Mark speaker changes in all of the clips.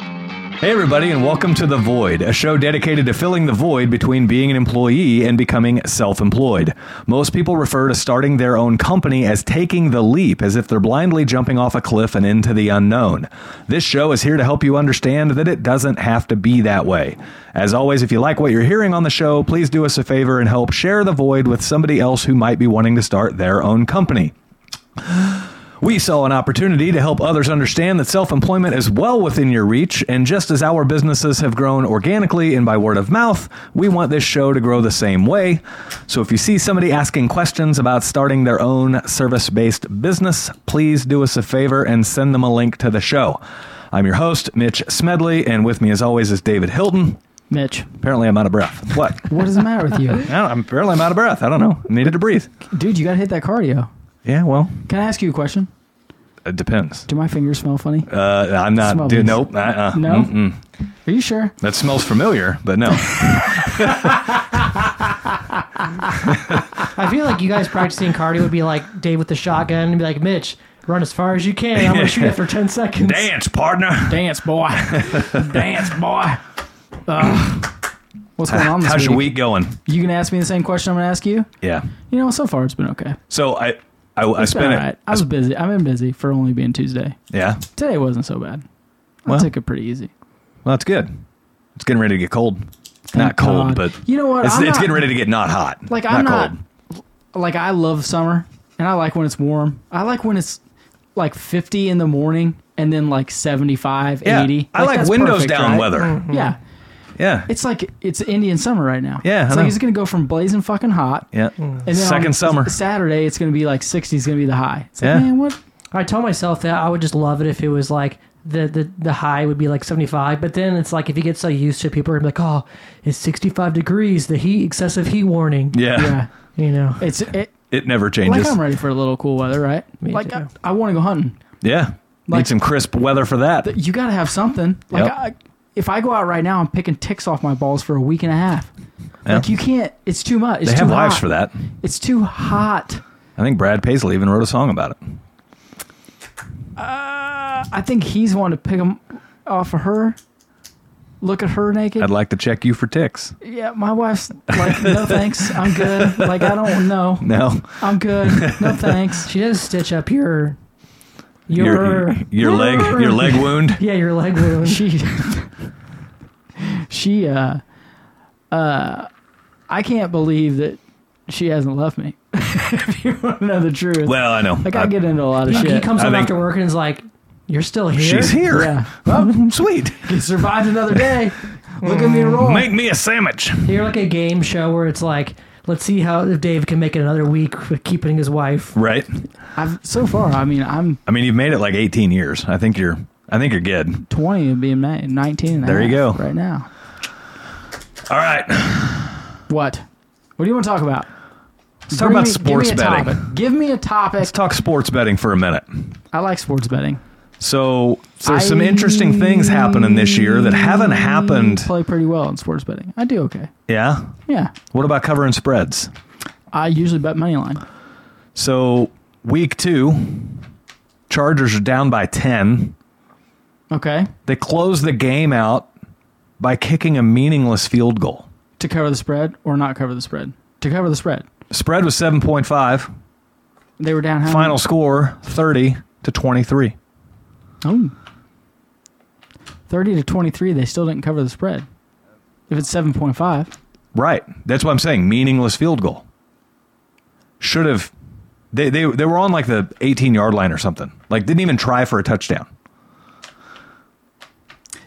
Speaker 1: Hey, everybody, and welcome to The Void, a show dedicated to filling the void between being an employee and becoming self employed. Most people refer to starting their own company as taking the leap, as if they're blindly jumping off a cliff and into the unknown. This show is here to help you understand that it doesn't have to be that way. As always, if you like what you're hearing on the show, please do us a favor and help share The Void with somebody else who might be wanting to start their own company. We saw an opportunity to help others understand that self employment is well within your reach, and just as our businesses have grown organically and by word of mouth, we want this show to grow the same way. So if you see somebody asking questions about starting their own service based business, please do us a favor and send them a link to the show. I'm your host, Mitch Smedley, and with me as always is David Hilton.
Speaker 2: Mitch,
Speaker 1: Apparently, I'm out of breath. What?
Speaker 2: what is the matter with you?
Speaker 1: I don't- I'm apparently I'm out of breath. I don't know. I needed to breathe.
Speaker 2: Dude, you got to hit that cardio.
Speaker 1: Yeah, well,
Speaker 2: Can I ask you a question?
Speaker 1: it depends.
Speaker 2: Do my fingers smell funny?
Speaker 1: Uh, I'm not.
Speaker 2: Smell
Speaker 1: Dude,
Speaker 2: these.
Speaker 1: nope. Uh-uh.
Speaker 2: No?
Speaker 1: Mm-mm.
Speaker 2: Are you sure?
Speaker 1: That smells familiar, but no.
Speaker 3: I feel like you guys practicing cardio would be like Dave with the shotgun and be like, Mitch, run as far as you can. I'm going to shoot after 10 seconds.
Speaker 1: partner.
Speaker 2: Dance, boy. Dance, boy. Ugh. What's going on this
Speaker 1: How's
Speaker 2: week?
Speaker 1: your week going?
Speaker 2: You gonna ask me the same question I'm gonna ask you?
Speaker 1: Yeah.
Speaker 2: You know, so far it's been okay.
Speaker 1: So I, I, I
Speaker 2: It's been
Speaker 1: spent
Speaker 2: all
Speaker 1: it.
Speaker 2: right. I was busy. I've been busy for only being Tuesday.
Speaker 1: Yeah.
Speaker 2: Today wasn't so bad. I
Speaker 1: Well.
Speaker 2: took it pretty easy.
Speaker 1: Well, that's good. It's getting ready to get cold. not
Speaker 2: Thank
Speaker 1: cold,
Speaker 2: God.
Speaker 1: but
Speaker 2: you know what?
Speaker 1: it's,
Speaker 2: I'm
Speaker 1: it's
Speaker 2: not-
Speaker 1: getting ready to get not hot.
Speaker 2: Like I'm not
Speaker 1: cold.
Speaker 2: like I love summer and I like when it's warm. I like when it's like 50 in the morning and then like 75,
Speaker 1: Yeah.
Speaker 2: 80.
Speaker 1: I like
Speaker 2: that's
Speaker 1: windows
Speaker 2: perfect,
Speaker 1: down
Speaker 2: right?
Speaker 1: weather.
Speaker 3: Mm-hmm.
Speaker 2: Yeah.
Speaker 1: Yeah.
Speaker 2: It's like it's Indian summer right now.
Speaker 1: Yeah, I
Speaker 2: It's
Speaker 1: know.
Speaker 2: like it's going to go from blazing fucking hot.
Speaker 1: yeah.
Speaker 2: And then
Speaker 1: Second
Speaker 2: on
Speaker 1: summer.
Speaker 2: Saturday it's going to be like 60 is going to be the high. It's like,
Speaker 1: Yeah.
Speaker 2: man, what?
Speaker 3: I told myself that I would just love it if it was like the, the, the high would be like 75. But then it's like if you get so used to it, people are gonna be like, oh, it's 65 degrees, the heat, excessive heat warning.
Speaker 1: Yeah.
Speaker 2: Yeah.
Speaker 3: You know,
Speaker 2: It's it,
Speaker 1: It never
Speaker 2: like
Speaker 1: changes.
Speaker 2: I'm ready for a little cool weather, right?
Speaker 3: Me
Speaker 2: like
Speaker 3: too.
Speaker 2: I, I want to go hunting.
Speaker 1: yeah. Need
Speaker 2: like-
Speaker 1: some crisp weather for that.
Speaker 2: You got to have something. Like
Speaker 1: Yep.
Speaker 2: I, if I go out right now, I'm picking ticks off my balls for a week and a half.
Speaker 1: Yeah.
Speaker 2: Like you can't. It's too much. It's
Speaker 1: they
Speaker 2: too
Speaker 1: have lives
Speaker 2: hot.
Speaker 1: for that.
Speaker 2: It's too hot.
Speaker 1: I think Brad Paisley even wrote a song about it.
Speaker 2: Uh, I think he's wanting to pick him off of her. Look at her naked.
Speaker 1: I'd like to check you for ticks.
Speaker 2: yeah, my wife's like, no thanks. I'm good. Like I don't know.
Speaker 1: No.
Speaker 2: I'm good. No thanks.
Speaker 3: she does stitch up your. Your,
Speaker 1: Your your leg your leg wound.
Speaker 3: yeah, your leg wound.
Speaker 2: She. she. Uh. Uh. I can't believe that she hasn't left me. if you want to know the truth.
Speaker 1: Well, I know.
Speaker 2: Like I get into a lot of
Speaker 3: He,
Speaker 2: shit.
Speaker 3: he comes
Speaker 1: I
Speaker 3: home
Speaker 1: think-
Speaker 3: after work and is like, "You're still here."
Speaker 1: She's here.
Speaker 2: Yeah.
Speaker 1: Oh, sweet.
Speaker 2: He survived another day. Look at me roll.
Speaker 1: Make me a sandwich.
Speaker 3: You're like a game show where it's like, let's see how if Dave can make it another week with keeping his wife.
Speaker 1: Right.
Speaker 2: I've so far. I mean, I'm
Speaker 1: I mean, you've made it like 18 years. I think you're. I think you're good.
Speaker 2: 20 and being ni- 19. And a
Speaker 1: There you
Speaker 2: half
Speaker 1: go.
Speaker 2: Right now.
Speaker 1: All right. Let's
Speaker 2: What? What do you want to talk about? Let's
Speaker 1: talk about sports betting.
Speaker 2: Give me a topic.
Speaker 1: Let's talk sports betting for a minute.
Speaker 2: I like sports betting.
Speaker 1: So, so there's some interesting things happening this year that haven't happened.
Speaker 2: I play pretty well in sports betting. I do okay.
Speaker 1: Yeah.
Speaker 2: Yeah.
Speaker 1: What about covering spreads?
Speaker 2: I usually bet money line.
Speaker 1: So week two, Chargers are down by 10.
Speaker 2: Okay.
Speaker 1: They close the game out by kicking a meaningless field goal.
Speaker 2: To cover the spread or not cover the spread. To cover the spread.
Speaker 1: Spread was 7.5.
Speaker 2: They were down. How many-
Speaker 1: Final score 30 to 23.
Speaker 2: Oh. 30 Oh. to 23, they still didn't cover the spread. If it's 7.5,
Speaker 1: Right. That's what I'm saying. Meaningless field goal. Should have. They, they, they were on like the 18 yard line or something. Like, didn't even try for a touchdown.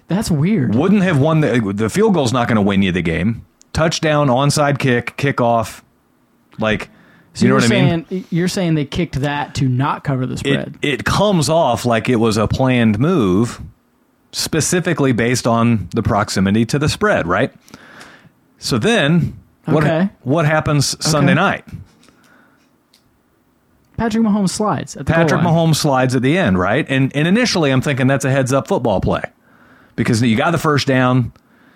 Speaker 2: that's weird.
Speaker 1: Wouldn't have won the, the field goal's not going to win you the game. Touchdown, onside kick, kickoff. Like,
Speaker 2: So
Speaker 1: you know
Speaker 2: are
Speaker 1: what I mean?
Speaker 2: saying, You're saying they kicked that to not cover the
Speaker 1: It,
Speaker 2: spread.
Speaker 1: it comes off like it was a planned move, specifically based on the proximity to the spread, right? So then, what,
Speaker 2: Okay.
Speaker 1: what happens Sunday
Speaker 2: Okay.
Speaker 1: night?
Speaker 2: Patrick Mahomes slides at the goal
Speaker 1: Patrick
Speaker 2: line.
Speaker 1: Mahomes slides at the end, right? And and initially I'm thinking that's a heads up football play. Because you got the first down.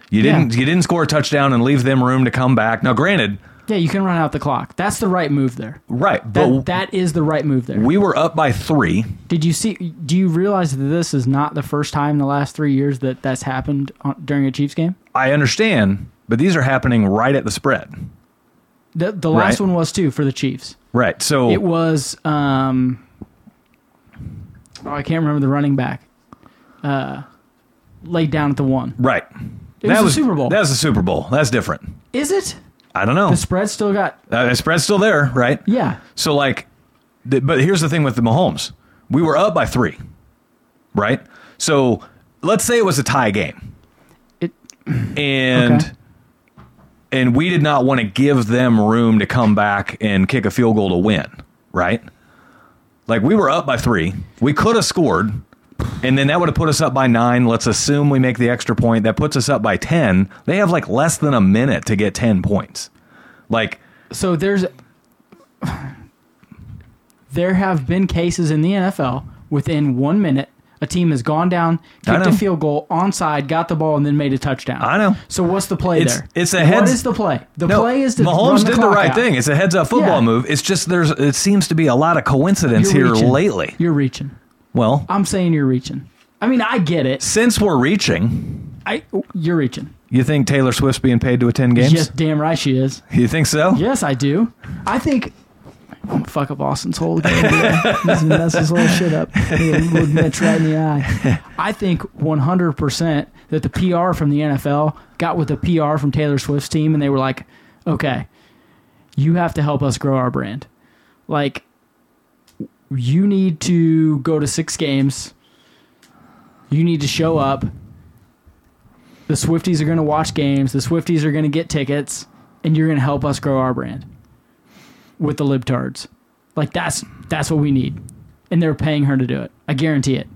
Speaker 1: You
Speaker 2: Yeah.
Speaker 1: didn't you didn't score a touchdown and leave them room to come back. Now granted,
Speaker 2: Yeah, you can run out the clock. That's the right move there.
Speaker 1: Right.
Speaker 2: That,
Speaker 1: But
Speaker 2: that is the right move there.
Speaker 1: we were up by three.
Speaker 2: Did you see? Do you realize that this is not the first time in the last three years that that's happened on, during a Chiefs game?
Speaker 1: I understand, but these are happening right at the spread.
Speaker 2: The, the last
Speaker 1: Right. Oh.
Speaker 2: one was too for the Chiefs.
Speaker 1: Right. So
Speaker 2: It was um, oh, I can't remember the running back. Uh, laid down at the one.
Speaker 1: right.
Speaker 2: It was the Super Bowl.
Speaker 1: That was the Super Bowl. That's different.
Speaker 2: Is it?
Speaker 1: I don't know.
Speaker 2: The spread still got
Speaker 1: Uh, the spread's still there, right?
Speaker 2: yeah.
Speaker 1: So like, th- but here's the thing with the Mahomes, we were up by three, right? So let's say it was a tie game,
Speaker 2: It-
Speaker 1: and
Speaker 2: Okay.
Speaker 1: and we did not want to give them room to come back and kick a field goal to win, right? Like we were up by three, we could have scored, and then that would have put us up by nine. Let's assume we make the extra point that puts us up by ten. They have like less than a minute to get ten points, like.
Speaker 2: So there's there have been cases in the NFL within one minute a team has gone down,
Speaker 1: I
Speaker 2: kicked a
Speaker 1: know.
Speaker 2: field goal, onside, got the ball, and then made a touchdown.
Speaker 1: I know.
Speaker 2: So what's the play
Speaker 1: It's-
Speaker 2: there?
Speaker 1: it's a
Speaker 2: What
Speaker 1: heads-
Speaker 2: is the play? The play is to run
Speaker 1: Mahomes did the
Speaker 2: clock
Speaker 1: right
Speaker 2: out.
Speaker 1: thing. It's a heads up football
Speaker 2: Yeah.
Speaker 1: move. It's just there's it seems to be a lot of coincidence
Speaker 2: You're
Speaker 1: here
Speaker 2: reaching.
Speaker 1: lately.
Speaker 2: You're reaching.
Speaker 1: Well,
Speaker 2: I'm saying you're reaching. I mean, I get it.
Speaker 1: since we're reaching,
Speaker 2: I you're reaching.
Speaker 1: you think Taylor Swift's being paid to attend games?
Speaker 2: Yes, damn right she is.
Speaker 1: You think so?
Speaker 2: Yes, I do. I think. I'm gonna fuck up Austin's whole game. dude. He's gonna mess his whole shit up. He'll look Mitch right in the eye. I think 100% that the PR from the NFL got with the PR from Taylor Swift's team, and they were like, "Okay, you have to help us grow our brand. Like, you need to go to six games. You need to show up. The Swifties are gonna watch games. The Swifties are gonna get tickets." and you're going to help us grow our brand with the libtards. Like that's that's what we need, and they're paying her to do it. I guarantee it.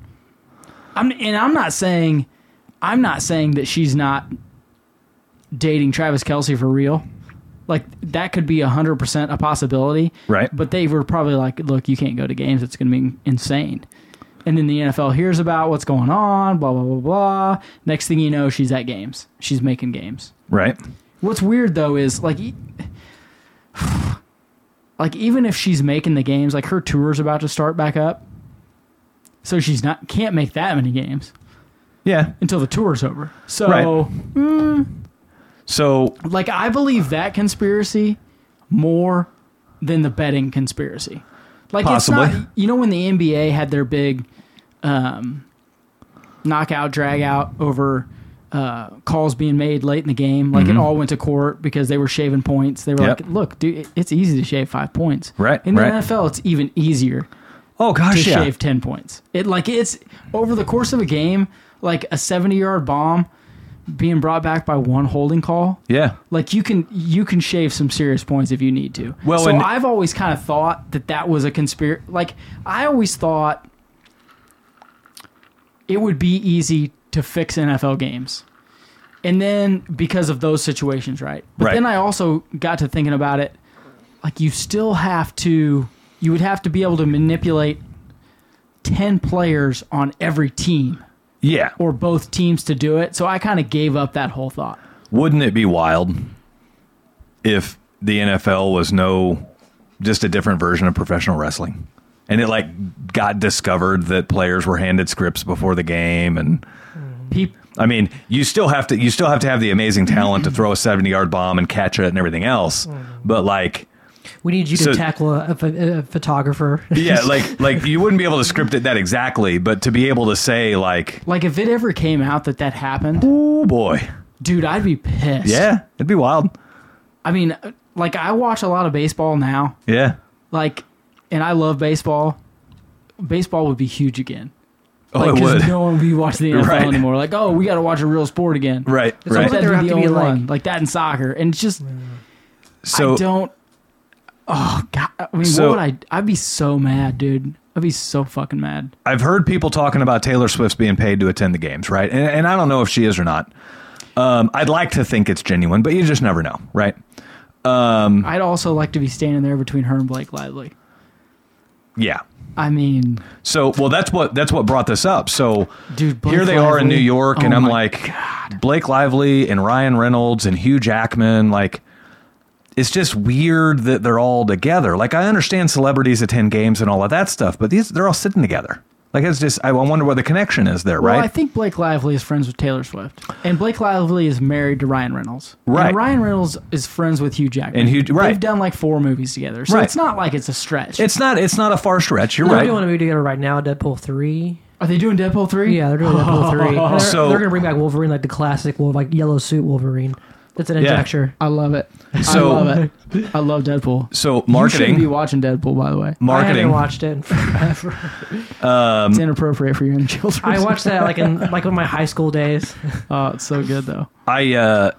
Speaker 2: I'm and I'm not saying, I'm not saying that she's not dating Travis Kelsey for real. Like that could be hundred percent a possibility,
Speaker 1: Right.
Speaker 2: But they were probably like, "Look, you can't go to games. It's going to be insane." And then the NFL hears about what's going on, blah blah blah blah. Next thing you know, she's at games. She's making games.
Speaker 1: Right.
Speaker 2: What's weird though is like, e- like even if she's making the games, like her tour's about to start back up, so she's not can't make that many games
Speaker 1: Yeah.
Speaker 2: until the tour's over. So
Speaker 1: Right. So
Speaker 2: like I believe that conspiracy more than the betting conspiracy. Like it's
Speaker 1: Possibly.
Speaker 2: not you know when the NBA had their big um, knockout drag out over uh, calls being made late in the game, like it all went to court because they were shaving points. They were
Speaker 1: Mm-hmm. Yep.
Speaker 2: like, "Look, dude, it- it's easy to shave five points."
Speaker 1: Right,
Speaker 2: in the
Speaker 1: right.
Speaker 2: NFL, it's even easier
Speaker 1: oh
Speaker 2: to
Speaker 1: gosh, yeah.
Speaker 2: shave 10 points. It like it's over the course of a game, like a 70-yard bomb being brought back by one holding call.
Speaker 1: Yeah.
Speaker 2: Like you can you can shave some serious points if you need to.
Speaker 1: Well,
Speaker 2: Well, so
Speaker 1: and-
Speaker 2: I've always kind of thought that that was a conspiracy. Like I always thought it would be easy to fix NFL games, and then because of those situations, right? But
Speaker 1: Right.
Speaker 2: then I also got to thinking about it. Like you still have to, you would have to be able to manipulate ten players on every team
Speaker 1: Yeah.
Speaker 2: or both teams to do it. So I kind of gave up that whole thought.
Speaker 1: Wouldn't it be wild if the NFL was no just a different version of professional wrestling? And it like got discovered that players were handed scripts before the game and
Speaker 2: People.
Speaker 1: I mean, you still have to you still have to have the amazing talent to throw a 70-yard bomb and catch it and everything else.
Speaker 2: Mm-hmm.
Speaker 1: But like
Speaker 3: We need you to
Speaker 1: So-
Speaker 3: tackle a, a ph- a photographer.
Speaker 1: yeah, like like you wouldn't be able to script it that exactly, but to be able to say like,
Speaker 2: Like if it ever came out that that happened,
Speaker 1: "Oh boy."
Speaker 2: dude, I'd be pissed.
Speaker 1: Yeah, it'd be wild.
Speaker 2: I mean, uh, like I watch a lot of baseball now,
Speaker 1: Yeah.
Speaker 2: like, and I love baseball. Baseball would be huge again.
Speaker 1: Oh,
Speaker 2: Like,
Speaker 1: it
Speaker 2: 'cause
Speaker 1: would.
Speaker 2: no one would be watching the NFL
Speaker 1: Right.
Speaker 2: anymore. Like, oh, we got to watch a real sport again.
Speaker 1: right,
Speaker 3: It's almost
Speaker 1: right.
Speaker 2: That'd
Speaker 3: There have
Speaker 2: be the
Speaker 3: to be,
Speaker 2: only
Speaker 3: like-
Speaker 2: one. Like that in soccer, and it's just
Speaker 1: So
Speaker 2: I don't. Oh God! I mean,
Speaker 1: So-
Speaker 2: what would I? I'd be so mad, dude. I'd be so fucking mad.
Speaker 1: I've heard people talking about Taylor Swift's being paid to attend the games, right? And, and I don't know if she is or not. Um, I'd like to think it's genuine, but you just never know, right? Mm.
Speaker 2: I'd also like to be standing there between her and Blake Lively.
Speaker 1: Yeah.
Speaker 2: I mean,
Speaker 1: So, well, that's what that's what brought this up. So,
Speaker 2: Dude, Blake
Speaker 1: here they are in New
Speaker 2: Lively.
Speaker 1: York, and
Speaker 2: Oh
Speaker 1: I'm
Speaker 2: my
Speaker 1: like, Blake Lively and Ryan Reynolds and Hugh Jackman, like, it's just weird that they're all together. Like I understand celebrities attend games and all of that stuff, but these they're all sitting together. Like it's just I wonder where the connection is there,
Speaker 2: Well,
Speaker 1: right?
Speaker 2: I think Blake Lively is friends with Taylor Swift, and Blake Lively is married to Ryan Reynolds.
Speaker 1: Right.
Speaker 2: And Ryan Reynolds is friends with Hugh Jackman.
Speaker 1: And Hugh- right.
Speaker 2: They've done like four movies together, so
Speaker 1: Right.
Speaker 2: it's not like it's a stretch.
Speaker 1: it's not it's not a far stretch. You're
Speaker 3: They're
Speaker 1: right.
Speaker 3: doing a movie together right now, Deadpool three.
Speaker 2: Are they doing Deadpool three?
Speaker 3: Yeah, they're doing Deadpool three. And They're,
Speaker 1: So-
Speaker 3: they're gonna bring back Wolverine, like the classic, Wolver- like yellow suit Wolverine. That's an
Speaker 1: Yeah.
Speaker 3: injecture.
Speaker 2: I love it.
Speaker 1: So-
Speaker 2: I love it. I love Deadpool.
Speaker 1: so
Speaker 2: You shouldn't be
Speaker 1: marketing,
Speaker 2: watching Deadpool, by the way.
Speaker 3: I
Speaker 1: marketing.
Speaker 3: haven't watched it. in forever.
Speaker 1: Um,
Speaker 2: It's inappropriate for young children.
Speaker 3: I watched that like in like in my high school days.
Speaker 2: Oh, it's so good though.
Speaker 1: I uh,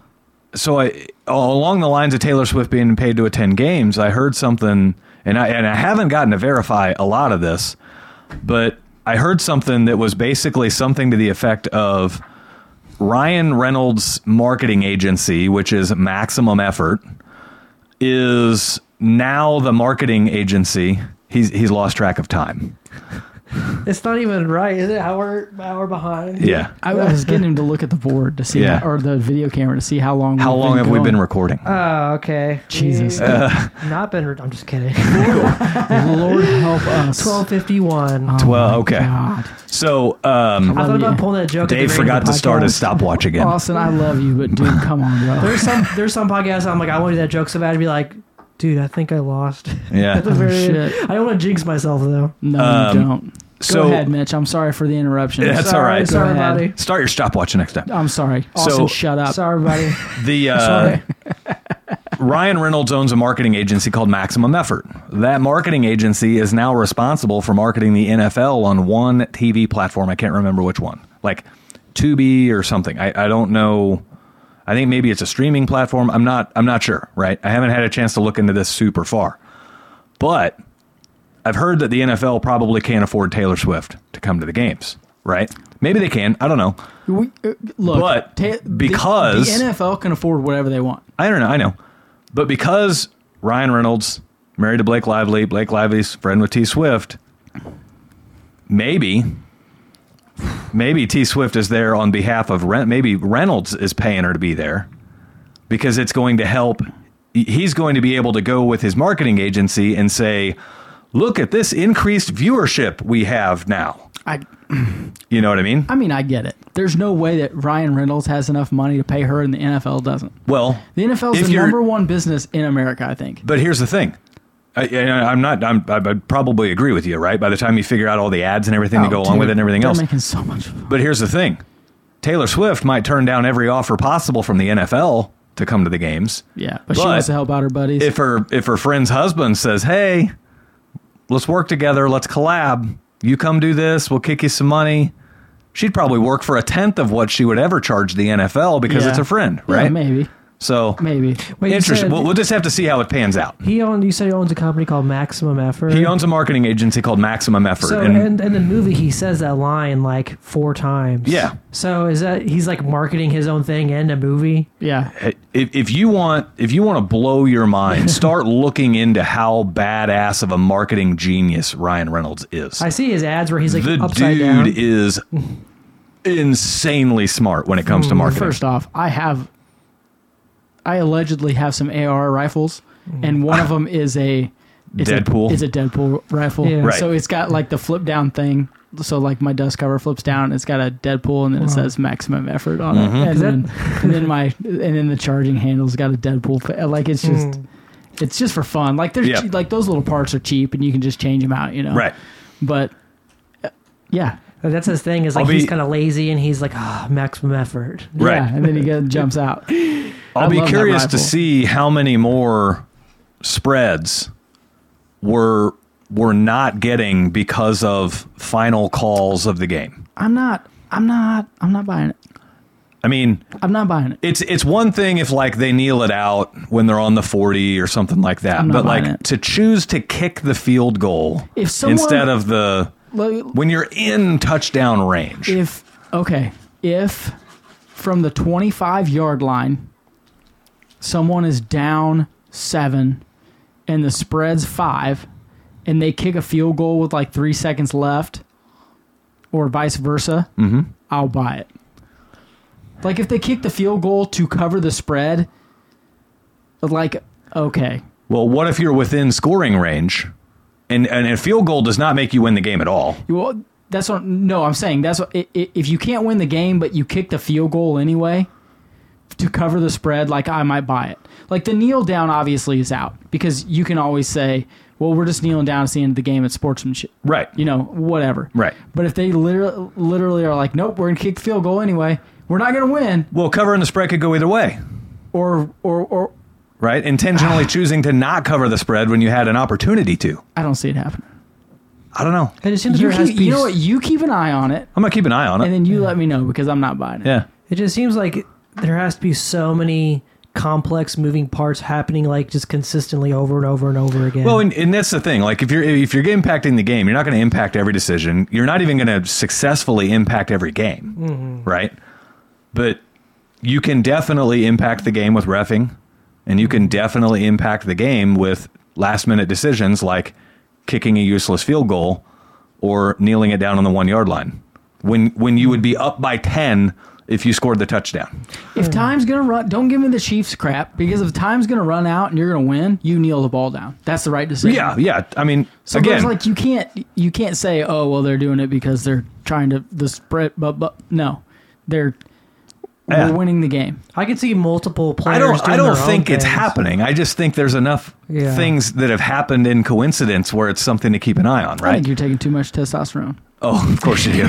Speaker 1: so I along the lines of Taylor Swift being paid to attend games, I heard something, and I and I haven't gotten to verify a lot of this, but I heard something that was basically something to the effect of Ryan Reynolds' marketing agency, which is Maximum Effort, is now the marketing agency. He's he's lost track of time.
Speaker 3: It's not even right, is it? Hour hour behind.
Speaker 1: Yeah.
Speaker 2: I was getting him to look at the board to see,
Speaker 1: Yeah.
Speaker 2: or the video camera to see how long.
Speaker 1: How
Speaker 2: we've
Speaker 1: long have we
Speaker 2: going.
Speaker 1: been recording?
Speaker 3: Oh, okay.
Speaker 2: Jesus.
Speaker 3: We- not been. I'm just kidding.
Speaker 2: Lord help us.
Speaker 3: Twelve fifty one.
Speaker 2: Oh,
Speaker 1: Well,
Speaker 2: my
Speaker 1: okay.
Speaker 2: God.
Speaker 1: So um,
Speaker 3: I thought
Speaker 2: love
Speaker 3: about
Speaker 2: you.
Speaker 3: pulling that joke. at the
Speaker 1: Dave
Speaker 3: very end of
Speaker 1: forgot
Speaker 3: the
Speaker 1: to start his
Speaker 3: podcast.
Speaker 1: stopwatch again.
Speaker 2: Austin, I love you, but dude, come on, bro.
Speaker 3: There's some there's some podcasts I'm like I want to do that joke so bad. I'd be like, dude, I think I lost. At the
Speaker 1: Yeah.
Speaker 3: very end.
Speaker 2: shit.
Speaker 3: I don't want to jinx myself though.
Speaker 2: No,
Speaker 1: Um,
Speaker 2: you don't.
Speaker 1: so-
Speaker 2: Go ahead, Mitch. I'm sorry for the interruption.
Speaker 1: Yeah, that's all right.
Speaker 2: Go
Speaker 3: Sorry,
Speaker 2: ahead.
Speaker 3: buddy.
Speaker 1: Start your stopwatch next time.
Speaker 2: I'm sorry.
Speaker 1: So-
Speaker 2: Austin, shut up.
Speaker 3: Sorry, buddy.
Speaker 1: The uh, Ryan Reynolds owns a marketing agency called Maximum Effort. That marketing agency is now responsible for marketing the NFL on one TV platform. I can't remember which one, like Tubi or something. I, I don't know. I think maybe it's a streaming platform. I'm not. I'm not sure. Right. I haven't had a chance to look into this super far, but I've heard that the NFL probably can't afford Taylor Swift to come to the games. Right. Maybe they can. I don't know.
Speaker 2: We, uh, look,
Speaker 1: But
Speaker 2: the-
Speaker 1: because-
Speaker 2: the, NFL can afford whatever they want.
Speaker 1: I don't know. I know. But because Ryan Reynolds married to Blake Lively, Blake Lively's friend with T Swift, maybe, maybe T Swift is there on behalf of Ren- maybe Reynolds is paying her to be there because it's going to help. He's going to be able to go with his marketing agency and say, "Look at this increased viewership we have now."
Speaker 2: I,
Speaker 1: You know what I mean?
Speaker 2: I mean, I get it. There's no way that Ryan Reynolds has enough money to pay her, and the NFL doesn't.
Speaker 1: Well,
Speaker 2: The NFL
Speaker 1: If
Speaker 2: is the
Speaker 1: you're-
Speaker 2: number one business in America, I think.
Speaker 1: But here's the thing. I, I- I'm not. I'm, I- I'd probably agree with you, right? By the time you figure out all the ads and everything that go
Speaker 2: Oh,
Speaker 1: along with
Speaker 2: dude,
Speaker 1: it and everything
Speaker 2: they're
Speaker 1: else.
Speaker 2: making so much.
Speaker 1: But here's the thing: Taylor Swift might turn down every offer possible from the NFL to come to the games.
Speaker 2: Yeah, but, she
Speaker 1: But
Speaker 2: wants to help out her buddies.
Speaker 1: If her if her friend's husband says, "Hey, let's work together. Let's collab. You come do this. We'll kick you some money." She'd probably work for a tenth of what she would ever charge the NFL because
Speaker 2: Yeah.
Speaker 1: it's her friend,
Speaker 2: Yeah,
Speaker 1: right?
Speaker 2: maybe,
Speaker 1: So
Speaker 2: maybe.
Speaker 3: Wait, you
Speaker 1: interesting.
Speaker 3: said-
Speaker 1: we'll, we'll just have to see how it pans out.
Speaker 3: He owned. You said he owns a company called Maximum Effort.
Speaker 1: He owns a marketing agency called Maximum Effort.
Speaker 3: So
Speaker 1: and-
Speaker 3: and in the movie, he says that line like four times.
Speaker 1: Yeah.
Speaker 3: So is that he's like marketing his own thing in a movie?
Speaker 2: Yeah,
Speaker 1: if, if you want if you want to blow your mind, start looking into how badass of a marketing genius Ryan Reynolds is.
Speaker 3: I see his ads where he's like
Speaker 1: the
Speaker 3: upside
Speaker 1: dude
Speaker 3: down.
Speaker 1: is insanely smart when it comes
Speaker 2: Mm.
Speaker 1: to marketing.
Speaker 2: First off, I have, I allegedly have some AR rifles, and one of them is a is
Speaker 1: Deadpool.
Speaker 2: A, is a Deadpool rifle.
Speaker 3: Yeah. Right.
Speaker 2: So it's got like the flip down thing. So like my dust cover flips down. It's got a Deadpool, and then it says maximum effort on
Speaker 1: Mm-hmm.
Speaker 2: it. And
Speaker 3: Is that-
Speaker 2: then, and then my and then the charging handle's got a Deadpool. fa- Like it's just.
Speaker 3: Hmm.
Speaker 2: It's just for fun. Like there's
Speaker 1: Yeah.
Speaker 2: che- like those little parts are cheap, and you can just change them out, you know.
Speaker 1: right.
Speaker 2: But uh, yeah,
Speaker 3: That's his thing. Is like
Speaker 1: I'll
Speaker 3: he's
Speaker 1: be-
Speaker 3: kind of lazy and he's like ah maximum effort.
Speaker 1: Right.
Speaker 2: yeah. And then he goes, jumps out.
Speaker 1: I'll
Speaker 2: I
Speaker 1: be
Speaker 2: love that
Speaker 1: curious to
Speaker 2: rifle.
Speaker 1: see how many more spreads were were not getting because of final calls of the game.
Speaker 2: I'm not. I'm not. I'm not buying it.
Speaker 1: I mean,
Speaker 2: I'm not buying it.
Speaker 1: it's it's one thing if like they kneel it out when they're on the 40 or something like that
Speaker 2: I'm not
Speaker 1: but like
Speaker 2: buying it.
Speaker 1: to choose to kick the field goal
Speaker 2: If someone-
Speaker 1: instead of the
Speaker 2: Lo-
Speaker 1: when you're in touchdown range
Speaker 2: If okay, if from the 25 yard line, someone is down seven, and the spread's five, and they kick a field goal with like three seconds left, or vice versa, I'll buy it. Like if they kick the field goal to cover the spread, like Okay.
Speaker 1: Well, what if you're within scoring range? And, and a field goal does not make you win the game at all.
Speaker 2: You- Well, that's what. No, I'm saying that's what. i- i- If you can't win the game, but you kick the field goal anyway to cover the spread, like I might buy it. Like the kneel down obviously is out because you can always say, "Well, we're just kneeling down. It's the end of the game. It's sportsmanship."
Speaker 1: Right.
Speaker 2: You know, whatever.
Speaker 1: Right.
Speaker 2: But if they literally, literally are like, "Nope, we're gonna kick the field goal anyway. We're not gonna win,"
Speaker 1: Well, covering the spread could go either way,
Speaker 2: or or or
Speaker 1: right? Intentionally choosing to not cover the spread when you had an opportunity to.
Speaker 2: I don't see it happening.
Speaker 1: I don't know.
Speaker 3: It just seems
Speaker 2: You,
Speaker 3: there has
Speaker 2: keep,
Speaker 3: to be
Speaker 2: you know what? You keep an eye on it,
Speaker 1: I'm going to keep an eye on it.
Speaker 2: and then you let me know because I'm not buying it.
Speaker 1: yeah.
Speaker 3: It just seems like there has to be so many complex moving parts happening like just consistently over and over and over again.
Speaker 1: Well, and, and that's the thing. Like, if you're if you're impacting the game, you're not going to impact every decision. You're not even going to successfully impact every game,
Speaker 2: Mm-hmm.
Speaker 1: right? But you can definitely impact the game with refing, and you
Speaker 2: Mm-hmm.
Speaker 1: can definitely impact the game with last minute decisions like kicking a useless field goal or kneeling it down on the one yard line when when you would be up by ten if you scored the touchdown.
Speaker 2: If time's gonna run, don't give me the Chiefs crap because if time's gonna run out and you're gonna win, you kneel the ball down. That's the right decision.
Speaker 1: Yeah, yeah. I mean,
Speaker 2: So
Speaker 1: again,
Speaker 2: it's like you can't you can't say, oh well, they're doing it because they're trying to the spread, but but no, they're
Speaker 1: Yeah.
Speaker 2: we're winning the game.
Speaker 3: I could see multiple players.
Speaker 1: I don't.
Speaker 3: Doing
Speaker 1: I don't
Speaker 3: their own
Speaker 1: think it's
Speaker 3: things.
Speaker 1: happening. I just think there's enough
Speaker 3: Yeah.
Speaker 1: things that have happened in coincidence where it's something to keep an eye on,
Speaker 2: I
Speaker 1: right?
Speaker 2: think you're taking too much testosterone.
Speaker 1: Oh, of course you do.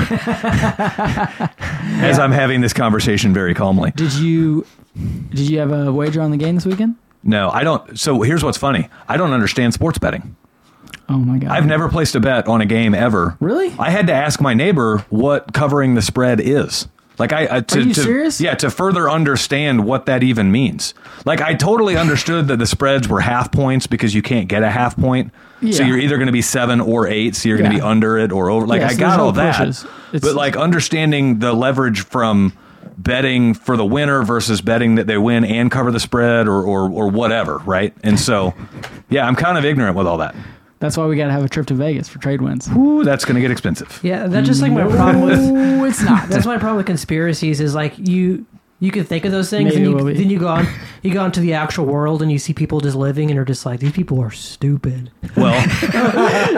Speaker 1: As I'm having this conversation very calmly.
Speaker 2: Did you did you have a wager on the game this weekend?
Speaker 1: No, I don't. So here's what's funny. I don't understand sports betting.
Speaker 2: Oh my god,
Speaker 1: I've never placed a bet on a game ever.
Speaker 2: Really?
Speaker 1: I had to ask my neighbor what covering the spread is. Like I, I to,
Speaker 2: you
Speaker 1: to-
Speaker 2: serious?
Speaker 1: Yeah, to further understand what that even means. Like I totally understood that the spreads were half points because you can't get a half point. So
Speaker 2: Yeah.
Speaker 1: you're either going to be seven or eight. So you're going to be
Speaker 2: Yeah.
Speaker 1: under it or over. Like
Speaker 2: Yeah,
Speaker 1: I
Speaker 2: so
Speaker 1: got
Speaker 2: there's no
Speaker 1: all that,
Speaker 2: pushes. It's-
Speaker 1: but like understanding the leverage from betting for the winner versus betting that they win and cover the spread or or, or whatever, right? And so, yeah, I'm kind of ignorant with all that.
Speaker 2: That's why we got to have a trip to Vegas for trade wins.
Speaker 1: Ooh, that's going to get expensive.
Speaker 3: Yeah, that's just like my problem with.
Speaker 2: No, it's not.
Speaker 3: That's my problem with conspiracies is like you you can think of those things
Speaker 2: Maybe
Speaker 3: and
Speaker 2: it will
Speaker 3: you,
Speaker 2: be.
Speaker 3: then you go on you go into the actual world and you see people just living and are just like these people are stupid.
Speaker 1: Well,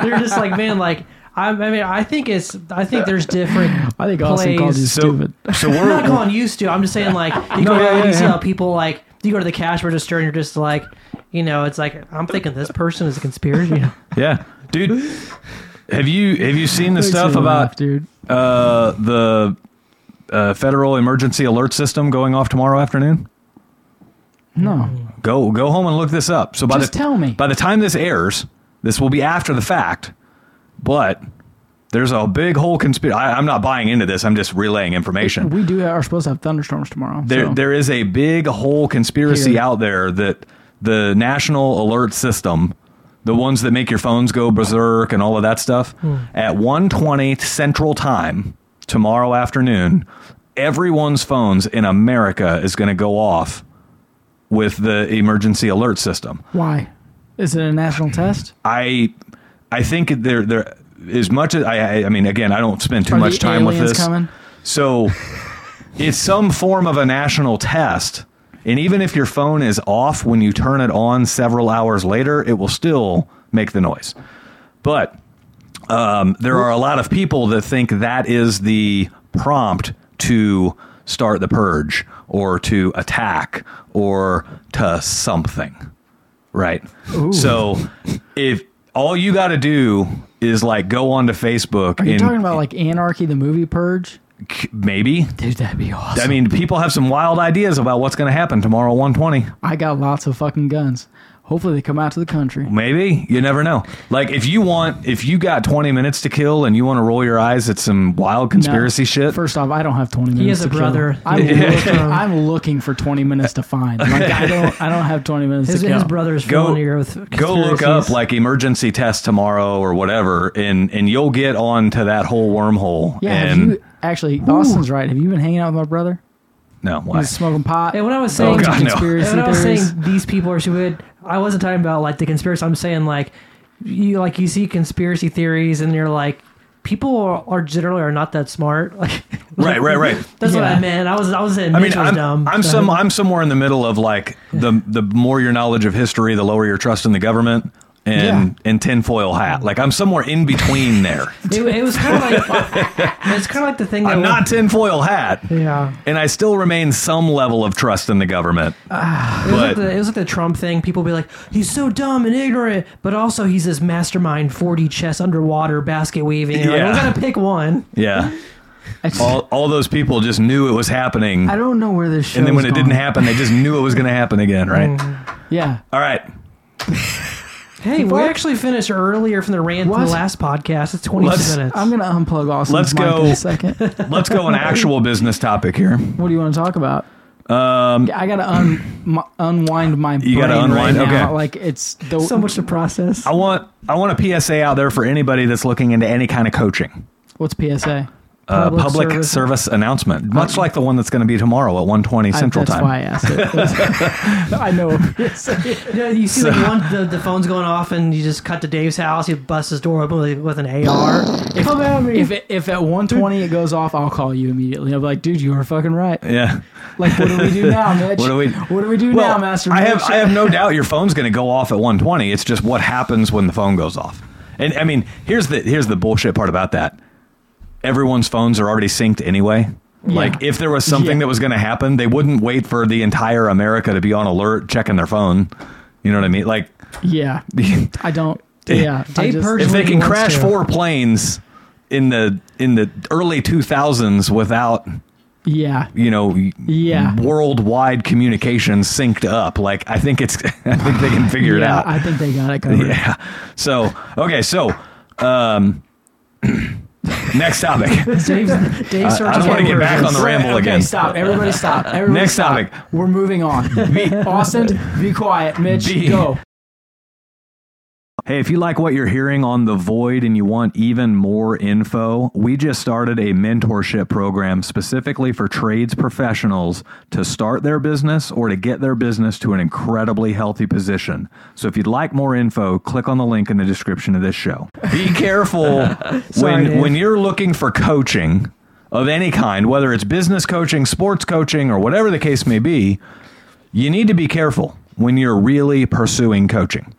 Speaker 3: You're just like man, like I, I mean, I think it's I think there's different.
Speaker 2: I think Austin called you
Speaker 3: plays-
Speaker 1: so
Speaker 2: stupid.
Speaker 1: so
Speaker 3: I'm not
Speaker 1: we're
Speaker 3: calling used to. I'm just saying like you go
Speaker 2: yeah,
Speaker 3: around and
Speaker 2: yeah,
Speaker 3: you see
Speaker 2: yeah.
Speaker 3: how people like you go to the cash register and you're just like you know it's like I'm thinking this person is a conspiracy.
Speaker 1: yeah, dude. Have you have you seen the
Speaker 2: Makes
Speaker 1: stuff
Speaker 2: me laugh,
Speaker 1: about
Speaker 2: dude.
Speaker 1: uh, the uh, federal emergency alert system going off tomorrow afternoon?
Speaker 2: No,
Speaker 1: Go go home and look this up. So by
Speaker 2: Just
Speaker 1: the
Speaker 2: tell me.
Speaker 1: by the time this airs, this will be after the fact, but. There's a big whole conspiracy. I'm not buying into this. I'm just relaying information.
Speaker 2: we do are supposed to have thunderstorms tomorrow.
Speaker 1: There,
Speaker 2: so.
Speaker 1: there is a big whole conspiracy
Speaker 2: Here.
Speaker 1: out there that the national alert system, the ones that make your phones go berserk and all of that stuff,
Speaker 2: Hmm.
Speaker 1: at 1:20 Central Time tomorrow afternoon, everyone's phones in America is going to go off with the emergency alert system.
Speaker 2: Why? Is it a national test?
Speaker 1: I, I think there, there as much as I, I, I mean, again, I don't spend too
Speaker 2: Are
Speaker 1: much
Speaker 2: the
Speaker 1: time with
Speaker 2: aliens
Speaker 1: this.
Speaker 2: coming?
Speaker 1: So it's some form of a national test. And even if your phone is off when you turn it on several hours later, it will still make the noise. But um, there are a lot of people that think that is the prompt to start the purge or to attack or to something. Right. So if all you got to do is like go onto Facebook
Speaker 2: Are you
Speaker 1: and
Speaker 2: talking about like Anarchy the movie Purge?
Speaker 1: maybe
Speaker 2: Dude, that'd be awesome.
Speaker 1: I mean, people have some wild ideas about what's going to happen tomorrow, one twenty.
Speaker 2: I got lots of fucking guns. Hopefully they come out to the country.
Speaker 1: Maybe you never know. Like if you want, if you got twenty minutes to kill and you want to roll your eyes at some wild conspiracy
Speaker 2: No.
Speaker 1: shit,
Speaker 2: First off, I don't have twenty minutes.
Speaker 3: has a
Speaker 2: to kill.
Speaker 3: brother.
Speaker 2: I'm,
Speaker 3: Yeah.
Speaker 2: looking, I'm looking for twenty minutes to find. Like, I don't. I don't have twenty minutes
Speaker 3: His,
Speaker 2: to kill.
Speaker 3: his brother is
Speaker 1: go
Speaker 3: familiar with
Speaker 1: go look up
Speaker 3: conspiracies.
Speaker 1: like emergency test tomorrow or whatever, and and you'll get on to that whole wormhole.
Speaker 2: Yeah. Have
Speaker 1: and
Speaker 2: you actually? Austin's right. Have you been hanging out with my brother?
Speaker 1: no, why?
Speaker 2: He's smoking pot.
Speaker 3: And when I was
Speaker 1: Oh,
Speaker 3: saying
Speaker 1: God, no.
Speaker 2: conspiracy
Speaker 3: And when I was
Speaker 2: theories.
Speaker 3: saying these people are stupid, I wasn't talking about like the conspiracy. I'm saying like you like you see conspiracy theories and you're like people are, are generally are not that smart. Like
Speaker 1: Right, right, right.
Speaker 3: That's what
Speaker 2: Yeah.
Speaker 3: I meant. I was I was saying
Speaker 1: I
Speaker 3: Mitch
Speaker 1: mean,
Speaker 3: was
Speaker 1: I'm,
Speaker 3: dumb.
Speaker 1: I'm
Speaker 3: so-
Speaker 1: some I'm somewhere in the middle of like the the more your knowledge of history, the lower your trust in the government, and and tinfoil hat. Like I'm somewhere in between there.
Speaker 3: It, it was kind of like it's kind of like the thing.
Speaker 1: I'm
Speaker 3: that
Speaker 1: not tinfoil hat,
Speaker 3: Yeah.
Speaker 1: and I still remain some level of trust in the government.
Speaker 3: It was,
Speaker 1: But-
Speaker 3: like the, it was like the Trump thing. People be like, he's so dumb and ignorant, but also he's this mastermind 4D chess underwater basket weaving. You're
Speaker 1: Yeah.
Speaker 3: Like, we're gonna pick one.
Speaker 1: Yeah,
Speaker 2: I, just-
Speaker 1: all all those people just knew it was happening,
Speaker 2: I don't know where this show.
Speaker 1: and then when
Speaker 2: is
Speaker 1: it didn't
Speaker 2: going. Mm-hmm.
Speaker 1: happen, they just knew it was going to happen again. Right.
Speaker 2: yeah,
Speaker 1: All right.
Speaker 3: Hey, we
Speaker 2: Fuck.
Speaker 3: actually finished earlier from the rant from
Speaker 2: What?
Speaker 3: the last podcast. It's 20
Speaker 1: Let's-
Speaker 3: minutes.
Speaker 2: I'm gonna unplug Austin's
Speaker 1: Let's
Speaker 2: mic
Speaker 1: go.
Speaker 2: in a second.
Speaker 1: Let's go an actual business topic here.
Speaker 2: what do you want to talk about?
Speaker 1: Um,
Speaker 2: I gotta un- m- unwind my.
Speaker 1: You gotta
Speaker 2: brain
Speaker 1: unwind?
Speaker 2: Right now.
Speaker 1: Okay.
Speaker 2: Like it's the
Speaker 3: so much to process.
Speaker 1: I want I want a PSA out there for anybody that's looking into any kind of coaching.
Speaker 2: what's PSA?
Speaker 1: Uh,
Speaker 3: Public
Speaker 1: public service.
Speaker 3: service.
Speaker 1: announcement, much like the one that's going to be tomorrow at 1:20 Central
Speaker 2: I, that's
Speaker 1: Time.
Speaker 2: why I asked it. I know what PSA.
Speaker 3: Yeah, you see like one the, the phone's going off and you just cut to Dave's house. He busts his door open with, with an AR. If-
Speaker 2: Come at me. If it, if at 120 it goes off, I'll call you immediately. I'll be like, dude, you were fucking right.
Speaker 1: Yeah.
Speaker 2: Like, what do we do now, Mitch?
Speaker 1: What do we-
Speaker 2: What do we do now, Master?
Speaker 1: I have
Speaker 2: Mitch?
Speaker 1: I have no doubt your phone's going to go off at 1:20. It's just what happens when the phone goes off. And I mean, here's the here's the bullshit part about that. Everyone's phones are already synced anyway. Like if there was something
Speaker 2: Yeah.
Speaker 1: that was going to happen, they wouldn't wait for the entire America to be on alert checking their phone. You know what I mean? Like
Speaker 2: Yeah, I don't. Yeah, I
Speaker 3: Dave
Speaker 2: just-
Speaker 3: Purge-
Speaker 1: if they
Speaker 3: Nobody
Speaker 1: can
Speaker 3: wants
Speaker 1: crash
Speaker 3: to.
Speaker 1: four planes in the in the early 2000s without
Speaker 2: Yeah,
Speaker 1: you know
Speaker 2: Yeah.
Speaker 1: worldwide communication synced up like i think it's i think they can figure
Speaker 2: yeah,
Speaker 1: it out
Speaker 2: I think they got it covered.
Speaker 1: yeah so okay so um next topic
Speaker 3: Dave's, Dave
Speaker 1: I
Speaker 3: starts
Speaker 1: don't wanna get back on the ramble
Speaker 2: okay,
Speaker 1: again.
Speaker 2: Stop, everybody, stop. Everybody
Speaker 1: Next
Speaker 2: stop.
Speaker 1: topic.
Speaker 2: We're moving on. Austin, be quiet. Mitch,
Speaker 1: Be-
Speaker 2: go.
Speaker 1: Hey, if you like what you're hearing on The Void and you want even more info, we just started a mentorship program specifically for trades professionals to start their business or to get their business to an incredibly healthy position. So if you'd like more info, click on the link in the description of this show. Be careful
Speaker 3: Sorry,
Speaker 1: when
Speaker 3: Dave.
Speaker 1: when you're looking for coaching of any kind, whether it's business coaching, sports coaching, or whatever the case may be, you need to be careful when you're really pursuing coaching.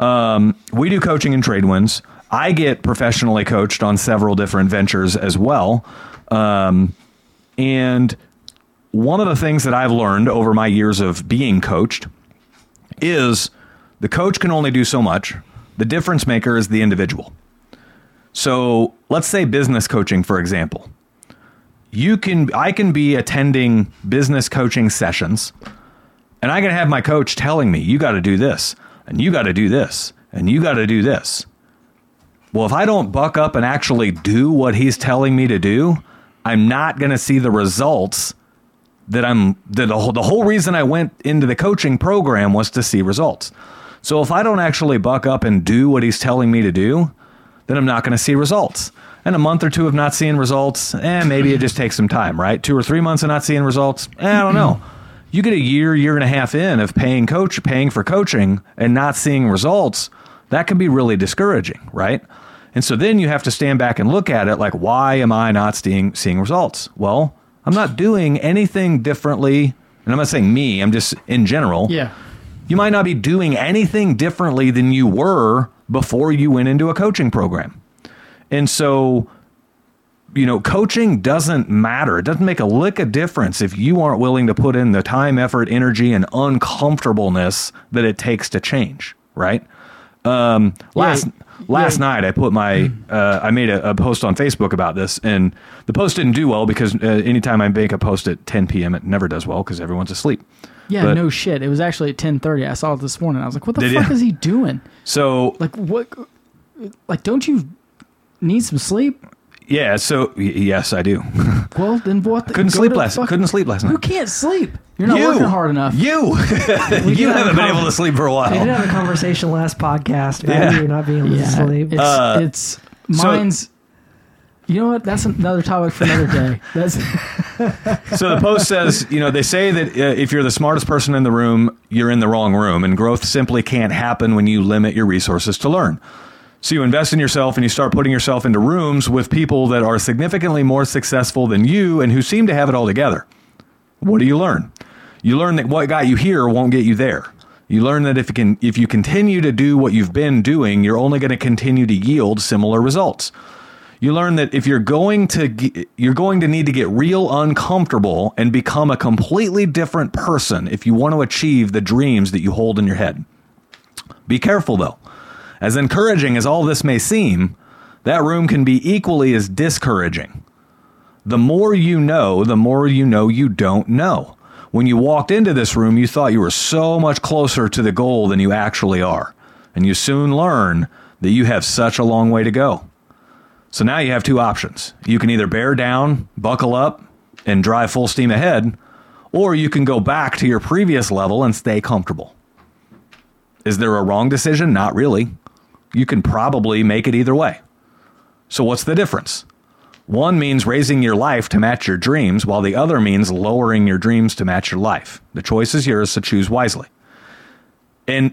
Speaker 1: Um, we do coaching and trade wins. I get professionally coached on several different ventures as well. Um, and one of the things that I've learned over my years of being coached is the coach can only do so much. The difference maker is the individual. So let's say business coaching, for example. You can I can be attending business coaching sessions and I can have my coach telling me, you got to do this, and you got to do this, and you got to do this. Well, if I don't buck up and actually do what he's telling me to do, I'm not going to see the results that I'm that the whole, the whole reason I went into the coaching program was to see results. So if I don't actually buck up and do what he's telling me to do, then I'm not going to see results. And a month or two of not seeing results, eh, maybe it just takes some time, right? Two or three months of not seeing results, eh, I don't know. You get a year, year and a half in of paying coach, paying for coaching, and not seeing results. That can be really discouraging, right? And so then you have to stand back and look at it like, why am I not seeing seeing results? Well, I'm not doing anything differently. And I'm not saying me, I'm just in general.
Speaker 2: Yeah.
Speaker 1: You might not be doing anything differently than you were before you went into a coaching program. And so, you know, coaching doesn't matter. It doesn't make a lick of difference if you aren't willing to put in the time, effort, energy, and uncomfortableness that it takes to change, right? Um, last last night I put my uh, I made a, a post on Facebook about this, and the post didn't do well because uh, anytime I make a post at 10 p.m. it never does well because everyone's asleep.
Speaker 2: Yeah,
Speaker 1: But-
Speaker 2: no shit. It was actually at 1030. I saw it this morning. I was like, what the
Speaker 1: Did
Speaker 2: fuck
Speaker 1: ya?
Speaker 2: is he doing?
Speaker 1: So
Speaker 2: Like, what? Like, don't you need some sleep?
Speaker 1: yeah, so y- yes, I do.
Speaker 2: Well, then what? The,
Speaker 1: Couldn't
Speaker 2: go
Speaker 1: sleep
Speaker 2: to
Speaker 1: last.
Speaker 2: fuck-
Speaker 1: Couldn't sleep last night.
Speaker 2: Who can't sleep? You're not working hard enough.
Speaker 1: You, you
Speaker 3: have
Speaker 1: haven't been
Speaker 3: a
Speaker 1: able to sleep for a
Speaker 3: We did
Speaker 1: while.
Speaker 3: have a conversation last podcast about
Speaker 1: Yeah.
Speaker 3: you not being able to
Speaker 2: Yeah,
Speaker 3: sleep.
Speaker 2: It's,
Speaker 1: Uh,
Speaker 2: it's
Speaker 1: so-
Speaker 2: mine's. you know what? That's another topic for another day. That's
Speaker 1: So the post says, you know, they say that uh, if you're the smartest person in the room, you're in the wrong room, and growth simply can't happen when you limit your resources to learn. So you invest in yourself and you start putting yourself into rooms with people that are significantly more successful than you and who seem to have it all together. What do you learn? You learn that what got you here won't get you there. You learn that if you can if you continue to do what you've been doing, you're only going to continue to yield similar results. You learn that if you're going to ge- you're going to need to get real uncomfortable and become a completely different person if you want to achieve the dreams that you hold in your head. Be careful though. As encouraging as all this may seem, that room can be equally as discouraging. The more you know, the more you know you don't know. When you walked into this room, you thought you were so much closer to the goal than you actually are. And you soon learn that you have such a long way to go. So now you have two options. You can either bear down, buckle up, and drive full steam ahead, or you can go back to your previous level and stay comfortable. Is there a wrong decision? Not really. You can probably make it either way. So, what's the difference? One means raising your life to match your dreams, while the other means lowering your dreams to match your life. The choice is yours, so choose wisely. And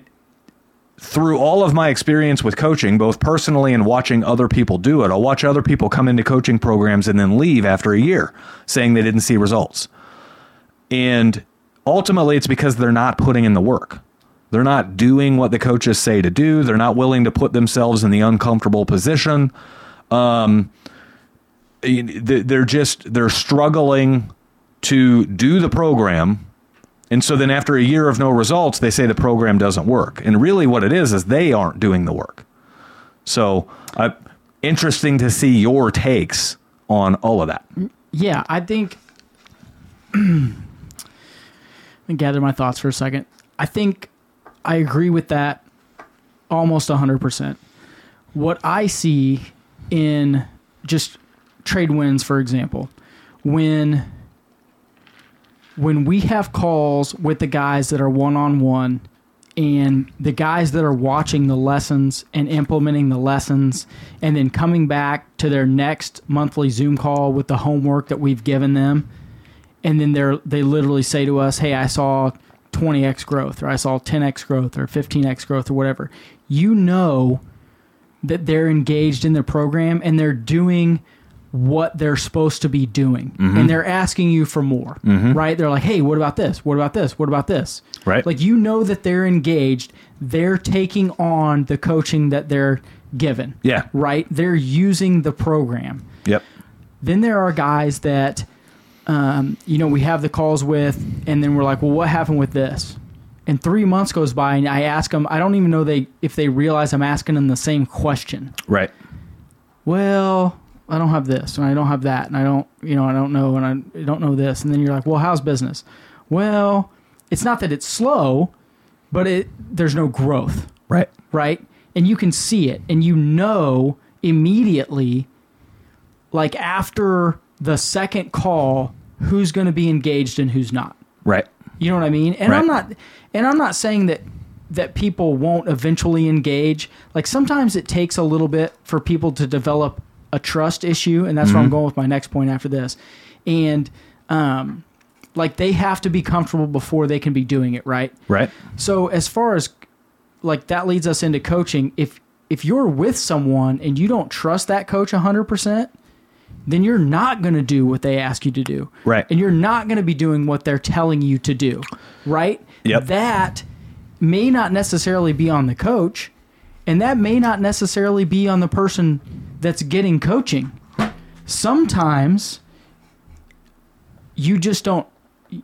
Speaker 1: through all of my experience with coaching, both personally and watching other people do it, I'll watch other people come into coaching programs and then leave after a year saying they didn't see results. And ultimately, it's because they're not putting in the work. They're not doing what the coaches say to do. They're not willing to put themselves in the uncomfortable position. Um, they- they're just they're struggling to do the program, and so then after a year of no results, they say the program doesn't work. And really, what it is is they aren't doing the work. So, uh, interesting to see your takes on all of that.
Speaker 2: Yeah, I think. Let me gather my thoughts for a second. I think I agree with that almost 100%. What I see in just trade wins, for example, when when we have calls with the guys that are one on one and the guys that are watching the lessons and implementing the lessons and then coming back to their next monthly Zoom call with the homework that we've given them and then they're they literally say to us, "Hey, I saw 20x growth or I saw 10x growth or 15x growth or whatever." You know that they're engaged in the program and they're doing what they're supposed to be doing and they're asking you for more right they're like hey what about this what about this what about this
Speaker 1: Right.
Speaker 2: like you know that they're engaged they're taking on the coaching that they're given
Speaker 1: Yeah.
Speaker 2: right they're using the program
Speaker 1: Yep.
Speaker 2: then there are guys that um, you know we have the calls with and then we're like well what happened with this and three months goes by and i ask them i don't even know they if they realize i'm asking them the same question
Speaker 1: Right.
Speaker 2: well i don't have this and i don't have that and i don't you know i don't know and i don't know this and then you're like well how's business well it's not that it's slow but it there's no growth
Speaker 1: Right.
Speaker 2: right? And you can see it and you know immediately, like after the second call, who's going to be engaged and who's not.
Speaker 1: Right.
Speaker 2: You know what I mean? And I'm
Speaker 1: Right.
Speaker 2: not and I'm not saying that that people won't eventually engage. Like sometimes it takes a little bit for people to develop a trust issue, and that's where I'm going with my next point after this. And um like they have to be comfortable before they can be doing it, right?
Speaker 1: Right.
Speaker 2: So as far as like that leads us into coaching, if if you're with someone and you don't trust that coach 100%, then you're not going to do what they ask you to do.
Speaker 1: Right.
Speaker 2: And you're not going to be doing what they're telling you to do, right?
Speaker 1: Yep.
Speaker 2: That may not necessarily be on the coach and that may not necessarily be on the person that's getting coaching. Sometimes you just don't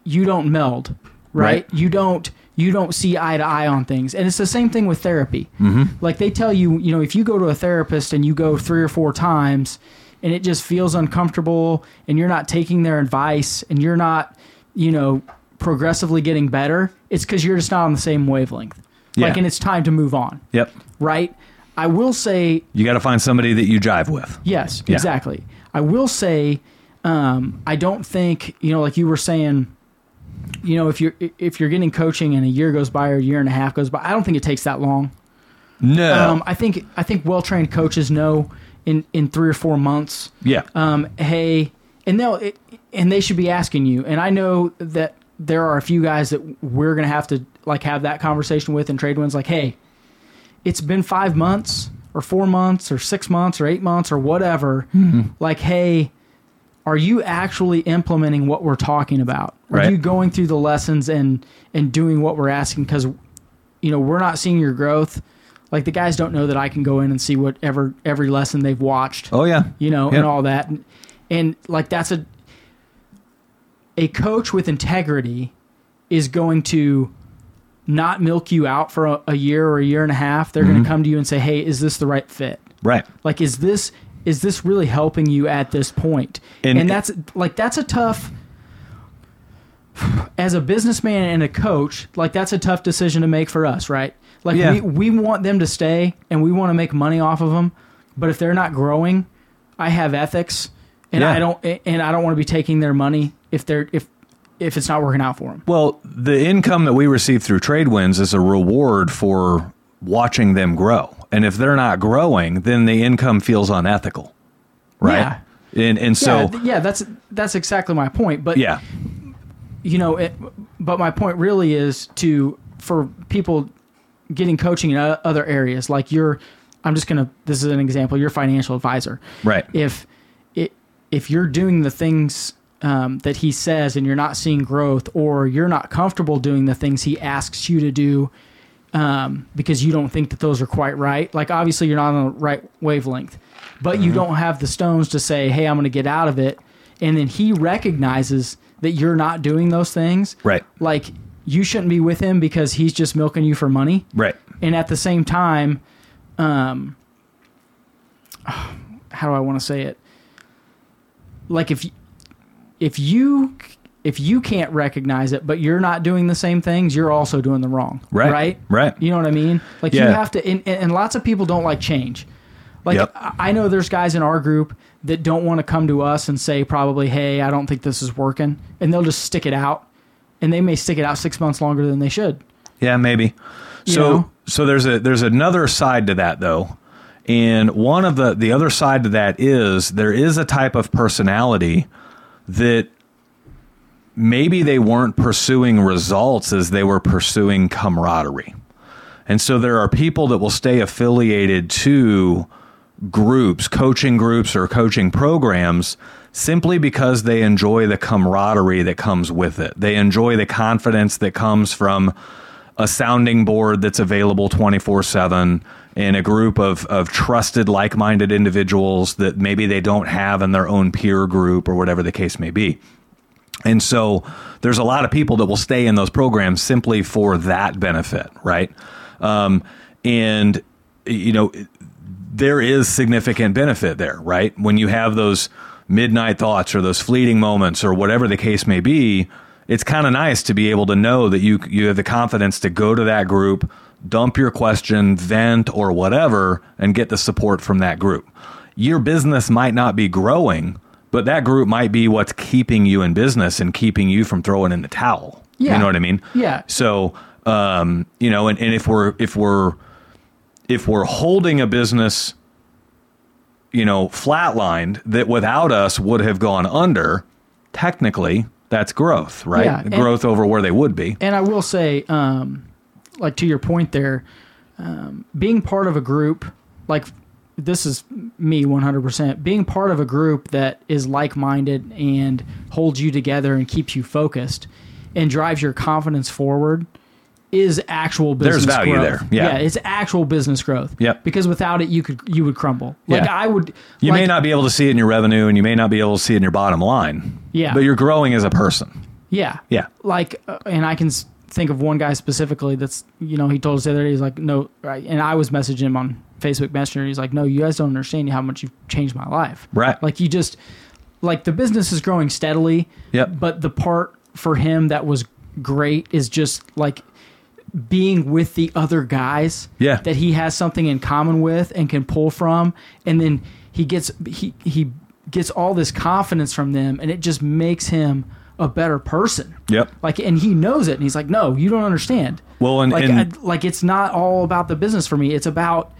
Speaker 2: you don't meld right,
Speaker 1: Right.
Speaker 2: you don't you don't see eye to eye on things and it's the same thing with therapy mm-hmm. like they tell you you know if you go to a therapist and you go three or four times and it just feels uncomfortable and you're not taking their advice and you're not you know progressively getting better it's because you're just not on the same wavelength like
Speaker 1: Yeah.
Speaker 2: and it's time to move on
Speaker 1: Yep.
Speaker 2: right i will say
Speaker 1: You got to find somebody that you jive with.
Speaker 2: Yes,
Speaker 1: Yeah.
Speaker 2: exactly. I will say, um, I don't think you know, like you were saying, you know, if you're if you're getting coaching and a year goes by or a year and a half goes by, I don't think it takes that long.
Speaker 1: No.
Speaker 2: Um, I think I think well trained coaches know in in three or four months
Speaker 1: yeah.
Speaker 2: um, hey, and they'll it, and they should be asking you. And I know that there are a few guys that we're gonna have to like have that conversation with and trade ones like, hey, it's been five months. or four months or six months or eight months or whatever,
Speaker 1: Mm-hmm.
Speaker 2: like, hey, are you actually implementing what we're talking about? Are
Speaker 1: Right.
Speaker 2: you going through the lessons and and doing what we're asking? Because you know we're not seeing your growth. Like the guys don't know that I can go in and see whatever every lesson they've watched
Speaker 1: Oh yeah.
Speaker 2: you know,
Speaker 1: Yeah.
Speaker 2: and all that. And, and like that's a a coach with integrity is going to not milk you out for a, a year or a year and a half. They're going to come to you and say, "Hey, is this the right fit?
Speaker 1: Right.
Speaker 2: Like, is this is this really helping you at this point?"
Speaker 1: And-
Speaker 2: And, that's like that's a tough. As a businessman and a coach, like that's a tough decision to make for us, right? Like
Speaker 1: Yeah.
Speaker 2: we, we want them to stay and we want to make money off of them, but if they're not growing, I have ethics, and
Speaker 1: Yeah.
Speaker 2: I don't and I don't want to be taking their money if they're if if it's not working out for them.
Speaker 1: Well, the income that we receive through trade wins is a reward for watching them grow. And if they're not growing, then the income feels unethical. Right? And and so
Speaker 2: yeah, th- yeah, that's that's exactly my point. But
Speaker 1: yeah.
Speaker 2: you know, it, but my point really is to for people getting coaching in o- other areas. Like you're, I'm just gonna. This is an example. Your financial advisor,
Speaker 1: Right.
Speaker 2: If it, if you're doing the things um, that he says and you're not seeing growth, or you're not comfortable doing the things he asks you to do, um, because you don't think that those are quite right. Like obviously you're not on the right wavelength, but you don't have the stones to say, "Hey, I'm going to get out of it." And then he recognizes that you're not doing those things.
Speaker 1: Right.
Speaker 2: Like you shouldn't be with him because he's just milking you for money.
Speaker 1: Right.
Speaker 2: And at the same time, um, how do I want to say it? Like if y- if you if you can't recognize it, but you're not doing the same things, you're also doing the wrong.
Speaker 1: Right.
Speaker 2: Right.
Speaker 1: Right.
Speaker 2: You know what I mean? Like you
Speaker 1: Yeah.
Speaker 2: have to, and, and and lots of people don't like change. Like
Speaker 1: Yep.
Speaker 2: I I know there's guys in our group that don't want to come to us and say probably, hey, I don't think this is working, and they'll just stick it out, and they may stick it out six months longer than they should.
Speaker 1: Yeah, maybe.
Speaker 2: You
Speaker 1: So
Speaker 2: know?
Speaker 1: so there's a there's another side to that though. And one of the the other side to that is there is a type of personality that maybe they weren't pursuing results as they were pursuing camaraderie. And so there are people that will stay affiliated to groups, coaching groups, or coaching programs simply because they enjoy the camaraderie that comes with it. They enjoy the confidence that comes from a sounding board that's available 24 7 and a group of, of trusted, like minded individuals that maybe they don't have in their own peer group or whatever the case may be. And so there's a lot of people that will stay in those programs simply for that benefit, right? Um, and, you know, there is significant benefit there, right? When you have those midnight thoughts or those fleeting moments or whatever the case may be, it's kind of nice to be able to know that you you have the confidence to go to that group, dump your question, vent or whatever and get the support from that group. Your business might not be growing, but that group might be what's keeping you in business and keeping you from throwing in the towel.
Speaker 2: Yeah.
Speaker 1: You know what I mean?
Speaker 2: Yeah.
Speaker 1: So, um, you know, and, and if we're if we're if we're holding a business, you know, flatlined that without us would have gone under, technically that's growth, right?
Speaker 2: Yeah, and-
Speaker 1: growth over where they would be.
Speaker 2: And I will say, um, like to your point there, um, being part of a group, like this is me 100%, being part of a group that is like minded and holds you together and keeps you focused and drives your confidence forward is actual business
Speaker 1: value
Speaker 2: growth.
Speaker 1: there, yeah.
Speaker 2: it's actual business growth.
Speaker 1: Yep.
Speaker 2: Because without it, you could you would crumble. Like
Speaker 1: Yeah.
Speaker 2: I would.
Speaker 1: You may
Speaker 2: like-
Speaker 1: not be able to see it in your revenue and you may not be able to see it in your bottom line.
Speaker 2: Yeah.
Speaker 1: But you're growing as a person.
Speaker 2: Yeah.
Speaker 1: Yeah.
Speaker 2: like uh, and i can s- think of one guy specifically that's you know he told us the other day he's like no right and i was messaging him on facebook messenger he's like no you guys don't understand how much you've changed my life
Speaker 1: Right.
Speaker 2: like you just like the business is growing steadily
Speaker 1: Yep.
Speaker 2: but the part for him that was great is just like being with the other guys
Speaker 1: Yeah.
Speaker 2: that he has something in common with and can pull from and then he gets he he gets all this confidence from them and it just makes him a better person
Speaker 1: Yep.
Speaker 2: like and he knows it and he's like no you don't understand
Speaker 1: Well, and-
Speaker 2: like uh,
Speaker 1: and-
Speaker 2: I, like it's not all about the business for me it's about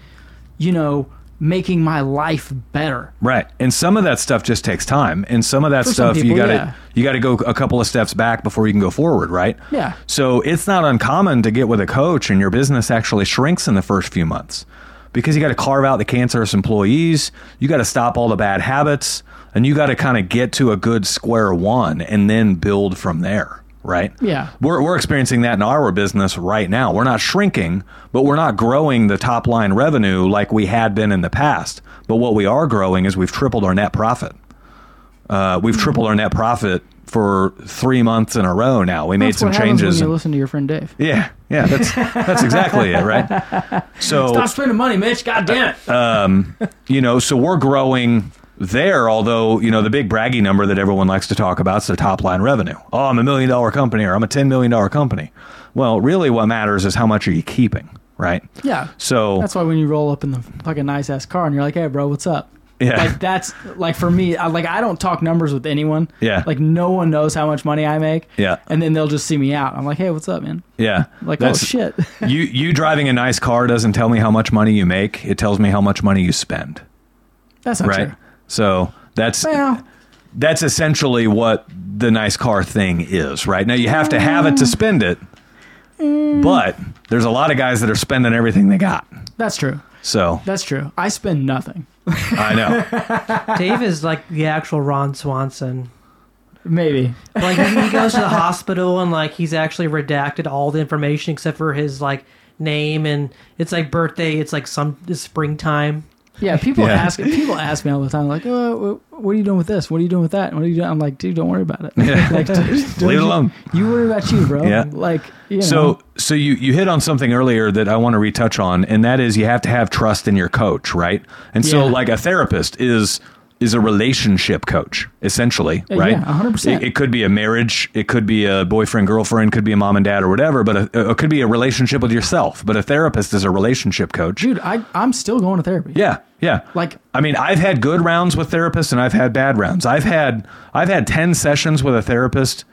Speaker 2: you know making my life better
Speaker 1: Right. And some of that stuff just takes time. And some of that
Speaker 2: For some
Speaker 1: stuff you
Speaker 2: people,
Speaker 1: got to
Speaker 2: yeah.
Speaker 1: you got to go a couple of steps back before you can go forward, right?
Speaker 2: Yeah.
Speaker 1: So it's not uncommon to get with a coach and your business actually shrinks in the first few months because you got to carve out the cancerous employees, you got to stop all the bad habits, and you got to kind of get to a good square one and then build from there, right?
Speaker 2: Yeah.
Speaker 1: We're, we're experiencing that in our business right now. We're not shrinking, but we're not growing the top line revenue like we had been in the past. But what we are growing is we've tripled our net profit. Uh, we've
Speaker 2: Mm-hmm.
Speaker 1: tripled our net profit for three months in a row now. We made
Speaker 2: That's
Speaker 1: some
Speaker 2: what happens
Speaker 1: changes.
Speaker 2: When you
Speaker 1: and-
Speaker 2: listen to your friend Dave.
Speaker 1: yeah, yeah, that's that's exactly it, right? So
Speaker 2: Stop spending money, Mitch. God damn it.
Speaker 1: uh, you know, so we're growing there. Although you know the big braggy number that everyone likes to talk about is the top line revenue. Oh, I'm a million dollar company, or I'm a ten million dollar company. Well, really, what matters is how much are you keeping, right?
Speaker 2: yeah.
Speaker 1: So
Speaker 2: That's why when you roll up in the fucking nice ass car and you're like, "Hey, bro, what's up?"
Speaker 1: Yeah.
Speaker 2: Like that's like for me, I, like I don't talk numbers with anyone.
Speaker 1: Yeah.
Speaker 2: Like no one knows how much money I make.
Speaker 1: Yeah.
Speaker 2: And then they'll just see me out. I'm like, "Hey, what's up, man?"
Speaker 1: yeah,
Speaker 2: Like,
Speaker 1: that's
Speaker 2: "Oh shit."
Speaker 1: you you driving a nice car doesn't tell me how much money you make. It tells me how much money you spend,
Speaker 2: that's not
Speaker 1: right?
Speaker 2: true.
Speaker 1: So that's
Speaker 2: Well,
Speaker 1: that's essentially what the nice car thing is, right? Now you have to have it to
Speaker 2: Mm.
Speaker 1: spend it, but there's a lot of guys that are spending everything they got.
Speaker 2: that's true.
Speaker 1: So
Speaker 2: That's true. I spend nothing.
Speaker 1: I know.
Speaker 3: Dave is like the actual Ron Swanson.
Speaker 2: Maybe.
Speaker 3: Like he, he goes to the hospital and like he's actually redacted all the information except for his like name and it's like birthday. It's like some it's springtime.
Speaker 2: Yeah, people
Speaker 1: Yeah.
Speaker 2: ask people ask me all the time, like, oh, wh- "What are you doing with this? What are you doing with that? What are you doing?" I'm like, "Dude, don't worry about it. like, dude, don't
Speaker 1: Leave it
Speaker 2: you-
Speaker 1: alone.
Speaker 2: You worry about you, bro.
Speaker 1: Yeah.
Speaker 2: Like, you know,
Speaker 1: So so you you hit on something earlier that I want to retouch on, and that is you have to have trust in your coach, right? And so
Speaker 2: Yeah.
Speaker 1: like a therapist is is a relationship coach essentially,
Speaker 2: Uh,
Speaker 1: right?
Speaker 2: yeah, 100%.
Speaker 1: It, it could be a marriage, it could be a boyfriend girlfriend, could be a mom and dad or whatever, but a, it could be a relationship with yourself. But a therapist is a relationship coach.
Speaker 2: dude, I I'm still going to therapy.
Speaker 1: Yeah, yeah.
Speaker 2: Like-
Speaker 1: I mean, I've had good rounds with therapists and I've had bad rounds. I've had I've had 10 sessions with a therapist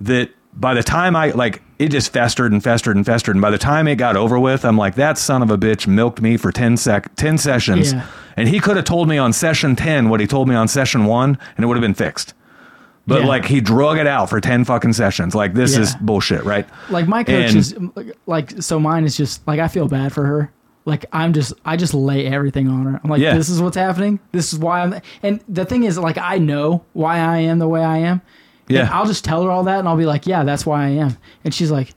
Speaker 1: that by the time I like it just festered and festered and festered and by the time it got over with, I'm like that son of a bitch milked me for 10 sec 10 sessions.
Speaker 2: Yeah.
Speaker 1: And he could have told me on session 10 what he told me on session 1 and it would have been fixed. But
Speaker 2: Yeah.
Speaker 1: like he drug it out for 10 fucking sessions. Like this
Speaker 2: Yeah.
Speaker 1: is bullshit, right?
Speaker 2: Like my coach
Speaker 1: And-
Speaker 2: is like so mine is just like I feel bad for her. Like I'm just I just lay everything on her. I'm like
Speaker 1: Yeah.
Speaker 2: this is what's happening. This is why I'm and the thing is like I know why I am the way I am. And
Speaker 1: Yeah.
Speaker 2: I'll just tell her all that and I'll be like, "Yeah, that's why I am." And she's like,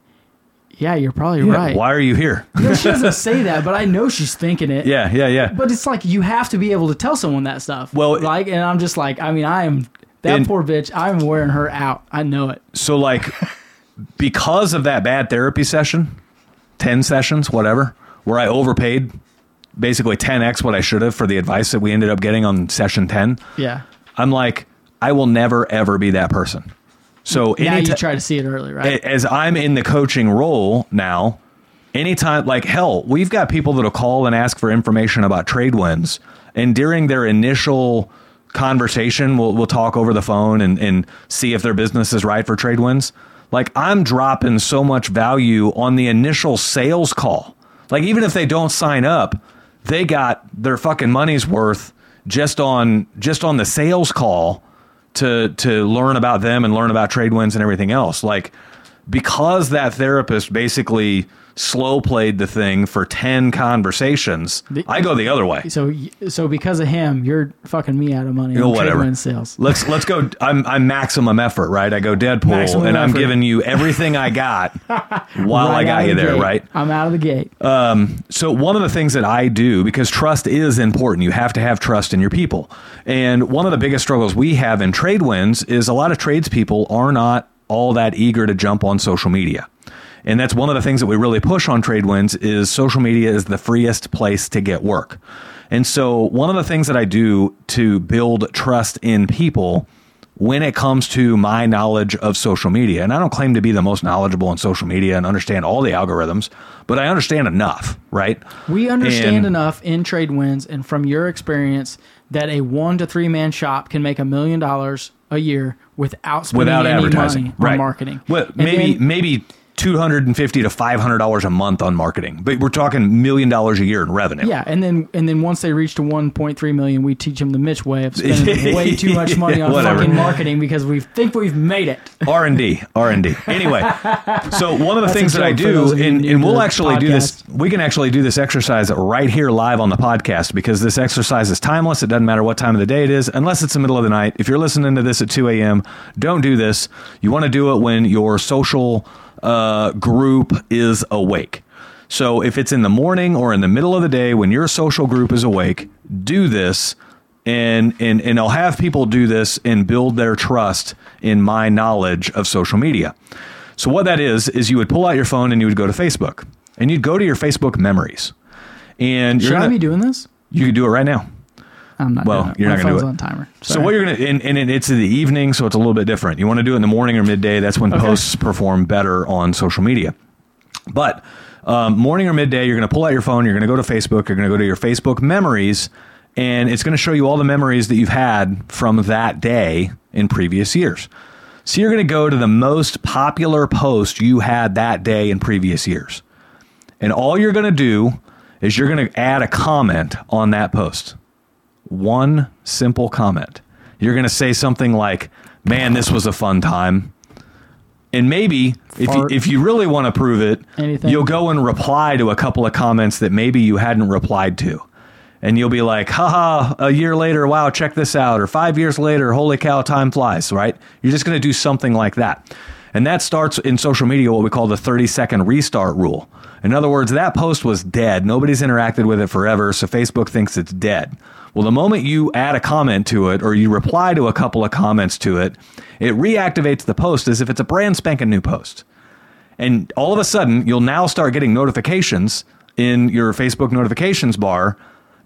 Speaker 2: "Yeah, you're probably
Speaker 1: Yeah,
Speaker 2: right."
Speaker 1: Why are you here?
Speaker 2: No, she doesn't say that, but I know she's thinking it.
Speaker 1: yeah, yeah, yeah.
Speaker 2: But it's like you have to be able to tell someone that stuff.
Speaker 1: Well-
Speaker 2: like, and I'm just like, I mean, I am that
Speaker 1: And-
Speaker 2: poor bitch. I'm wearing her out. I know it.
Speaker 1: So like because of that bad therapy session, 10 sessions, whatever, where I overpaid basically 10x what I should have for the advice that we ended up getting on session 10,
Speaker 2: Yeah.
Speaker 1: I'm like I will never ever be that person. So
Speaker 2: Now
Speaker 1: any
Speaker 2: you
Speaker 1: ti-
Speaker 2: try to see it early, right?
Speaker 1: a- as I'm in the coaching role now, anytime, like hell, we've got people that'll call and ask for information about trade wins, and during their initial conversation, we'll we'll talk over the phone and and see if their business is right for trade wins. Like I'm dropping so much value on the initial sales call. Like even if they don't sign up, they got their fucking money's worth just on just on the sales call to to learn about them and learn about trade winds and everything else. Like because that therapist basically slow played the thing for 10 conversations,
Speaker 2: The-
Speaker 1: I go the other way.
Speaker 2: so, y- so because of him, you're fucking me out of money.
Speaker 1: Go
Speaker 2: on trade
Speaker 1: whatever.
Speaker 2: win sales.
Speaker 1: Let's let's go I'm I'm maximum effort, right? I go Deadpool
Speaker 2: Maximum
Speaker 1: and I'm
Speaker 2: effort.
Speaker 1: giving you everything I got while I
Speaker 2: Right out
Speaker 1: got
Speaker 2: of
Speaker 1: you
Speaker 2: the
Speaker 1: there,
Speaker 2: gate.
Speaker 1: right? Uh,
Speaker 2: I'm out of the gate.
Speaker 1: So one of the things that I do because trust is important, you have to have trust in your people. And one of the biggest struggles we have in trade wins is a lot of tradespeople are not all that eager to jump on social media. And that's one of the things that we really push on trade wins is social media is the freest place to get work. And so one of the things that I do to build trust in people when it comes to my knowledge of social media, and I don't claim to be the most knowledgeable on social media and understand all the algorithms, but I understand enough, right?
Speaker 2: we understand
Speaker 1: And-
Speaker 2: enough in trade wins and from your experience that a one to three man shop can make a million dollars a year without spending
Speaker 1: without
Speaker 2: any
Speaker 1: advertising,
Speaker 2: money on
Speaker 1: right?
Speaker 2: marketing.
Speaker 1: Well,
Speaker 2: And
Speaker 1: maybe
Speaker 2: then-
Speaker 1: maybe 250 to 500 dollars a month on marketing but we're talking million dollars a year in revenue
Speaker 2: Yeah, and then and then once they reach to 1.3 million, we teach them the Mitch way of spending way too much money on
Speaker 1: Whatever.
Speaker 2: fucking marketing because we think we've made it.
Speaker 1: r&d r&d anyway so one of the
Speaker 2: a
Speaker 1: things that i
Speaker 2: joke for those
Speaker 1: do
Speaker 2: of you
Speaker 1: and,
Speaker 2: new
Speaker 1: and
Speaker 2: to
Speaker 1: we'll
Speaker 2: the
Speaker 1: actually do this we can actually do this exercise right here live on the podcast because this exercise is timeless it doesn't matter what time of the day it is unless it's the middle of the night if you're listening to this at 2 a.m don't do this you want to do it when your social uh, group is awake so if it's in the morning or in the middle of the day when your social group is awake do this and and and I'll have people do this and build their trust in my knowledge of social media. So what that is is you would pull out your phone and you would go to Facebook and you'd go to your Facebook memories. And you're
Speaker 2: Should I
Speaker 1: gonna,
Speaker 2: be doing this?
Speaker 1: you could do it right now.
Speaker 2: I'm not.
Speaker 1: Well,
Speaker 2: doing it.
Speaker 1: you're
Speaker 2: My
Speaker 1: not gonna do
Speaker 2: phone's
Speaker 1: it.
Speaker 2: on timer.
Speaker 1: So what you're gonna and, and it- it's in the evening, so it's a little bit different. You want to do it in the morning or midday. That's when posts perform better on social media. But um, morning or midday, you're gonna pull out your phone. You're gonna go to Facebook. You're gonna go to your Facebook memories, and it's gonna show you all the memories that you've had from that day in previous years. So you're gonna go to the most popular post you had that day in previous years, and all you're gonna do is you're gonna add a comment on that post one simple comment. You're going to say something like, "Man, this was a fun time." And maybe if you,
Speaker 2: Fart.
Speaker 1: if you really want to prove it,
Speaker 2: Anything.
Speaker 1: you'll go and reply to a couple of comments that maybe you hadn't replied to. And you'll be like, haha, a year later, wow, check this out. Or five years later, holy cow, time flies, right? You're just going to do something like that. And that starts in social media, what we call the 30 second restart rule. In other words, that post was dead. Nobody's interacted with it forever, so Facebook thinks it's dead. Well, the moment you add a comment to it or you reply to a couple of comments to it, it reactivates the post as if it's a brand spanking new post. And all of a sudden, you'll now start getting notifications in your Facebook notifications bar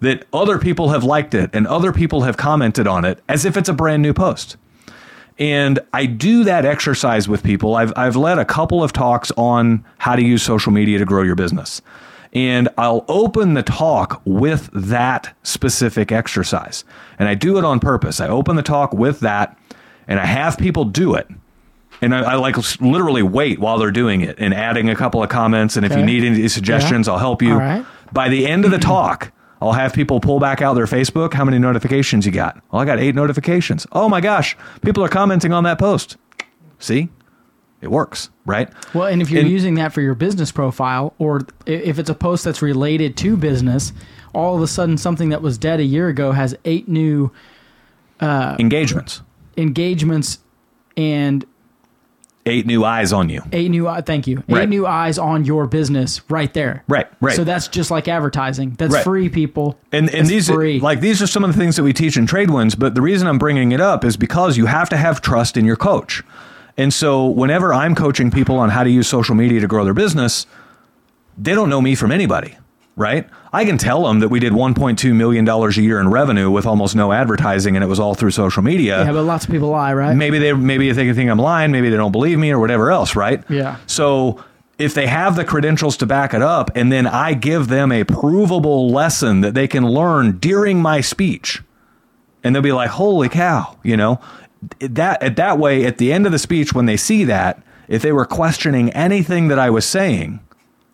Speaker 1: that other people have liked it and other people have commented on it as if it's a brand new post. And I do that exercise with people. I've, I've led a couple of talks on how to use social media to grow your business. And I'll open the talk with that specific exercise. And I do it on purpose. I open the talk with that and I have people do it. And I, I like s- literally wait while they're doing it and adding a couple of comments. And if you
Speaker 2: Okay.
Speaker 1: need any suggestions, I'll help you.
Speaker 2: All right.
Speaker 1: By the end of the talk, I'll have people pull back out their Facebook. How many notifications you got? Well, I got eight notifications. Oh my gosh, people are commenting on that post. See, it works, right?
Speaker 2: Well, and if you're
Speaker 1: And-
Speaker 2: using that for your business profile, or i- if it's a post that's related to business, all of a sudden something that was dead a year ago has eight new Uh,
Speaker 1: Engagements,
Speaker 2: engagements and
Speaker 1: eight new eyes on you.
Speaker 2: eight new eye- thank you eight
Speaker 1: Right.
Speaker 2: new eyes on your business right there
Speaker 1: Right, right.
Speaker 2: so that's just like advertising that's
Speaker 1: Right.
Speaker 2: free people
Speaker 1: And and
Speaker 2: That's
Speaker 1: these
Speaker 2: free.
Speaker 1: like these are some of the things that we teach in Tradewinds, but the reason I'm bringing it up is because you have to have trust in your coach. And so whenever I'm coaching people on how to use social media to grow their business, they don't know me from anybody, right? I can tell them that we did 1.2 million dollars a year in revenue with almost no advertising and it was all through social media.
Speaker 2: yeah but lots of people lie right
Speaker 1: Maybe they maybe they think I'm lying, maybe they don't believe me or whatever else, right?
Speaker 2: Yeah.
Speaker 1: So if they have the credentials to back it up and then I give them a provable lesson that they can learn during my speech and they'll be like, "Holy cow," you know? That at that way at the end of the speech when they see that, if they were questioning anything that I was saying,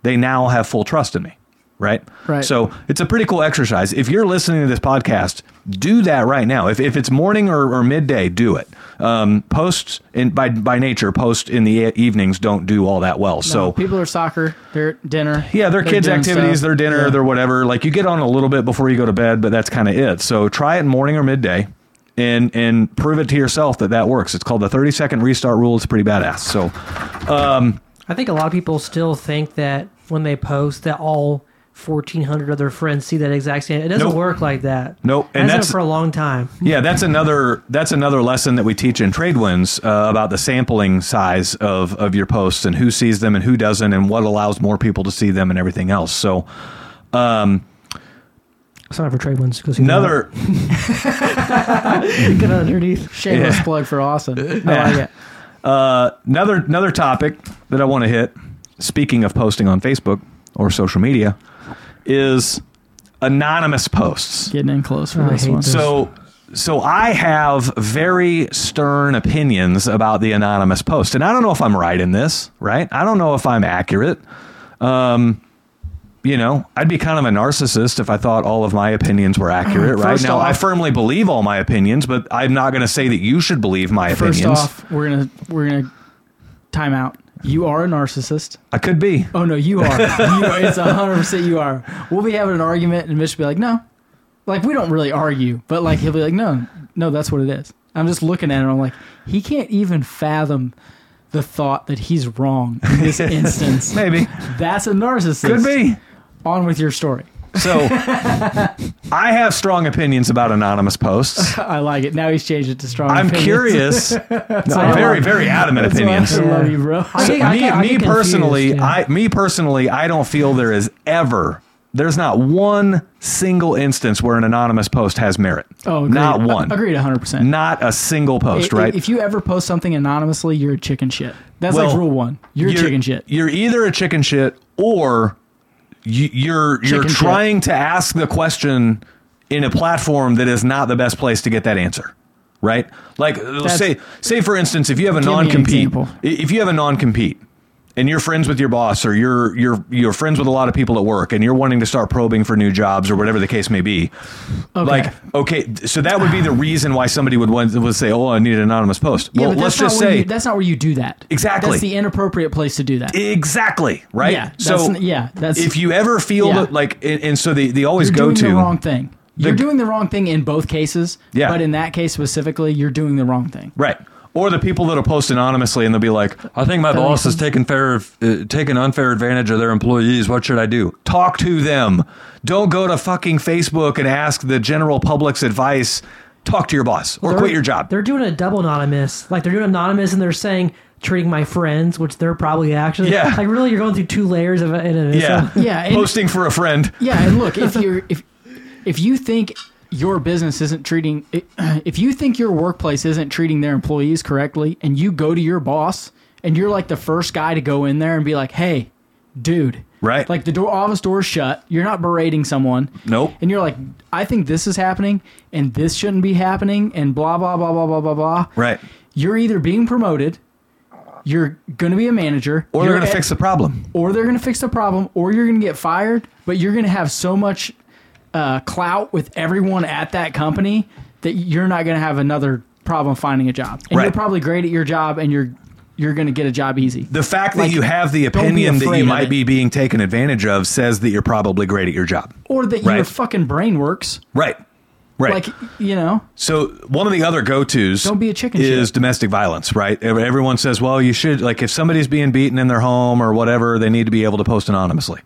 Speaker 1: they now have full trust in me. Right?
Speaker 2: Right.
Speaker 1: So it's a pretty cool exercise. If you're listening to this podcast, do that right now. If, if it's morning or, or midday, do it. Um, posts in, by, by nature, posts in the e- evenings don't do all that well.
Speaker 2: No,
Speaker 1: so
Speaker 2: people are soccer they're at dinner
Speaker 1: yeah, their
Speaker 2: they're
Speaker 1: kids'
Speaker 2: doing
Speaker 1: activities,
Speaker 2: stuff.
Speaker 1: their dinner,
Speaker 2: Yeah.
Speaker 1: their whatever. Like you get on a little bit before you go to bed, but that's kind of it. So try it morning or midday, and and prove it to yourself that that works. It's called the thirty second restart rule. It's pretty badass. So
Speaker 3: I think a lot of people still think that when they post that all 1,400 of their friends see that exact same. It doesn't
Speaker 1: Nope.
Speaker 3: work like that.
Speaker 1: Nope, and
Speaker 3: And
Speaker 1: that's-
Speaker 3: that's for a long time.
Speaker 1: yeah, that's another that's another lesson that we teach in Tradewinds uh, about the sampling size of of your posts and who sees them and who doesn't and what allows more people to see them and everything else. So
Speaker 3: Sign up for trade wins because
Speaker 1: another
Speaker 3: get underneath.
Speaker 2: shameless
Speaker 1: Yeah.
Speaker 2: plug for Austin
Speaker 1: Yeah.
Speaker 2: I like it
Speaker 1: uh, another another topic that I want to hit. Speaking of posting on Facebook or social media, is anonymous posts.
Speaker 2: getting in close for
Speaker 3: Oh, I
Speaker 2: this
Speaker 3: hate
Speaker 2: one
Speaker 3: this.
Speaker 1: So so I have very stern opinions about the anonymous post, and I don't know if I'm right in this. Right? I don't know if I'm accurate. Um, you know, I'd be kind of a narcissist if I thought all of my opinions were accurate. Right
Speaker 2: First
Speaker 1: now, I
Speaker 2: off-
Speaker 1: firmly believe all my opinions, but I'm not going to say that you should believe my
Speaker 2: First
Speaker 1: opinions.
Speaker 2: off, we're gonna we're gonna time out. You are a narcissist.
Speaker 1: I could be.
Speaker 2: Oh no, you are. you are. It's hundred percent you are. We'll be having an argument, and Mitch will be like, "No," like we don't really argue, but like he'll be like, "No, no, that's what it is." I'm just looking at it. and I'm like, he can't even fathom the thought that he's wrong in this instance.
Speaker 1: Maybe.
Speaker 2: That's a narcissist.
Speaker 1: Could be.
Speaker 2: On with your story.
Speaker 1: So I have strong opinions about anonymous posts.
Speaker 2: I like it. Now he's changed it to strong.
Speaker 1: I'm
Speaker 2: opinions.
Speaker 1: curious. No, I'm
Speaker 3: I
Speaker 1: very,
Speaker 3: love-
Speaker 1: very adamant
Speaker 2: That's why
Speaker 1: opinions.
Speaker 2: I love you, bro.
Speaker 3: I get- I
Speaker 1: me,
Speaker 3: get- I
Speaker 1: me
Speaker 3: get
Speaker 1: personally,
Speaker 3: confused, yeah.
Speaker 1: I me personally, I don't feel there is ever there's not one single instance where an anonymous post has merit.
Speaker 2: Oh, agreed.
Speaker 1: not one.
Speaker 2: A- Agreed, 100%.
Speaker 1: Not a single post,
Speaker 2: I-
Speaker 1: right?
Speaker 2: If you ever post something anonymously, you're a chicken shit. That's
Speaker 1: Well,
Speaker 2: like rule one. You're, a chicken shit.
Speaker 1: You're either a chicken shit or you, you're you're
Speaker 2: Chicken shit.
Speaker 1: trying to ask the question in a platform that is not the best place to get that answer. Right? Like let's say say for instance if you have a
Speaker 2: Give me an
Speaker 1: non-compete
Speaker 2: example.
Speaker 1: if you have a non-compete and you're friends with your boss or you're you're you're friends with a lot of people at work and you're wanting to start probing for new jobs or whatever the case may be.
Speaker 2: Okay.
Speaker 1: Like okay, so that would be the reason why somebody would want would say, "Oh, I need an anonymous post."
Speaker 2: yeah,
Speaker 1: well,
Speaker 2: but
Speaker 1: let's
Speaker 2: that's not
Speaker 1: just
Speaker 2: where
Speaker 1: say
Speaker 2: you, that's not where you do that.
Speaker 1: Exactly.
Speaker 2: That's the inappropriate place to do that.
Speaker 1: Exactly. Right.
Speaker 2: Yeah. That's,
Speaker 1: so
Speaker 2: yeah, that's
Speaker 1: if you ever feel
Speaker 2: Yeah.
Speaker 1: that, like, and, and so they, they always
Speaker 2: you're
Speaker 1: go
Speaker 2: doing
Speaker 1: to
Speaker 2: the wrong thing. You're
Speaker 1: The-
Speaker 2: doing the wrong thing in both cases.
Speaker 1: Yeah.
Speaker 2: But in that case specifically, you're doing the wrong thing.
Speaker 1: right. Or the people that'll post anonymously and they'll be like,
Speaker 4: I think my boss
Speaker 2: "Hmm."
Speaker 4: is taking fair, uh, taking unfair advantage of their employees. What should I do?
Speaker 1: talk to them. Don't go to fucking Facebook and ask the general public's advice. Talk to your boss or quit your job.
Speaker 3: They're doing a double anonymous. Like they're doing anonymous and they're saying treating my friends, which they're probably actually.
Speaker 1: Yeah.
Speaker 3: Like really, you're going through two layers of it. and it's-
Speaker 1: Yeah.
Speaker 2: Yeah, and-
Speaker 1: Posting for a friend.
Speaker 2: Yeah, and look, if you're if if you think your business isn't treating if you think your workplace isn't treating their employees correctly and you go to your boss and you're like the first guy to go in there and be like, "Hey, dude."
Speaker 1: Right.
Speaker 2: Like the door office door's shut. You're not berating someone.
Speaker 1: Nope.
Speaker 2: And you're like, "I think this is happening and this shouldn't be happening and blah blah blah blah blah blah blah."
Speaker 1: Right.
Speaker 2: You're either being promoted, you're going to be a manager,
Speaker 1: Or they're
Speaker 2: you're
Speaker 1: going to
Speaker 2: a-
Speaker 1: fix the problem.
Speaker 2: or they're going to fix the problem, or you're going to get fired, but you're going to have so much uh, clout with everyone at that company that you're not going to have another problem finding a job. And
Speaker 1: Right.
Speaker 2: you're probably great at your job, and you're you're going to get a job easy.
Speaker 1: The fact that
Speaker 2: Like,
Speaker 1: you have the
Speaker 2: don't be
Speaker 1: opinion that
Speaker 2: afraid
Speaker 1: you
Speaker 2: of
Speaker 1: might
Speaker 2: it.
Speaker 1: be being taken advantage of says that you're probably great at your job.
Speaker 2: or that your
Speaker 1: Right.
Speaker 2: fucking brain works.
Speaker 1: Right. Right.
Speaker 2: Like you know,
Speaker 1: So one of the other go-tos
Speaker 2: Don't be a chicken
Speaker 1: is
Speaker 2: shit.
Speaker 1: domestic violence, right? Ev- Everyone says, well, you should like if somebody's being beaten in their home or whatever, they need to be able to post anonymously.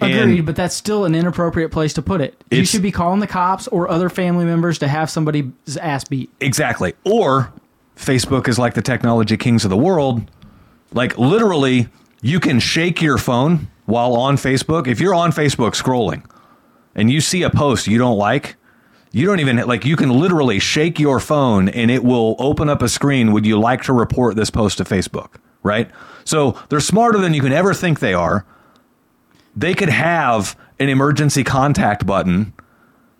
Speaker 1: And-
Speaker 2: agreed, but that's still an inappropriate place to put it. You
Speaker 1: It's-
Speaker 2: should be calling the cops or other family members to have somebody's ass beat.
Speaker 1: Exactly. Or Facebook is like the technology kings of the world. Like literally, you can shake your phone while on Facebook. If you're on Facebook scrolling and you see a post you don't like, you don't even like you can literally shake your phone and it will open up a screen would you like to report this post to Facebook, right? So, they're smarter than you can ever think they are. They could have an emergency contact button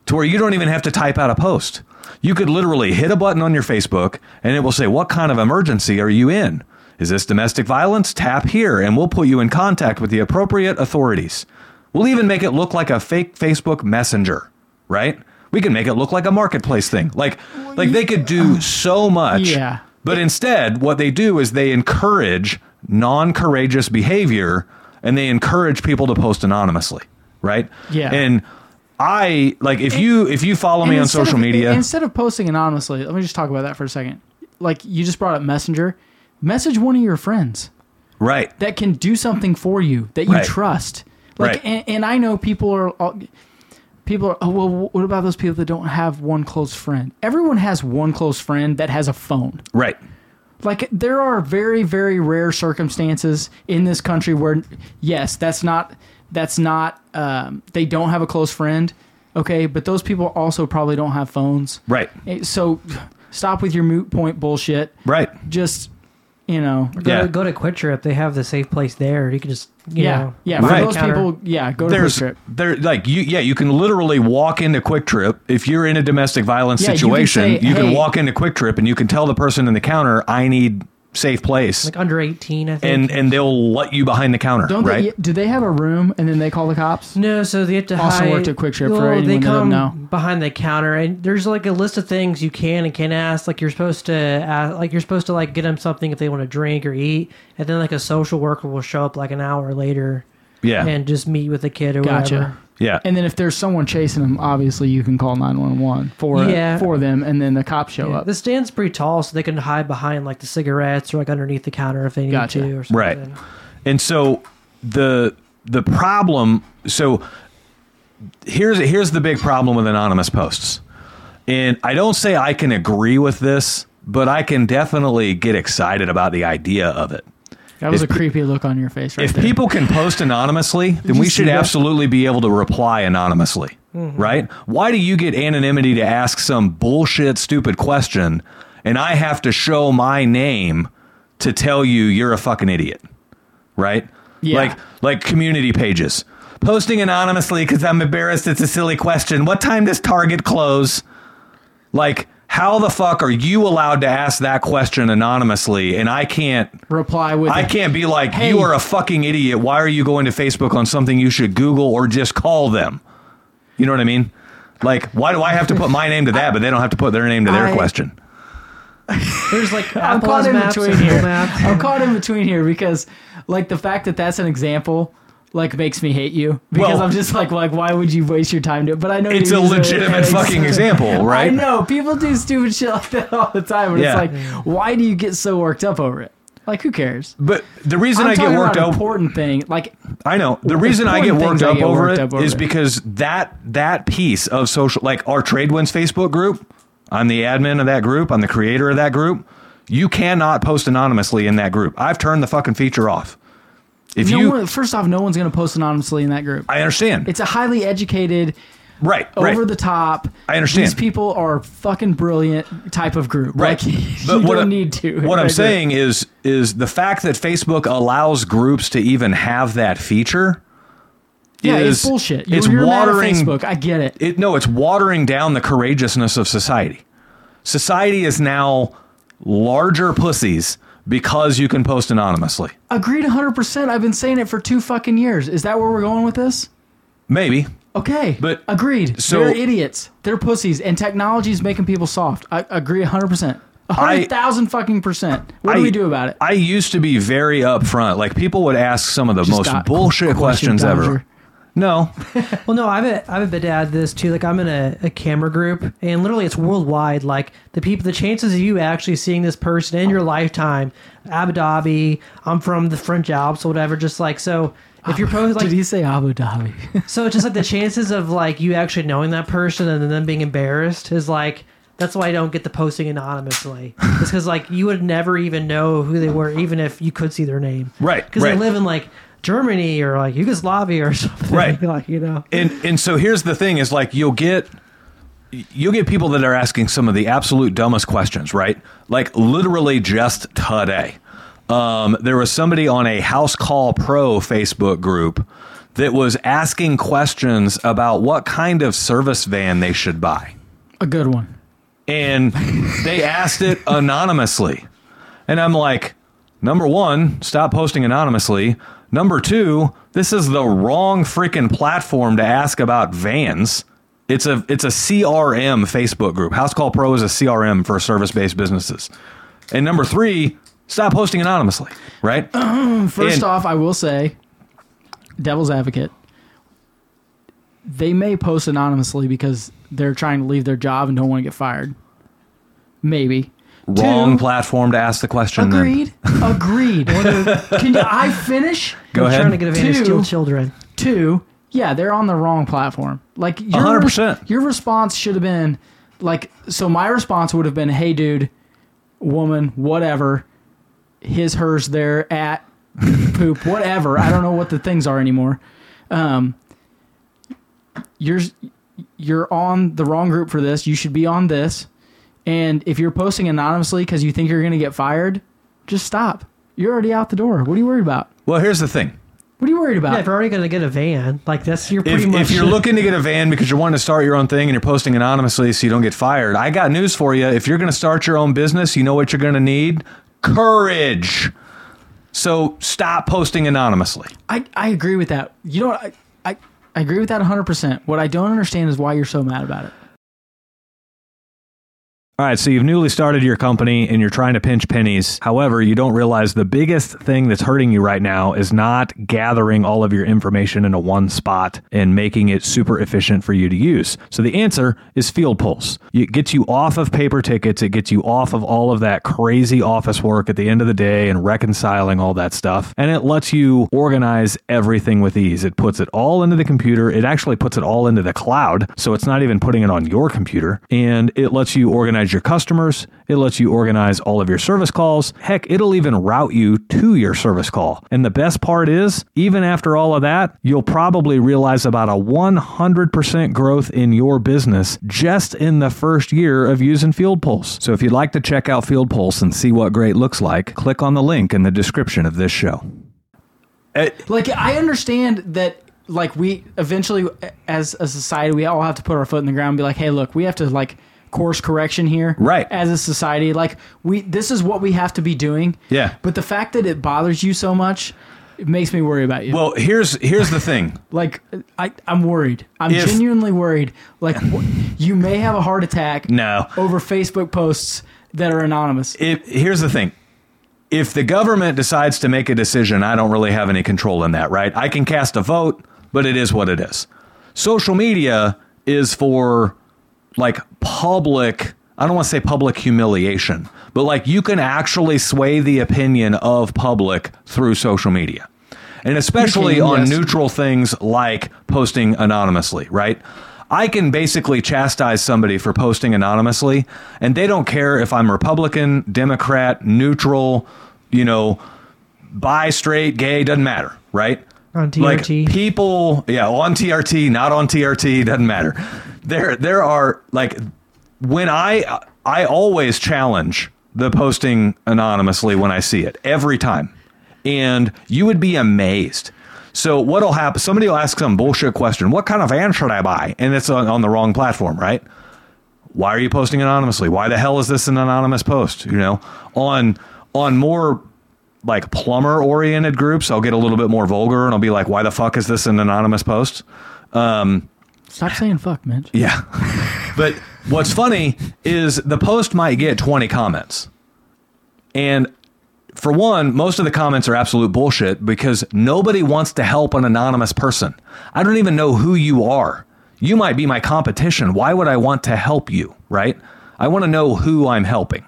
Speaker 1: to where you don't even have to type out a post. You could literally hit a button on your Facebook and it will say, What kind of emergency are you in? Is this domestic violence? Tap here and we'll put you in contact with the appropriate authorities. We'll even make it look like a fake Facebook messenger, right? We can make it look like a marketplace thing. Like like they could do so much.
Speaker 2: Yeah.
Speaker 1: But instead, what they do is they encourage non-courageous behavior and they encourage people to post anonymously, right?
Speaker 2: Yeah.
Speaker 1: And I like if you if you follow me
Speaker 2: And
Speaker 1: on
Speaker 2: instead
Speaker 1: social
Speaker 2: of-
Speaker 1: media.
Speaker 2: Instead of posting anonymously, let me just talk about that for a second. Like you just brought up Messenger, message one of your friends
Speaker 1: right.
Speaker 2: that can do something for you that you
Speaker 1: Right.
Speaker 2: trust. Like,
Speaker 1: Right.
Speaker 2: and, and I know people are all, people are. Oh well, what about those people that don't have one close friend? Everyone has one close friend that has a phone.
Speaker 1: Right.
Speaker 2: Like there are very very rare circumstances in this country where yes, that's not that's not um, they don't have a close friend. Okay, but those people also probably don't have phones.
Speaker 1: Right.
Speaker 2: Eh, So stop with your moot point bullshit.
Speaker 1: Right.
Speaker 2: Just You know,
Speaker 3: Go,
Speaker 1: Yeah.
Speaker 3: to, go to Quick Trip. They have the safe place there. You can just, you
Speaker 2: yeah,
Speaker 3: know,
Speaker 2: yeah.
Speaker 1: Right.
Speaker 2: For those
Speaker 3: Counter.
Speaker 2: people, yeah, go to Quick
Speaker 1: There's
Speaker 2: Trip.
Speaker 1: there like you yeah you can literally walk into Quick Trip if you're in a domestic violence
Speaker 2: Yeah, you can
Speaker 1: situation you
Speaker 2: say,
Speaker 1: can,
Speaker 2: "Hey."
Speaker 1: walk into Quick Trip and you can tell the person in the counter I need safe place
Speaker 3: like under 18, I think.
Speaker 1: and and they'll let you behind the counter
Speaker 2: "Oh, Don't
Speaker 1: right
Speaker 2: they? Do they have a room and then they call the cops?
Speaker 3: No, so they have to
Speaker 2: Also
Speaker 3: hide-
Speaker 2: worked at Quick Trip for
Speaker 3: Well, they
Speaker 2: anyone that doesn't
Speaker 3: come
Speaker 2: know.
Speaker 3: behind the counter, and there's like a list of things you can and can't ask. Like you're supposed to, ask, like you're supposed to like get them something if they want to drink or eat, and then like a social worker will show up like an hour later
Speaker 1: yeah
Speaker 3: and just meet with the kid or
Speaker 2: Gotcha.
Speaker 1: yeah
Speaker 2: And then if there's someone chasing them, obviously you can call 911 for
Speaker 3: Yeah.
Speaker 2: for them, and then the cops show
Speaker 3: whatever.
Speaker 2: up.
Speaker 3: The stand's pretty tall, so they can hide behind like the cigarettes or like underneath the counter if they need
Speaker 2: Gotcha.
Speaker 3: to, or something.
Speaker 1: Right. And so the the problem so here's here's the big problem with anonymous posts. And I don't say I can agree with this, but I can definitely get excited about the idea of it.
Speaker 2: that was a
Speaker 1: if pe-
Speaker 2: creepy look on your face, right
Speaker 1: If
Speaker 2: there.
Speaker 1: people can post anonymously, then we
Speaker 2: you see
Speaker 1: should
Speaker 2: that? Mm-hmm.
Speaker 1: absolutely be able to reply anonymously, right? Why do you get anonymity to ask some bullshit, stupid question, and I have to show my name to tell you you're a fucking idiot, right?
Speaker 2: Yeah.
Speaker 1: Like like community pages posting anonymously because I'm embarrassed. It's a silly question. What time does Target close? Like. How the fuck are you allowed to ask that question anonymously and I can't
Speaker 2: reply with,
Speaker 1: I
Speaker 2: a-
Speaker 1: can't be like,
Speaker 2: Hey.
Speaker 1: you are a fucking idiot. Why are you going to Facebook on something you should Google or just call them? You know what I mean? Like, why do I have to put my name to that, but they don't have to put their name to their
Speaker 2: I-
Speaker 1: question?
Speaker 3: There's like
Speaker 2: I'm
Speaker 3: Apple's
Speaker 2: caught in
Speaker 3: maps and
Speaker 2: between
Speaker 3: Google
Speaker 2: here.
Speaker 3: maps.
Speaker 2: I'm caught in between here because, like, the fact that that's an example, like, makes me hate you because
Speaker 1: Well-
Speaker 2: I'm just like, like, why would you waste your time doing? But I know
Speaker 1: It's
Speaker 2: you
Speaker 1: a
Speaker 2: use it
Speaker 1: legitimate
Speaker 2: as-
Speaker 1: fucking example, right?
Speaker 2: I know people do stupid shit like that all the time, and
Speaker 1: Yeah.
Speaker 2: it's like, why do you get so worked up over it? Like, who cares?
Speaker 1: But the reason
Speaker 2: I'm
Speaker 1: i
Speaker 2: talking
Speaker 1: get worked
Speaker 2: about
Speaker 1: up,
Speaker 2: an important thing. Like,
Speaker 1: I know the reason I get worked
Speaker 2: important things I
Speaker 1: up
Speaker 2: get
Speaker 1: over
Speaker 2: worked
Speaker 1: it
Speaker 2: up over
Speaker 1: is
Speaker 2: it.
Speaker 1: because that that piece of social, like our TradeWinds Facebook group, I'm the admin of that group, I'm the creator of that group. You cannot post anonymously in that group. I've turned the fucking feature off. If
Speaker 2: no
Speaker 1: you,
Speaker 2: one, first off, no one's gonna post anonymously in that group.
Speaker 1: I understand.
Speaker 2: It's a highly educated,
Speaker 1: right, right.
Speaker 2: over the top.
Speaker 1: I understand.
Speaker 2: These people are fucking brilliant type of group.
Speaker 1: Right.
Speaker 2: Like,
Speaker 1: But
Speaker 2: you
Speaker 1: what I-
Speaker 2: don't need to.
Speaker 1: What I'm
Speaker 2: Like,
Speaker 1: saying is is the fact that Facebook allows groups to even have that feature.
Speaker 2: Yeah,
Speaker 1: is,
Speaker 2: it's bullshit. You're,
Speaker 1: it's
Speaker 2: you're mad at
Speaker 1: watering
Speaker 2: Facebook. I get it.
Speaker 1: it no, it's watering down the courageousness of society. Society is now larger pussies because you can post anonymously.
Speaker 2: Agreed 100%. I've been saying it for two fucking years. Is that where we're going with this?
Speaker 1: Maybe.
Speaker 2: Okay.
Speaker 1: But-
Speaker 2: agreed.
Speaker 1: so-
Speaker 2: They're idiots. They're pussies. And technology's making people soft. I agree 100%.
Speaker 1: I-
Speaker 2: 100,000 fucking percent. What do
Speaker 1: I-
Speaker 2: we do about it?
Speaker 1: I used to be very upfront. Like people would ask some of the
Speaker 2: Just
Speaker 1: most
Speaker 2: got-
Speaker 1: bullshit
Speaker 2: question
Speaker 1: questions ever.
Speaker 2: dodger.
Speaker 1: No.
Speaker 3: Well, no, I've a, I've a bit to add to this too. Like, I'm in a, a camera group, and literally, it's worldwide. Like, the people, the chances of you actually seeing this person in your lifetime, Abu Dhabi. I'm from the French Alps, or whatever. Just like so, if you're posting,
Speaker 2: Did
Speaker 3: like,
Speaker 2: he say Abu Dhabi?
Speaker 3: so it's just like the chances of like you actually knowing that person and then them being embarrassed is like that's why I don't get the posting anonymously. It's because like you would never even know who they were, even if you could see their name,
Speaker 1: Right,
Speaker 3: Because
Speaker 1: right.
Speaker 3: they live in like Germany or like Yugoslavia or something,
Speaker 1: Right.
Speaker 3: Like you know.
Speaker 1: and and so here's the thing is like you'll get you'll get people that are asking some of the absolute dumbest questions right like literally just today um, there was somebody on a house call pro facebook group that was asking questions about what kind of service van they should buy
Speaker 2: A good one.
Speaker 1: and they asked it anonymously. And I'm like, number one, stop posting anonymously. Number two, this is the wrong freaking platform to ask about vans. It's a it's a CRM Facebook group. House Call Pro is a CRM for service based businesses. And number three, stop posting anonymously. Right?
Speaker 3: Uh,
Speaker 2: First
Speaker 1: And-
Speaker 2: off, I will say, devil's advocate. They may post anonymously because they're trying to leave their job and don't want to get fired. Maybe.
Speaker 1: Wrong
Speaker 2: Two,
Speaker 1: platform to ask the question. then.
Speaker 2: Agreed. Agreed. Can you, I finish?
Speaker 1: Go
Speaker 3: I'm
Speaker 1: ahead.
Speaker 3: Trying to get advantage
Speaker 2: Two.
Speaker 3: steal children.
Speaker 2: Two. Yeah, they're on the wrong platform. Like your
Speaker 1: 100%.
Speaker 2: Your response should have been like. So my response would have been, "Hey, dude, woman, whatever. His, hers, their, at, poop, whatever. I don't know what the things are anymore. Um, you're you're on the wrong group for this. You should be on this. And if you're posting anonymously because you think you're going to get fired, Just stop. You're already out the door. What are you worried about?
Speaker 1: Well, here's the thing.
Speaker 2: What are you worried about?
Speaker 3: Yeah, if you're already going to get a van, like that's you're pretty
Speaker 1: If,
Speaker 3: much.
Speaker 1: if you're looking to get a van because you're wanting to start your own thing and you're posting anonymously so you don't get fired, I got news for you. If you're going to start your own business, you know what you're going to need? Courage. So stop posting anonymously.
Speaker 2: I, I agree with that. You know what? I, I, I agree with that 100%. What I don't understand is why you're so mad about it.
Speaker 1: All right, so you've newly started your company and you're trying to pinch pennies. However, you don't realize the biggest thing that's hurting you right now is not gathering all of your information into one spot and making it super efficient for you to use. So the answer is Field Pulse. It gets you off of paper tickets, it gets you off of all of that crazy office work at the end of the day and reconciling all that stuff. And it lets you organize everything with ease. It puts it all into the computer, it actually puts it all into the cloud. So it's not even putting it on your computer. And it lets you organize your customers. It lets you organize all of your service calls. Heck, it'll even route you to your service call. And the best part is, even after all of that, you'll probably realize about a 100% growth in your business just in the first year of using Field Pulse. So if you'd like to check out Field Pulse and see what great looks like, click on the link in the description of this show. Eh,
Speaker 2: Like, I understand that, like, we eventually, as a society, we all have to put our foot in the ground and be like, hey, look, we have to, like, course correction here.
Speaker 1: Right.
Speaker 2: As a society, like, we, this is what we have to be doing.
Speaker 1: Yeah.
Speaker 2: But the fact that it bothers you so much, it makes me worry about you.
Speaker 1: Well, here's here's the thing.
Speaker 2: like, I, I'm worried. I'm
Speaker 1: If-
Speaker 2: genuinely worried. Like, wh- you may have a heart attack.
Speaker 1: No.
Speaker 2: Over Facebook posts that are anonymous.
Speaker 1: If here's the thing. If the government decides to make a decision, I don't really have any control in that, right? I can cast a vote, but it is what it is. Social media is for like public I don't want to say public humiliation, but like you can actually sway the opinion of public through social media. And especially
Speaker 2: can,
Speaker 1: on
Speaker 2: yes.
Speaker 1: neutral things like posting anonymously, right? I can basically chastise somebody for posting anonymously, and they don't care if I'm Republican, Democrat, neutral, you know, bi, straight, gay, doesn't matter, right?
Speaker 3: On
Speaker 1: Like,
Speaker 3: TRT.
Speaker 1: people, yeah, on TRT, not on TRT, doesn't matter. There, there are like when I, I always challenge the posting anonymously when I see it every time, and you would be amazed. So what'll happen? Somebody will ask some bullshit question. What kind of van should I buy? And it's on, on the wrong platform, right? why are you posting anonymously why the hell is this an anonymous post you know on on more like plumber oriented groups i'll get a little bit more vulgar and i'll be like why the fuck is this an anonymous post
Speaker 2: Stop saying fuck, Mitch.
Speaker 1: yeah but what's funny is the post might get 20 comments and for one, most of the comments are absolute bullshit because nobody wants to help an anonymous person. I don't even know who you are. You might be my competition. Why would I want to help you, right? I want to know who I'm helping.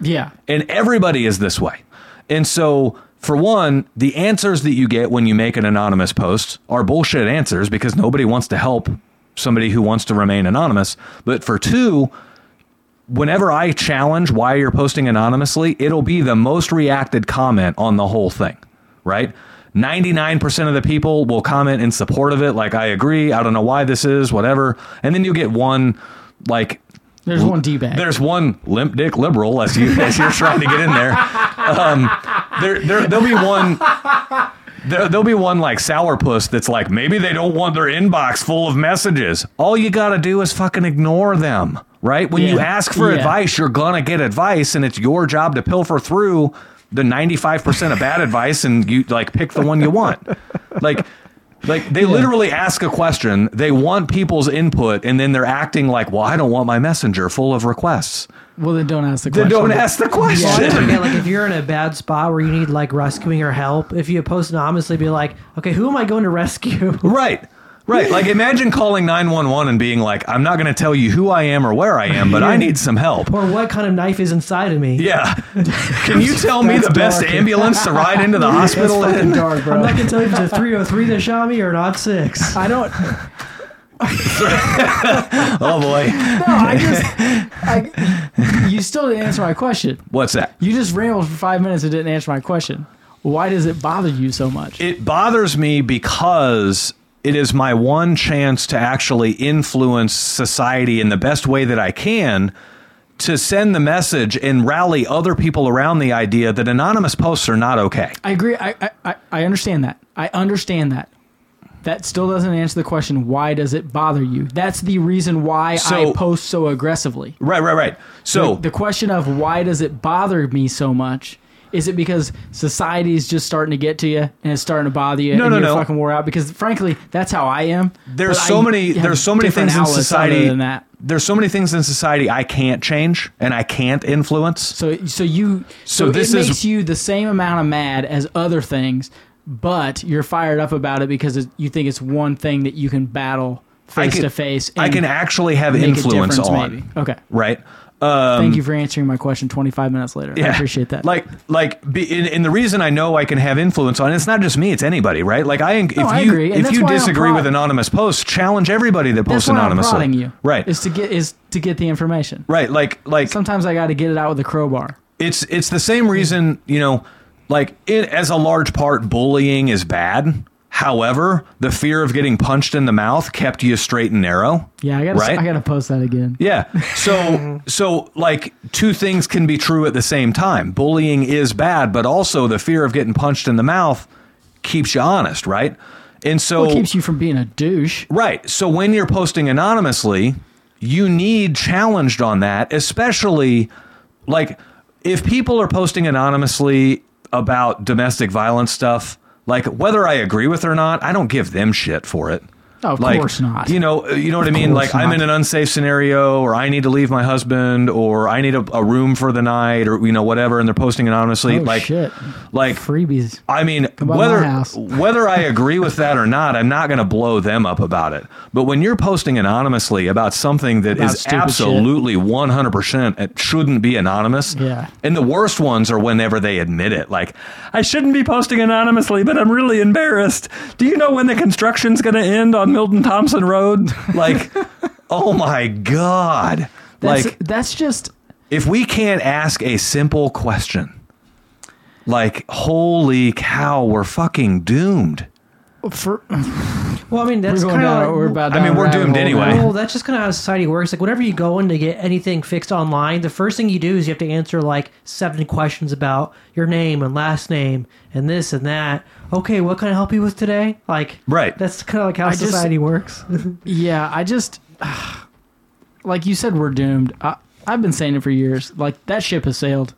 Speaker 2: Yeah.
Speaker 1: And everybody is this way. And so, for one, the answers that you get when you make an anonymous post are bullshit answers because nobody wants to help somebody who wants to remain anonymous. But for two, whenever I challenge why you're posting anonymously, it'll be the most reacted comment on the whole thing, right? 99% of the people will comment in support of it, like, I agree, I don't know why this is, whatever. And then you get one, like,
Speaker 2: There's one D bag.
Speaker 1: there's one limp dick liberal as you as you're trying to get in there. Um, there, there there'll be one. There, there'll be one like sourpuss that's like maybe they don't want their inbox full of messages. All you gotta do is fucking ignore them, right? When you
Speaker 2: Yeah.
Speaker 1: ask for
Speaker 2: Yeah.
Speaker 1: advice, you're gonna get advice, and it's your job to pilfer through the 95 percent of bad advice, and you like pick the one you want. Like, like they literally ask a question, they want people's input, and then they're acting like, well, I don't want my messenger full of requests.
Speaker 2: Well, then don't ask the
Speaker 1: Then
Speaker 2: question.
Speaker 1: don't ask the question.
Speaker 3: Well, I don't get, like if you're in a bad spot where you need like rescuing or help, if you post anonymously, be like, okay, who am I going to rescue?
Speaker 1: Right. Right. Like imagine calling 911 and being like, I'm not going to tell you who I am or where I am, but I need some help.
Speaker 3: or what kind of knife is inside of me?
Speaker 1: Yeah. Can you tell me the best
Speaker 2: dark.
Speaker 1: ambulance to ride into the
Speaker 2: That's
Speaker 1: hospital?
Speaker 2: fucking
Speaker 1: in?
Speaker 2: dark,
Speaker 3: I'm
Speaker 2: bro.
Speaker 3: not gonna tell you if it's a 303 that shot me or an odd six.
Speaker 2: I don't. No,
Speaker 1: Oh boy.
Speaker 2: I just. I, you still didn't answer my question.
Speaker 1: What's that?
Speaker 2: You just rambled for five minutes and didn't answer my question. Why does it bother you so much?
Speaker 1: It bothers me because it is my one chance to actually influence society in the best way that I can to send the message and rally other people around the idea that anonymous posts are not okay.
Speaker 2: I agree. I, I- I, I understand that. I understand that. That still doesn't answer the question why does it bother you? That's the reason why
Speaker 1: So-
Speaker 2: I post so aggressively.
Speaker 1: Right, right, right. So
Speaker 2: The, the question of why does it bother me so much? Is it because society's just starting to get to you and it's starting to bother you
Speaker 1: No,
Speaker 2: and
Speaker 1: no,
Speaker 2: you're
Speaker 1: no.
Speaker 2: fucking wore out? Because frankly, that's how I am.
Speaker 1: there's
Speaker 2: But I
Speaker 1: so many
Speaker 2: have
Speaker 1: there's so many
Speaker 2: different
Speaker 1: things in
Speaker 2: outlets other
Speaker 1: society
Speaker 2: than that.
Speaker 1: There's so many things in society I can't change and I can't influence.
Speaker 2: So so you so,
Speaker 1: this
Speaker 2: it
Speaker 1: is-
Speaker 2: makes you the same amount of mad as other things, but you're fired up about it because it, you think it's one thing that you can battle
Speaker 1: I
Speaker 2: face
Speaker 1: can-
Speaker 2: to face.
Speaker 1: I
Speaker 2: and
Speaker 1: can actually have
Speaker 2: make a
Speaker 1: influence Um,
Speaker 2: difference,
Speaker 1: on.
Speaker 2: Maybe. Okay.
Speaker 1: Right?
Speaker 2: Thank you for answering my question. Twenty five minutes later, I appreciate that.
Speaker 1: Like, like, be, and, and the reason I know I can have influence on it's not just me; it's anybody, right? Like, I if
Speaker 2: No, I
Speaker 1: you
Speaker 2: agree, and
Speaker 1: if
Speaker 2: that's
Speaker 1: you
Speaker 2: why I'm
Speaker 1: disagree
Speaker 2: prod-
Speaker 1: with anonymous posts, challenge everybody that
Speaker 2: that's
Speaker 1: posts
Speaker 2: why I'm
Speaker 1: anonymously.
Speaker 2: prodding you.
Speaker 1: Right,
Speaker 2: Is to get is to get the information.
Speaker 1: right. Like, like
Speaker 2: Sometimes I got to get it out with a crowbar.
Speaker 1: it's it's the same reason you know, like it, as a large part, bullying is bad. However, the fear of getting punched in the mouth kept you straight and narrow.
Speaker 2: Yeah, I got
Speaker 1: Right?
Speaker 2: to I got to post that again.
Speaker 1: Yeah. So so like two things can be true at the same time. Bullying is bad, but also the fear of getting punched in the mouth keeps you honest, right? And so
Speaker 2: What keeps you from being a douche?
Speaker 1: right. So when you're posting anonymously, you need challenged on that, especially like if people are posting anonymously about domestic violence stuff, like whether I agree with it or not, I don't give them shit for it.
Speaker 2: Oh, of
Speaker 1: Like,
Speaker 2: course not.
Speaker 1: You know, you know what I mean.
Speaker 2: course
Speaker 1: Like I'm
Speaker 2: not.
Speaker 1: in an unsafe scenario, or I need to leave my husband, or I need a, a room for the night, or you know whatever, and they're posting anonymously.
Speaker 2: Oh,
Speaker 1: like,
Speaker 2: shit.
Speaker 1: like
Speaker 2: Freebies.
Speaker 1: I mean,
Speaker 2: by my
Speaker 1: whether
Speaker 2: house.
Speaker 1: whether I agree with that or not, I'm not going to blow them up about it. But when you're posting anonymously about something that
Speaker 2: About
Speaker 1: is
Speaker 2: stupid
Speaker 1: absolutely 100% it shouldn't be anonymous.
Speaker 2: Yeah.
Speaker 1: And the worst ones are whenever they admit it. Like, I shouldn't be posting anonymously, but I'm really embarrassed. Do you know when the construction's going to end on Milton Thompson Road? Like, oh my god.
Speaker 2: That's,
Speaker 1: like
Speaker 2: that's just
Speaker 1: if we can't ask a simple question like holy cow we're fucking doomed
Speaker 2: for
Speaker 3: Well, I mean, that's
Speaker 2: we're going
Speaker 3: kind
Speaker 2: down. we're
Speaker 3: of like.
Speaker 2: about.
Speaker 1: I mean,
Speaker 2: down a
Speaker 1: we're
Speaker 2: rabbit
Speaker 1: doomed
Speaker 2: hole
Speaker 1: anyway.
Speaker 2: now.
Speaker 3: Well, Oh, that's just kind of how society works. Like, whenever you go in to get anything fixed online, the first thing you do is you have to answer like seven questions about your name and last name and this and that. Okay, what can I help you with today? Like,
Speaker 1: Right.
Speaker 3: That's kind of like how
Speaker 2: I just-
Speaker 3: society works.
Speaker 2: Yeah, I just like you said, we're doomed. I, I've been saying it for years. Like that ship has sailed.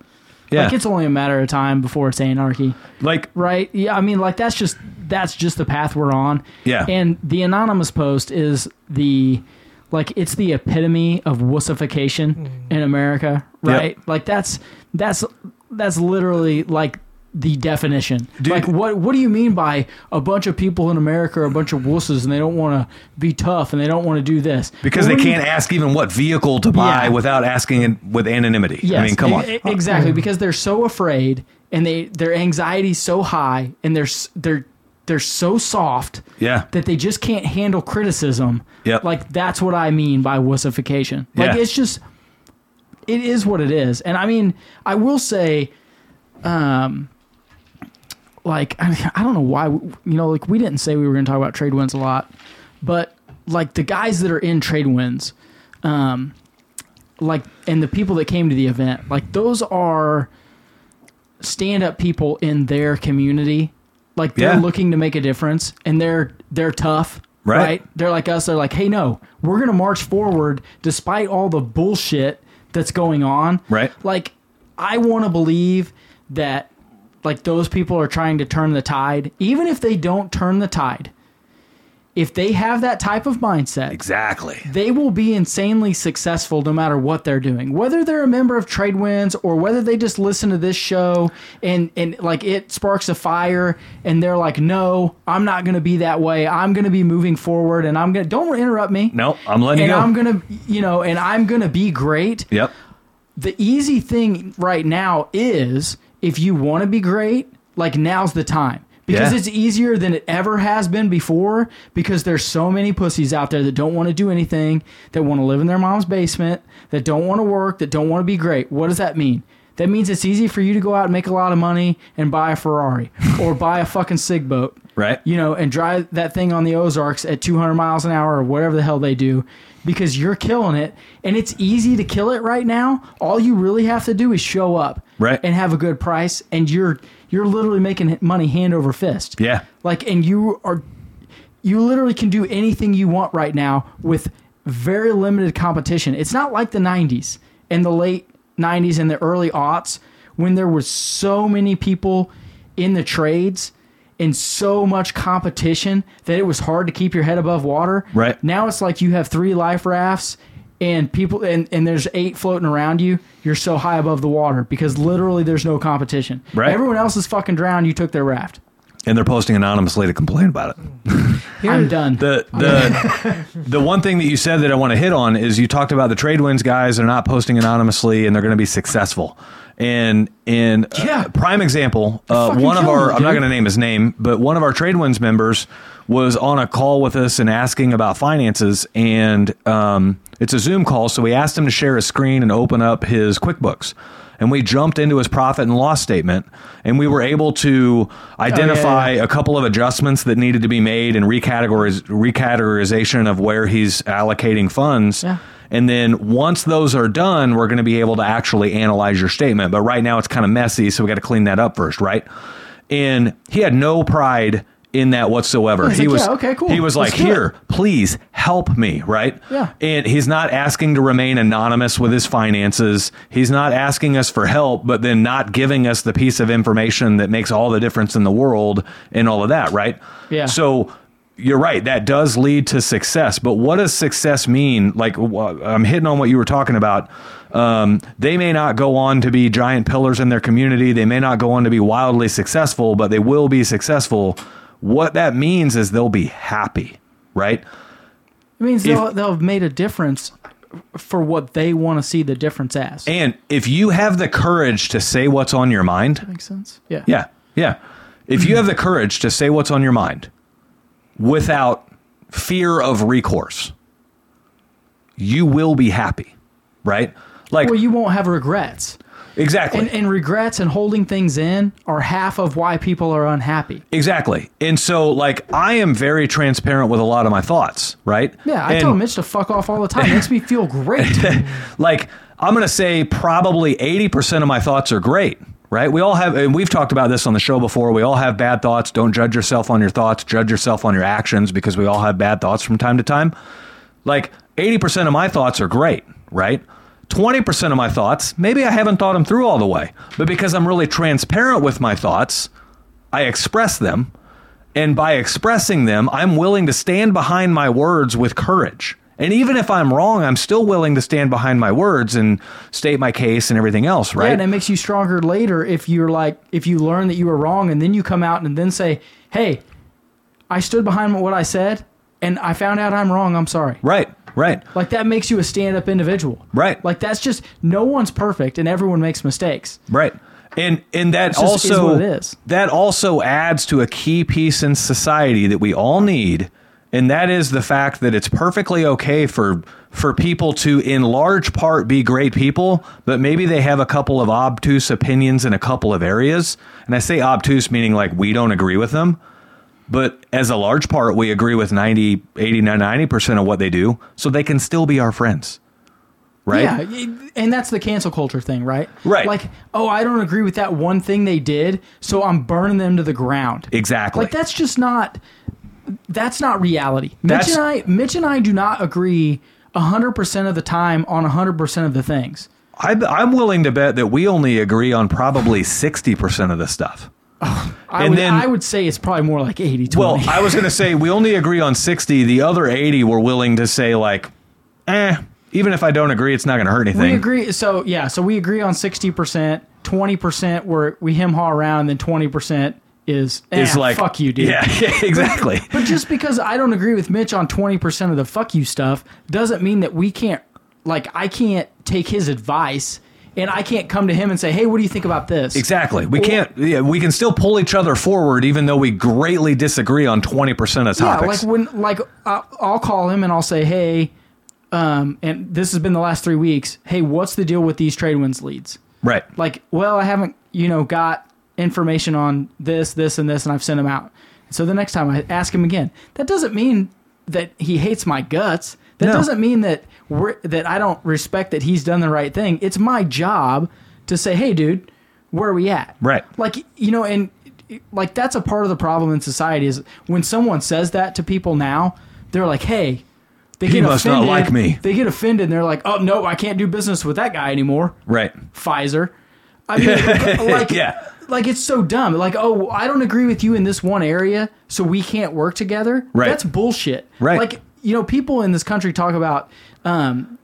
Speaker 1: yeah
Speaker 2: Like it's only a matter of time before it's anarchy,
Speaker 1: like
Speaker 2: right? Yeah, I mean, like that's just that's just the path we're on.
Speaker 1: Yeah.
Speaker 2: And the anonymous post is the like it's the epitome of wussification in America,
Speaker 1: Yep.
Speaker 2: right? Like that's that's that's literally like the definition.
Speaker 1: Dude.
Speaker 2: Like what what do you mean by a bunch of people in America are a bunch of wusses and they don't want to be tough and they don't want to do this
Speaker 1: because they
Speaker 2: Well, when you-
Speaker 1: can't ask even what vehicle to buy
Speaker 2: Yeah.
Speaker 1: without asking it with anonymity
Speaker 2: Yes,
Speaker 1: i mean come on
Speaker 2: e- e- exactly because they're so afraid and they their anxiety's so high and they're s- they're they're so soft
Speaker 1: Yeah.
Speaker 2: that they just can't handle criticism.
Speaker 1: Yep.
Speaker 2: Like that's what I mean by wussification. Like
Speaker 1: Yeah.
Speaker 2: it's just it is what it is. And I mean, I will say um like I, mean, I don't know why we- you know like we didn't say we were going to talk about trade winds a lot, but like the guys that are in trade winds um like and the people that came to the event like those are stand up people in their community like they're
Speaker 1: Yeah.
Speaker 2: looking to make a difference and they're they're tough
Speaker 1: Right.
Speaker 2: they're like us they're like hey no we're going to march forward despite all the bullshit that's going on
Speaker 1: Right.
Speaker 2: like i want to believe that like those people are trying to turn the tide even if they don't turn the tide if they have that type of mindset
Speaker 1: exactly
Speaker 2: they will be insanely successful no matter what they're doing. Whether they're a member of Tradewinds or whether they just listen to this show and, and like it sparks a fire and they're like, no, I'm not going to be that way. I'm going to be moving forward and I'm going to, don't interrupt me.
Speaker 1: no i'm letting
Speaker 2: And
Speaker 1: you go
Speaker 2: I'm going to, you know, and I'm going to be great.
Speaker 1: yep
Speaker 2: The easy thing right now is if you want to be great, like now's the time. Because
Speaker 1: Yeah.
Speaker 2: it's easier than it ever has been before because there's so many pussies out there that don't want to do anything, that want to live in their mom's basement, that don't want to work, that don't want to be great. What does that mean? That means it's easy for you to go out and make a lot of money and buy a Ferrari or buy a fucking SIG boat
Speaker 1: Right.
Speaker 2: You know, and drive that thing on the Ozarks at 200 miles an hour or whatever the hell they do because you're killing it and it's easy to kill it right now. All you really have to do is show up
Speaker 1: Right.
Speaker 2: and have a good price and you're you're literally making money hand over fist.
Speaker 1: Yeah.
Speaker 2: Like and you are you literally can do anything you want right now with very limited competition. It's not like the 90s and the late 90s and the early aughts when there was so many people in the trades and so much competition that it was hard to keep your head above water.
Speaker 1: Right.
Speaker 2: Now it's like you have three life rafts and people and, and there's eight floating around you. You're so high above the water because literally there's no competition.
Speaker 1: Right.
Speaker 2: Everyone else is fucking drowned, you took their raft.
Speaker 1: And they're posting anonymously to complain about it.
Speaker 2: I'm done.
Speaker 1: The the the one thing that you said that I want to hit on is you talked about the trade winds guys are not posting anonymously and they're going to be successful. And and uh,
Speaker 2: Yeah.
Speaker 1: prime example, uh,
Speaker 2: fucking
Speaker 1: one of
Speaker 2: killing
Speaker 1: our
Speaker 2: it,
Speaker 1: I'm not
Speaker 2: dude.
Speaker 1: going to name his name, but one of our trade winds members was on a call with us and asking about finances and um, it's a Zoom call, so we asked him to share his screen and open up his QuickBooks. And we jumped into his profit and loss statement, and we were able
Speaker 2: Oh,
Speaker 1: to identify a couple of adjustments that needed to be made and recategoriz- recategorization of where he's allocating funds.
Speaker 2: Yeah.
Speaker 1: And then once those are done, we're going to be able to actually analyze your statement. But right now it's kind of messy, so we got to clean that up first, right? And he had no pride in that whatsoever.
Speaker 2: He's
Speaker 1: he
Speaker 2: like,
Speaker 1: was
Speaker 2: "Yeah, okay, cool.
Speaker 1: He was
Speaker 2: Let's
Speaker 1: like,
Speaker 2: do it."
Speaker 1: "Here, please help me," right?
Speaker 2: Yeah.
Speaker 1: And he's not asking to remain anonymous with his finances. He's not asking us for help, but then not giving us the piece of information that makes all the difference in the world and all of that, right?
Speaker 2: Yeah.
Speaker 1: So you're right. That does lead to success. But what does success mean? Like, wh- I'm hitting on what you were talking about. Um, they may not go on to be giant pillars in their community. They may not go on to be wildly successful, but they will be successful. What that means is they'll be happy, right?
Speaker 2: It means they'll, they'll have made a difference for what they want to see the difference as.
Speaker 1: And if you have the courage to say what's on your mind,
Speaker 2: Makes sense? Yeah.
Speaker 1: yeah, yeah. If you have the courage to say what's on your mind without fear of recourse, you will be happy, right? Like,
Speaker 2: Well, you won't have regrets.
Speaker 1: exactly.
Speaker 2: And, and regrets and holding things in are half of why people are unhappy.
Speaker 1: exactly. And so, like, I am very transparent with a lot of my thoughts, right?
Speaker 2: Yeah, I
Speaker 1: and,
Speaker 2: tell Mitch to fuck off all the time. It makes me feel great.
Speaker 1: like I'm going to say probably 80% of my thoughts are great, right? We all have and we've talked about this on the show before. We all have bad thoughts. Don't judge yourself on your thoughts, judge yourself on your actions because we all have bad thoughts from time to time. Like 80% of my thoughts are great, right? 20% of my thoughts, maybe I haven't thought them through all the way, but because I'm really transparent with my thoughts, I express them. And by expressing them, I'm willing to stand behind my words with courage. And even if I'm wrong, I'm still willing to stand behind my words and state my case and everything else,
Speaker 2: Yeah,
Speaker 1: right?
Speaker 2: and it makes you stronger later if you're like, if you learn that you were wrong and then you come out and then say, hey, I stood behind what I said and I found out I'm wrong. I'm sorry.
Speaker 1: right, right.
Speaker 2: Like that makes you a stand-up individual,
Speaker 1: Right.
Speaker 2: Like that's just no one's perfect, and everyone makes mistakes.
Speaker 1: Right. And and that
Speaker 2: just- is
Speaker 1: also
Speaker 2: what it is.
Speaker 1: that also adds to a key piece in society that we all need, and that is the fact that it's perfectly okay for for people to in large part be great people, but maybe they have a couple of obtuse opinions in a couple of areas. And I say obtuse meaning like we don't agree with them but as a large part we agree with 90 80 90% of what they do so they can still be our friends right
Speaker 2: Yeah, y- and that's the cancel culture thing, right?
Speaker 1: Right.
Speaker 2: Like, oh, I don't agree with that one thing they did, so I'm burning them to the ground.
Speaker 1: exactly
Speaker 2: Like that's just not that's not reality. Mitch
Speaker 1: That's-
Speaker 2: and I, Mitch and I, do not agree hundred percent of the time on hundred percent of the things.
Speaker 1: I, I'm willing to bet that we only agree on probably 60% of the stuff.
Speaker 2: I
Speaker 1: And
Speaker 2: would,
Speaker 1: then-
Speaker 2: I would say it's probably more like 80-20.
Speaker 1: Well, I was going to say we only agree on 60. The other 80 we're willing to say, like, eh, even if I don't agree, it's not going to hurt anything.
Speaker 2: We agree. So yeah, so we agree on sixty percent, twenty percent where we him haw around, then twenty percent is
Speaker 1: It's
Speaker 2: eh,
Speaker 1: like,
Speaker 2: fuck you, dude.
Speaker 1: Yeah, yeah, exactly.
Speaker 2: But just because I don't agree with Mitch on twenty percent of the fuck you stuff doesn't mean that we can't like I can't take his advice and I can't come to him and say, hey, what do you think about this?
Speaker 1: Exactly. We
Speaker 2: Or-
Speaker 1: can't, yeah, we can still pull each other forward, even though we greatly disagree on 20% of
Speaker 2: Yeah,
Speaker 1: topics.
Speaker 2: like when like I- I'll call him and I'll say, hey, um, and this has been the last three weeks. Hey, what's the deal with these trade winds leads?
Speaker 1: right.
Speaker 2: like, well, I haven't, you know, got information on this, this, and this, and I've sent them out. So the next time I ask him again, that doesn't mean that he hates my guts. That
Speaker 1: No.
Speaker 2: doesn't mean that we're, that I don't respect that he's done the right thing. It's my job to say, "Hey, dude, where are we at?"
Speaker 1: Right.
Speaker 2: Like you know, and like that's a part of the problem in society is when someone says that to people now, they're like, "Hey." They
Speaker 1: He
Speaker 2: get
Speaker 1: must not
Speaker 2: offended.
Speaker 1: like me.
Speaker 2: They get offended and they're like, "Oh no, I can't do business with that guy anymore."
Speaker 1: Right.
Speaker 2: Pfizer. I mean, like,
Speaker 1: Yeah.
Speaker 2: like it's so dumb. Like, oh, I don't agree with you in this one area, so we can't work together.
Speaker 1: Right.
Speaker 2: That's bullshit.
Speaker 1: Right.
Speaker 2: Like, you know, people in this country talk about, um,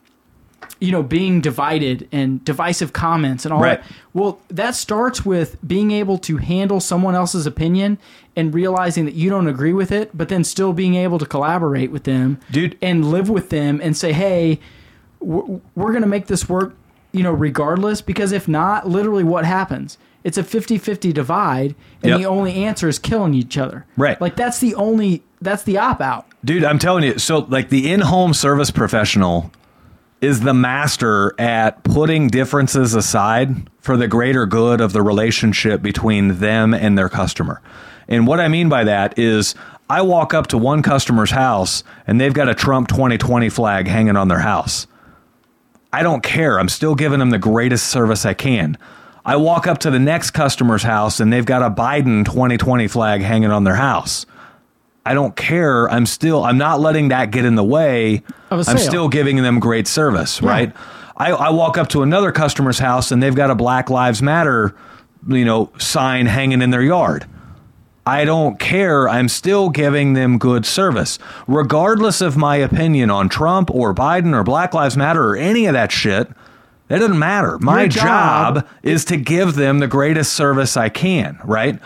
Speaker 2: you know, being divided and divisive comments and all
Speaker 1: Right.
Speaker 2: that. Well, that starts with being able to handle someone else's opinion and realizing that you don't agree with it, but then still being able to collaborate with them,
Speaker 1: Dude.
Speaker 2: and live with them and say, hey, we're, we're going to make this work, you know, regardless. Because if not, literally what happens? It's a 50 50 divide, and
Speaker 1: Yep.
Speaker 2: the only answer is killing each other.
Speaker 1: Right.
Speaker 2: Like, that's the only, that's the op out.
Speaker 1: Dude, I'm telling you. So, like, the in home service professional is the master at putting differences aside for the greater good of the relationship between them and their customer. And what I mean by that is, I walk up to one customer's house and they've got a Trump 2020 flag hanging on their house. I don't care. I'm still giving them the greatest service I can. I walk up to the next customer's house and they've got a Biden 2020 flag hanging on their house. I don't care. I'm still I'm not letting that get in the way.
Speaker 2: Of a
Speaker 1: I'm
Speaker 2: sale.
Speaker 1: still giving them great service, right? I, I walk up to another customer's house and they've got a Black Lives Matter, you know, sign hanging in their yard. I don't care. I'm still giving them good service, regardless of my opinion on Trump or Biden or Black Lives Matter or any of that shit. It doesn't matter. My
Speaker 2: Your job-
Speaker 1: job is to give them the greatest service I can, right?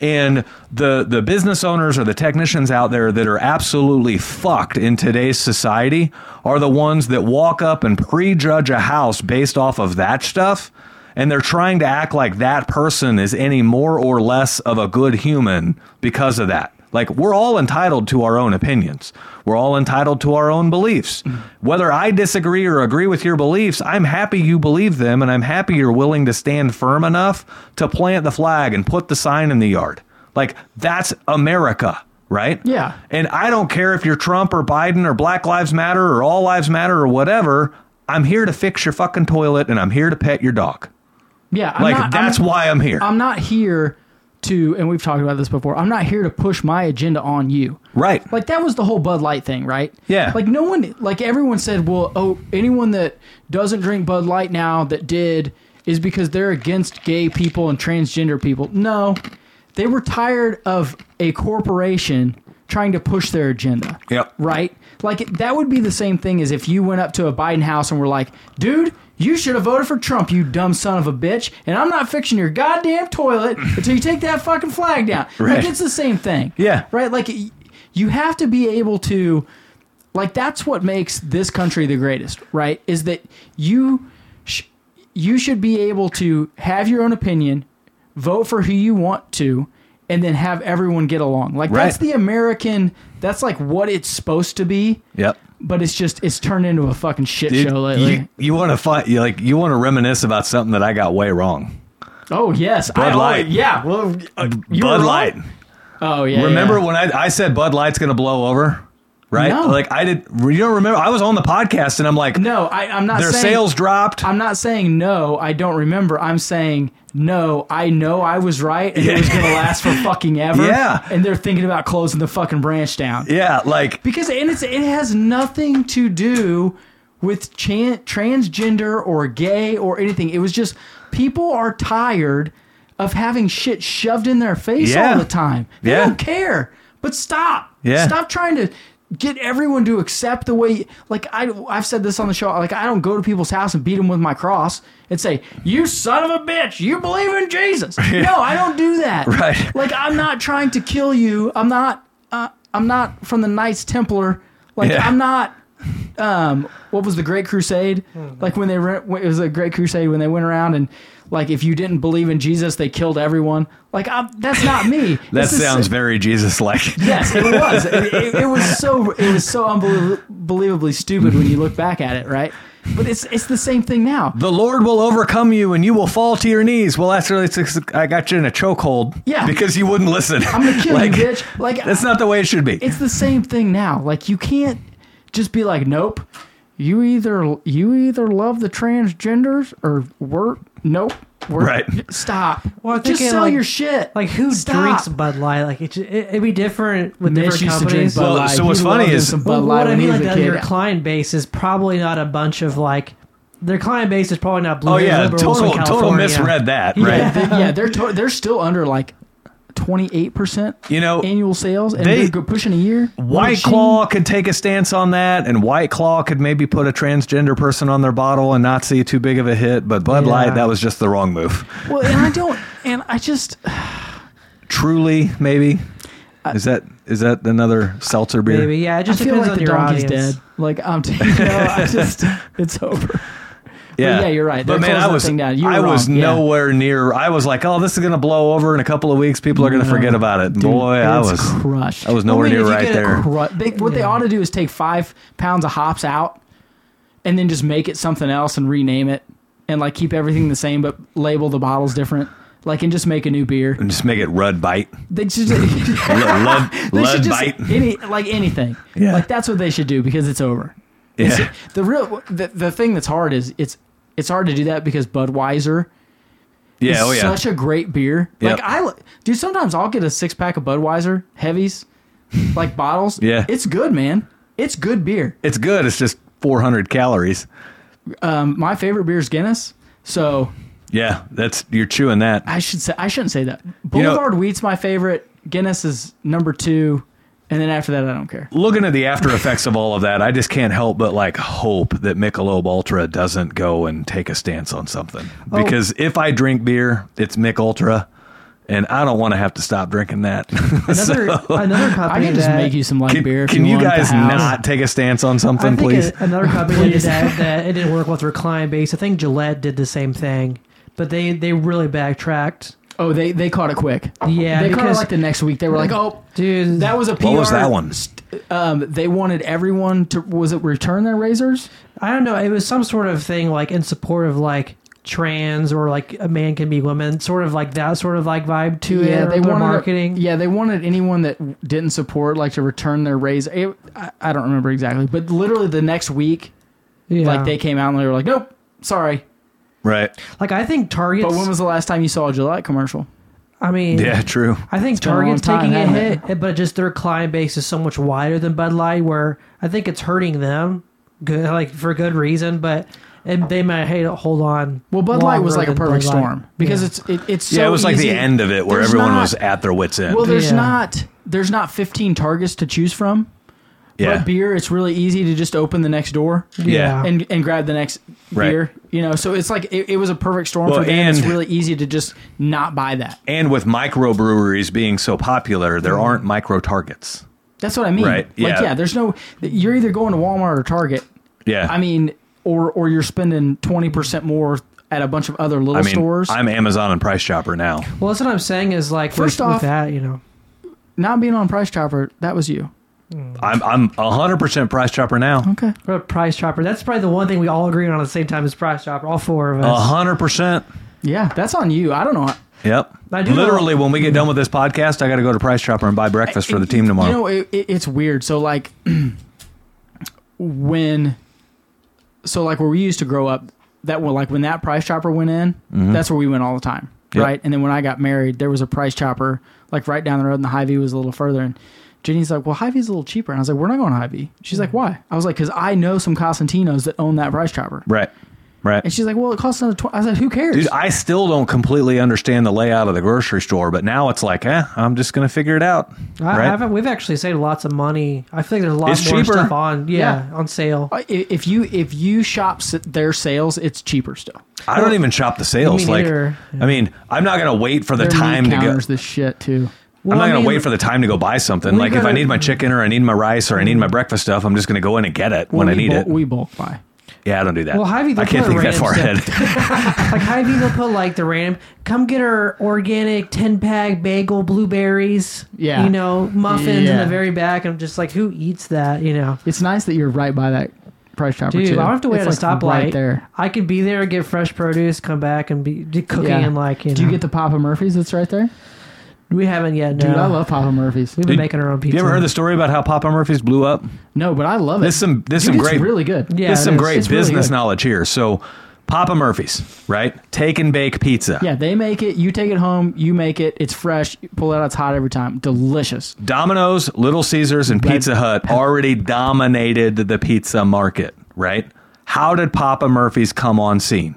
Speaker 1: And the the business owners or the technicians out there that are absolutely fucked in today's society are the ones that walk up and prejudge a house based off of that stuff and they're trying to act like that person is any more or less of a good human because of that. Like we're all entitled to our own opinions. We're all entitled to our own beliefs.
Speaker 2: Mm-hmm.
Speaker 1: Whether I disagree or agree with your beliefs, I'm happy you believe them and I'm happy you're willing to stand firm enough to plant the flag and put the sign in the yard. Like that's America, right?
Speaker 2: Yeah.
Speaker 1: And I don't care if you're Trump or Biden or Black Lives Matter or All Lives Matter or whatever. I'm here to fix your fucking toilet and I'm here to pet your dog.
Speaker 2: Yeah. I'm
Speaker 1: Like
Speaker 2: not-
Speaker 1: that's
Speaker 2: I'm,
Speaker 1: why I'm here.
Speaker 2: I'm not here to, and we've talked about this before, I'm not here to push my agenda on you.
Speaker 1: right.
Speaker 2: Like that was the whole Bud Light thing, right?
Speaker 1: Yeah.
Speaker 2: Like no one, like everyone said, well, oh, anyone that doesn't drink Bud Light now that did is because they're against gay people and transgender people. No, they were tired of a corporation trying to push their agenda.
Speaker 1: Yep.
Speaker 2: Right? Like it- that would be the same thing as if you went up to a Biden house and were like, dude. You should have voted for Trump, you dumb son of a bitch. And I'm not fixing your goddamn toilet until you take that fucking flag down.
Speaker 1: Right.
Speaker 2: Like, it's the same thing.
Speaker 1: Yeah.
Speaker 2: Right? Like, y- you have to be able to, like, that's what makes this country the greatest, right? Is that you, sh- you should be able to have your own opinion, vote for who you want to, and then have everyone get along. Like, that's
Speaker 1: Right.
Speaker 2: the American, that's like what it's supposed to be.
Speaker 1: Yep.
Speaker 2: But it's just, it's turned into a fucking shit
Speaker 1: Dude,
Speaker 2: show lately.
Speaker 1: you you want to fight? You like you want to reminisce about something that I got way wrong.
Speaker 2: oh, yes.
Speaker 1: Bud
Speaker 2: I
Speaker 1: Light.
Speaker 2: always- yeah. Well, uh, you were
Speaker 1: Bud
Speaker 2: wrong.
Speaker 1: Light.
Speaker 2: Oh, yeah.
Speaker 1: Remember
Speaker 2: yeah.
Speaker 1: when I, I said Bud Light's going to blow over? Right?
Speaker 2: No.
Speaker 1: Like I did. You don't remember? I was on the podcast and I'm like,
Speaker 2: No, I, I'm not
Speaker 1: their
Speaker 2: saying.
Speaker 1: sales dropped.
Speaker 2: I'm not saying no, I don't remember. I'm saying no, I know I was right and it was going to last for fucking ever.
Speaker 1: Yeah.
Speaker 2: And they're thinking about closing the fucking branch down.
Speaker 1: yeah, like
Speaker 2: Because and it's it has nothing to do with chan- transgender or gay or anything. It was just people are tired of having shit shoved in their face
Speaker 1: Yeah.
Speaker 2: all the time. They
Speaker 1: Yeah.
Speaker 2: don't care. But stop.
Speaker 1: Yeah.
Speaker 2: Stop trying to get everyone to accept the way like I I've said this on the show like I don't go to people's house and beat them with my cross and say you son of a bitch you believe in Jesus no I don't do that
Speaker 1: Right.
Speaker 2: like I'm not trying to kill you. I'm not. Uh, I'm not from the Knights Templar. Like
Speaker 1: Yeah.
Speaker 2: I'm not. Um, what was the Great Crusade? Like when they re- when- it was a Great Crusade when they went around and like if you didn't believe in Jesus, they killed everyone. Like I'm, that's not me.
Speaker 1: that
Speaker 2: This is-
Speaker 1: sounds very Jesus-like.
Speaker 2: Yes, it was. It, it, it was so. It was so unbelievably stupid when you look back at it, right? But it's it's the same thing now.
Speaker 1: The Lord will overcome you, and you will fall to your knees. Well, that's really I got you in a chokehold.
Speaker 2: Yeah.
Speaker 1: because you wouldn't listen.
Speaker 2: I'm gonna kill you, bitch. Like,
Speaker 1: that's not the way it should be.
Speaker 2: It's the same thing now. Like you can't just be like, nope. You either you either love the transgenders or we're nope. We're,
Speaker 1: Right.
Speaker 2: Stop.
Speaker 3: Well, I think
Speaker 2: just
Speaker 3: it,
Speaker 2: sell
Speaker 3: like-
Speaker 2: your shit.
Speaker 3: Like who
Speaker 2: Stop.
Speaker 3: drinks Bud Light? Like it, it, it'd be different with
Speaker 2: Mitch
Speaker 3: different
Speaker 2: used to drink
Speaker 3: companies.
Speaker 2: Bud
Speaker 1: Well,
Speaker 2: Light.
Speaker 1: so what's
Speaker 2: He loved
Speaker 1: funny
Speaker 2: him
Speaker 1: is-
Speaker 2: some Bud
Speaker 3: Well,
Speaker 2: Light
Speaker 3: what I
Speaker 2: when he
Speaker 3: mean,
Speaker 2: was
Speaker 3: like
Speaker 2: a
Speaker 3: that,
Speaker 2: kid.
Speaker 3: your client base is probably not a bunch of like their client base is probably not blue.
Speaker 1: oh yeah,
Speaker 3: liberals in
Speaker 1: total total
Speaker 3: California.
Speaker 1: misread that. Right?
Speaker 2: Yeah, they, yeah, they're to, they're still under like twenty eight percent
Speaker 1: You know,
Speaker 2: annual sales, and
Speaker 1: They-
Speaker 2: they, are go pushing a year.
Speaker 1: White
Speaker 2: Pushing-
Speaker 1: Claw could take a stance on that, and White Claw could maybe put a transgender person on their bottle and not see too big of a hit. But Bud
Speaker 3: Yeah.
Speaker 1: Light, that was just the wrong move.
Speaker 2: Well, and I don't, and I just
Speaker 1: Truly, maybe
Speaker 2: Uh,
Speaker 1: is that is that another seltzer beer?
Speaker 3: Maybe yeah, it just
Speaker 2: I feel
Speaker 3: depends
Speaker 2: like
Speaker 3: on
Speaker 2: the
Speaker 3: your
Speaker 2: donkey's
Speaker 3: audience.
Speaker 2: dead. Like I'm, t- you know, I just it's over.
Speaker 1: Yeah,
Speaker 2: yeah, you're right. They're
Speaker 1: But man,
Speaker 2: closing
Speaker 1: I
Speaker 2: that
Speaker 1: was
Speaker 2: thing down. You were
Speaker 1: I was
Speaker 2: wrong. Yeah.
Speaker 1: nowhere near. I was like, oh, this is gonna blow over in a couple of weeks. People are gonna
Speaker 2: No.
Speaker 1: forget about it. Boy, I
Speaker 2: it's
Speaker 1: was
Speaker 2: crushed.
Speaker 1: I was nowhere
Speaker 3: mean,
Speaker 1: near
Speaker 3: if you
Speaker 1: right
Speaker 3: get a
Speaker 1: there.
Speaker 2: Cru- they, what they ought to do is take five pounds of hops out, and then just make it something else and rename it, and like keep everything the same but label the bottles different. Like and just make a new beer.
Speaker 1: and just make it Rudd Bite.
Speaker 2: They should.
Speaker 1: L- Lud,
Speaker 2: They should
Speaker 1: Lud
Speaker 2: just
Speaker 1: Bite.
Speaker 2: any like anything.
Speaker 1: Yeah.
Speaker 2: Like that's what they should do because it's over. It's-
Speaker 1: Yeah.
Speaker 2: The real the, the thing that's hard is it's it's hard to do that because Budweiser
Speaker 1: Yeah,
Speaker 2: is
Speaker 1: oh yeah.
Speaker 2: such a great beer.
Speaker 1: Yep.
Speaker 2: Like I do sometimes I'll get a six pack of Budweiser heavies, like bottles.
Speaker 1: Yeah.
Speaker 2: It's good, man. It's good beer.
Speaker 1: it's good. It's just 400 calories.
Speaker 2: Um, my favorite beer is Guinness. So
Speaker 1: Yeah, that's you're chewing that.
Speaker 2: I should say I shouldn't say that.
Speaker 1: You know-
Speaker 2: Boulevard Wheat's my favorite. Guinness is number two, and then after that I don't care.
Speaker 1: looking at the after effects of all of that, I just can't help but like hope that Michelob Ultra doesn't go and take a stance on something.
Speaker 2: Oh.
Speaker 1: Because if I drink beer, it's Mick Ultra, and I don't want to have to stop drinking that.
Speaker 3: Another another
Speaker 2: I
Speaker 3: company
Speaker 2: can just
Speaker 3: that,
Speaker 2: make you some light
Speaker 1: can
Speaker 2: beer. If
Speaker 1: can
Speaker 2: you,
Speaker 1: you,
Speaker 2: want at the
Speaker 1: guys
Speaker 2: house.
Speaker 1: not take a stance on something,
Speaker 3: I think
Speaker 1: please?
Speaker 3: a- another company
Speaker 2: Please.
Speaker 3: said that it didn't work well with their client base. I think Gillette did the same thing, but they they really backtracked.
Speaker 2: Oh, they they caught it quick.
Speaker 3: Yeah,
Speaker 2: they caught it
Speaker 3: because-
Speaker 2: like the next week. They were like, "Oh,
Speaker 3: Dude,
Speaker 2: that was a PR."
Speaker 1: was that one?
Speaker 2: st- Um, they wanted everyone to was it return their razors?
Speaker 3: I don't know. It was some sort of thing like in support of like trans or like a man can be woman, sort of like that sort of like vibe to it. or
Speaker 2: they
Speaker 3: their
Speaker 2: wanted
Speaker 3: marketing.
Speaker 2: Yeah, they wanted anyone that didn't support like to return their razor. It, I, I don't remember exactly, but literally the next week,
Speaker 3: Yeah.
Speaker 2: like they came out and they were like, "Nope, sorry."
Speaker 1: right.
Speaker 3: Like I think Target's.
Speaker 2: But when was the last time you saw a Gillette commercial?
Speaker 3: I mean,
Speaker 1: Yeah, true.
Speaker 3: I think
Speaker 2: been a long
Speaker 3: Target's
Speaker 2: time,
Speaker 3: taking a
Speaker 2: hasn't
Speaker 3: hit, eh, but just their client base is so much wider than Bud Light, where I think it's hurting them, good like for good reason, but. And they might hey, hold on.
Speaker 2: Well, Bud Light was
Speaker 3: longer
Speaker 2: like a
Speaker 3: than
Speaker 2: perfect
Speaker 3: Bud Light.
Speaker 2: storm because
Speaker 3: Yeah.
Speaker 2: it's it, it's so
Speaker 1: yeah, it was like the
Speaker 2: easy.
Speaker 1: end of it where
Speaker 2: There's
Speaker 1: everyone
Speaker 2: not-
Speaker 1: was at their wits end.
Speaker 2: Well, there's
Speaker 3: Yeah.
Speaker 2: not there's not 15 targets to choose from.
Speaker 1: yeah.
Speaker 2: But beer, it's really easy to just open the next door
Speaker 1: yeah.
Speaker 2: and, and grab the next
Speaker 1: Right.
Speaker 2: beer. You know, so it's like it, it was a perfect storm
Speaker 1: Well,
Speaker 2: for them. It's
Speaker 1: and-
Speaker 2: really easy to just not buy that.
Speaker 1: And with microbreweries being so popular, there aren't micro targets.
Speaker 2: That's what I mean.
Speaker 1: Right,
Speaker 2: Like
Speaker 1: yeah.
Speaker 2: yeah. there's no you're either going to Walmart or Target.
Speaker 1: Yeah.
Speaker 2: I mean, or or you're spending 20% more at a bunch of other little
Speaker 1: I mean,
Speaker 2: stores.
Speaker 1: I'm Amazon and Price Shopper now.
Speaker 3: Well, that's what I'm saying is like
Speaker 2: First
Speaker 3: with,
Speaker 2: off-
Speaker 3: with that, you know,
Speaker 2: not being on Price Chopper, that was you.
Speaker 1: I'm I'm 100% Price Shopper now.
Speaker 2: Okay.
Speaker 3: What about Price Chopper? That's probably the one thing we all agree on at the same time as Price Chopper. All four of
Speaker 1: A
Speaker 3: us.
Speaker 1: hundred percent.
Speaker 2: Yeah, that's on you. I don't know.
Speaker 1: Yep.
Speaker 3: I do
Speaker 1: Literally, when we get done with this podcast, I got to go to Price Chopper and buy breakfast for the
Speaker 2: It-
Speaker 1: team
Speaker 2: it-
Speaker 1: tomorrow.
Speaker 2: You know, it, it, it's weird. So like, when, so like where we used to grow up, that were like when that price chopper went in, that's where we went all the time,
Speaker 1: Mm-hmm. Yep.
Speaker 2: right? And then when I got married, there was a price chopper like right down the road, and the High V was a little further. And Jenny's like, "Well, High V's a little cheaper," and I was like, "We're not going to High V." She's like, "Why?" I was like, "Cause I know some Cosentinos that own that price chopper."
Speaker 1: right.
Speaker 2: And
Speaker 1: Right.
Speaker 2: she's like, "Well, it costs another." Tw-. I said, "Who cares?"
Speaker 1: Dude, I still don't completely understand the layout of the grocery store, but now it's like, eh, I'm just going to figure it out.
Speaker 3: I,
Speaker 1: right.
Speaker 3: I've, we've actually saved lots of money. I think there's a lot
Speaker 1: It's
Speaker 3: more
Speaker 1: cheaper.
Speaker 3: stuff on, yeah,
Speaker 2: Yeah.
Speaker 3: on sale.
Speaker 2: I- if you if you shop s- their sales, it's cheaper still.
Speaker 1: I don't even shop the sales.
Speaker 3: Me
Speaker 1: Like,
Speaker 3: neither.
Speaker 1: I mean, I'm not going to wait for the
Speaker 2: Their meat
Speaker 1: time to go.
Speaker 2: counters this shit
Speaker 1: I'm
Speaker 2: too.
Speaker 3: Well,
Speaker 1: not
Speaker 3: I
Speaker 1: going to
Speaker 3: mean,
Speaker 1: wait for the time to go buy something.
Speaker 3: we
Speaker 1: Like, if I
Speaker 3: gotta- Mm-hmm.
Speaker 1: need my chicken or I need my rice or I need my breakfast stuff, I'm just going to go in and get it when
Speaker 2: we
Speaker 1: I need
Speaker 2: bulk,
Speaker 1: it.
Speaker 2: We bulk buy.
Speaker 1: yeah, I don't do that.
Speaker 3: Well, Hy-Vee, they
Speaker 1: I can't
Speaker 3: put
Speaker 1: think that
Speaker 3: random
Speaker 1: far
Speaker 3: stuff-
Speaker 1: ahead.
Speaker 3: Like Hy-Vee, they'll put like the random, come get our organic 10-pack bagel blueberries,
Speaker 2: Yeah.
Speaker 3: you know, muffins in
Speaker 2: Yeah.
Speaker 3: the very back. I'm just like, who eats that, you know?
Speaker 2: It's nice that you're right by that Price Chopper
Speaker 3: Dude,
Speaker 2: too.
Speaker 3: I don't have to wait
Speaker 2: It's,
Speaker 3: at
Speaker 2: like,
Speaker 3: a stoplight.
Speaker 2: right there.
Speaker 3: I could be there, get fresh produce, come back and be do cooking
Speaker 2: Yeah.
Speaker 3: and like you
Speaker 2: Do
Speaker 3: know.
Speaker 2: you get the Papa Murphy's that's right there?
Speaker 3: we haven't yet. No,
Speaker 2: Dude, I love Papa Murphy's.
Speaker 3: We've been
Speaker 1: Dude,
Speaker 3: making our own pizza.
Speaker 1: You ever heard the story about how Papa Murphy's blew up?
Speaker 2: No, but I love it.
Speaker 1: There's some there's
Speaker 2: Dude,
Speaker 1: some
Speaker 2: it's
Speaker 1: great
Speaker 2: really good.
Speaker 3: Yeah,
Speaker 1: there's
Speaker 3: it
Speaker 1: some
Speaker 3: is.
Speaker 1: great
Speaker 2: It's really
Speaker 1: business
Speaker 2: good.
Speaker 1: knowledge here. So Papa Murphy's, right? Take and bake pizza.
Speaker 2: Yeah, they make it. You take it home. You make it. It's fresh. You pull it out. It's hot every time. Delicious.
Speaker 1: Domino's, Little Caesars, and Pizza Hut already dominated the pizza market, right? How did Papa Murphy's come on scene?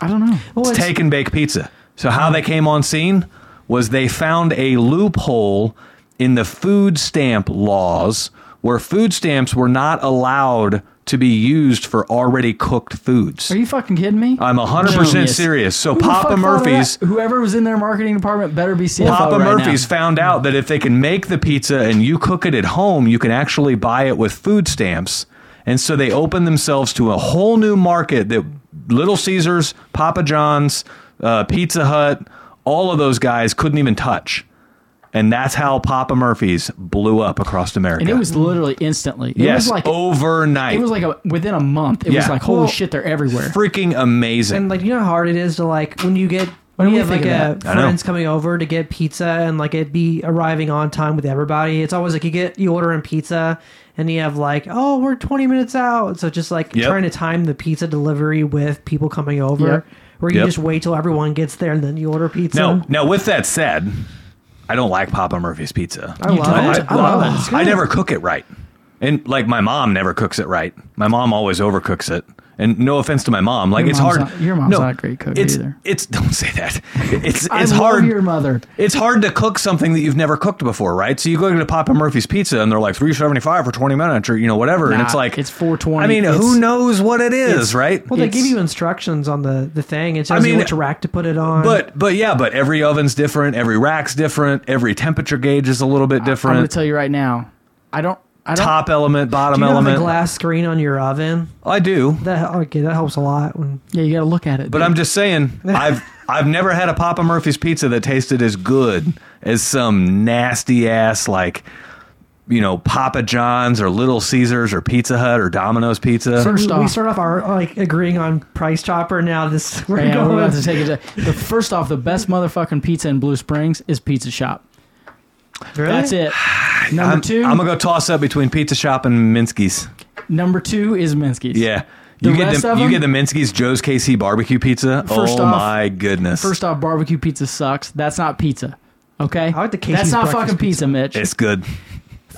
Speaker 2: I don't know.
Speaker 3: Well,
Speaker 1: It's
Speaker 3: it's-
Speaker 1: take and bake pizza. So how they came on scene was they found a loophole in the food stamp laws where food stamps were not allowed to be used for already cooked foods.
Speaker 2: Are you fucking kidding me?
Speaker 1: I'm 100%
Speaker 2: Genius.
Speaker 1: serious. So
Speaker 2: Who the
Speaker 1: Papa
Speaker 2: fuck thought of
Speaker 1: Murphy's-
Speaker 2: that? whoever was in their marketing department, better be CFO
Speaker 1: Papa
Speaker 2: right
Speaker 1: Murphy's
Speaker 2: now.
Speaker 1: found out that if they can make the pizza and you cook it at home, you can actually buy it with food stamps. And so they opened themselves to a whole new market that Little Caesars, Papa John's, uh, Pizza Hut, all of those guys couldn't even touch. And that's how Papa Murphy's blew up across America.
Speaker 2: and it was literally instantly. It
Speaker 1: yes,
Speaker 2: was like
Speaker 1: overnight.
Speaker 2: it was like a, within a month. It
Speaker 1: Yeah.
Speaker 2: was like holy
Speaker 3: Well,
Speaker 2: shit, they're everywhere.
Speaker 1: freaking amazing.
Speaker 3: And like you know how hard it is to like when you get
Speaker 2: Why
Speaker 3: when
Speaker 2: don't
Speaker 3: you
Speaker 2: we
Speaker 3: have like
Speaker 2: think
Speaker 3: a
Speaker 2: of
Speaker 1: I know.
Speaker 3: friends coming over to get pizza and like it be arriving on time with everybody. It's always like you get you ordering pizza and you have like oh we're twenty minutes out. So just like
Speaker 1: Yep.
Speaker 3: trying to time the pizza delivery with people coming over.
Speaker 2: Yep.
Speaker 3: Where you
Speaker 1: Yep.
Speaker 3: just wait till everyone gets there and then you order pizza.
Speaker 1: now, now, with that said, I don't like Papa Murphy's pizza.
Speaker 3: I love
Speaker 2: don't?
Speaker 3: it.
Speaker 2: I love it. It's
Speaker 1: I never cook it right. And like my mom never cooks it right. My mom always overcooks it. And no offense to my mom, like
Speaker 2: Your
Speaker 1: it's
Speaker 2: mom's
Speaker 1: hard.
Speaker 2: not- your mom's
Speaker 1: no,
Speaker 2: not a great cook
Speaker 1: it's,
Speaker 2: either.
Speaker 1: It's don't say that. It's
Speaker 2: I
Speaker 1: it's
Speaker 2: love
Speaker 1: hard.
Speaker 2: your mother.
Speaker 1: It's hard to cook something that you've never cooked before, right? So you go to Papa Murphy's Pizza and they're like three seventy five for twenty minutes or you know whatever, and
Speaker 2: Nah,
Speaker 1: it's like
Speaker 2: it's 420.
Speaker 1: I mean, who
Speaker 2: It's-
Speaker 1: knows what it is,
Speaker 2: it's-
Speaker 1: right?
Speaker 3: well, they
Speaker 2: It's-
Speaker 3: give you instructions on the the thing. It tells
Speaker 1: mean,
Speaker 3: you which rack to put it on.
Speaker 1: But but yeah, but every oven's different, every rack's different, every temperature gauge is a little bit
Speaker 2: I'm going
Speaker 1: different.
Speaker 2: to tell you right now. I don't. I don't.
Speaker 1: Top element,
Speaker 3: do
Speaker 1: bottom
Speaker 3: you have
Speaker 1: element.
Speaker 3: a glass screen on your oven?
Speaker 1: I do.
Speaker 3: That okay, that helps a lot when
Speaker 2: Yeah, you got to look at it.
Speaker 1: But I'm just saying, I've I've never had a Papa Murphy's pizza that tasted as good as some nasty ass like, you know, Papa John's or Little Caesars or Pizza Hut or Domino's Pizza.
Speaker 2: Sure. First
Speaker 3: we, we
Speaker 2: off-
Speaker 3: start off our like agreeing on price chopper. Now this we're
Speaker 2: Yeah,
Speaker 3: going.
Speaker 2: we're about to take it. To, the first off, the best motherfucking pizza in Blue Springs is Pizza Shop.
Speaker 3: Really?
Speaker 2: That's it. Number
Speaker 1: I'm,
Speaker 2: 2
Speaker 1: I'm gonna go toss up between Pizza Shop and Minsky's.
Speaker 2: number two is Minsky's.
Speaker 1: Yeah.
Speaker 2: The
Speaker 1: you get
Speaker 2: rest
Speaker 1: the
Speaker 2: of
Speaker 1: you
Speaker 2: 'em-
Speaker 1: get the Minsky's Joe's KC barbecue pizza.
Speaker 2: First
Speaker 1: oh
Speaker 2: off-
Speaker 1: my goodness.
Speaker 2: First off, barbecue pizza sucks. That's not pizza. Okay.
Speaker 3: I like the Casey's
Speaker 2: That's not
Speaker 3: breakfast
Speaker 2: fucking pizza, Mitch.
Speaker 1: it's good.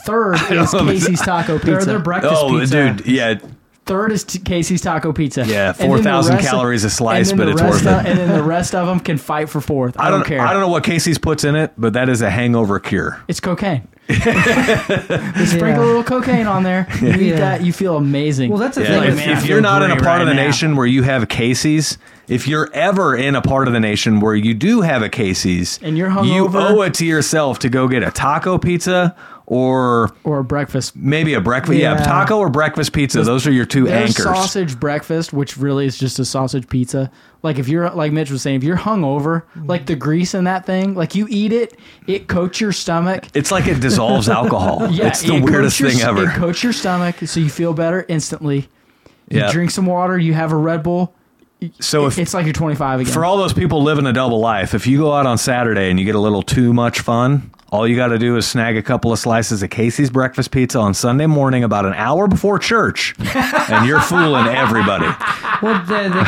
Speaker 2: Third is
Speaker 1: know, but-
Speaker 2: Casey's Taco
Speaker 3: They're,
Speaker 2: Pizza.
Speaker 3: they're breakfast
Speaker 1: Oh,
Speaker 3: pizza.
Speaker 1: dude, yeah,
Speaker 2: Third is t- Casey's Taco Pizza.
Speaker 1: Yeah,
Speaker 2: And then the
Speaker 1: 4,000
Speaker 2: rest of-
Speaker 1: calories a slice,
Speaker 2: and then
Speaker 1: but
Speaker 2: the
Speaker 1: it's
Speaker 2: rest
Speaker 1: worth
Speaker 2: of-
Speaker 1: it.
Speaker 2: And then the rest of them can fight for fourth. I,
Speaker 1: I
Speaker 2: don't,
Speaker 1: don't,
Speaker 2: care.
Speaker 1: I don't know what Casey's puts in it, but that is a hangover cure.
Speaker 2: It's cocaine. Just sprinkle a little cocaine on there. You eat
Speaker 3: Yeah.
Speaker 2: that, you feel amazing.
Speaker 3: Well, that's the
Speaker 1: Yeah,
Speaker 3: thing.
Speaker 1: if,
Speaker 3: with-
Speaker 2: man,
Speaker 1: if
Speaker 2: I
Speaker 1: you're
Speaker 2: feel
Speaker 1: not in a
Speaker 2: great
Speaker 1: part
Speaker 2: right
Speaker 1: of the
Speaker 2: now.
Speaker 1: nation where you have Casey's, if you're ever in a part of the nation where you do have a Casey's,
Speaker 2: And you're
Speaker 1: you
Speaker 2: hungover-
Speaker 1: owe it to yourself to go get a taco pizza or
Speaker 2: or a breakfast.
Speaker 1: maybe a breakfast. Yeah,
Speaker 3: Yeah.
Speaker 1: taco or breakfast pizza. Those are your two
Speaker 2: Their
Speaker 1: anchors.
Speaker 2: sausage breakfast, which really is just a sausage pizza. Like if you're like Mitch was saying, if you're hungover, like the grease in that thing, like you eat it, it coats your stomach.
Speaker 1: It's like it dissolves alcohol.
Speaker 2: Yeah,
Speaker 1: it's the
Speaker 2: it coats
Speaker 1: weirdest
Speaker 2: your-
Speaker 1: thing
Speaker 2: It
Speaker 1: ever.
Speaker 2: coats your stomach, so you feel better instantly. You
Speaker 1: Yeah.
Speaker 2: drink some water. You have a Red Bull.
Speaker 1: So if
Speaker 2: it's like you're 25 again.
Speaker 1: for all those people living a double life, if you go out on Saturday and you get a little too much fun, all you got to do is snag a couple of slices of Casey's breakfast pizza on Sunday morning about an hour before church, and you're fooling everybody.
Speaker 3: well, the, the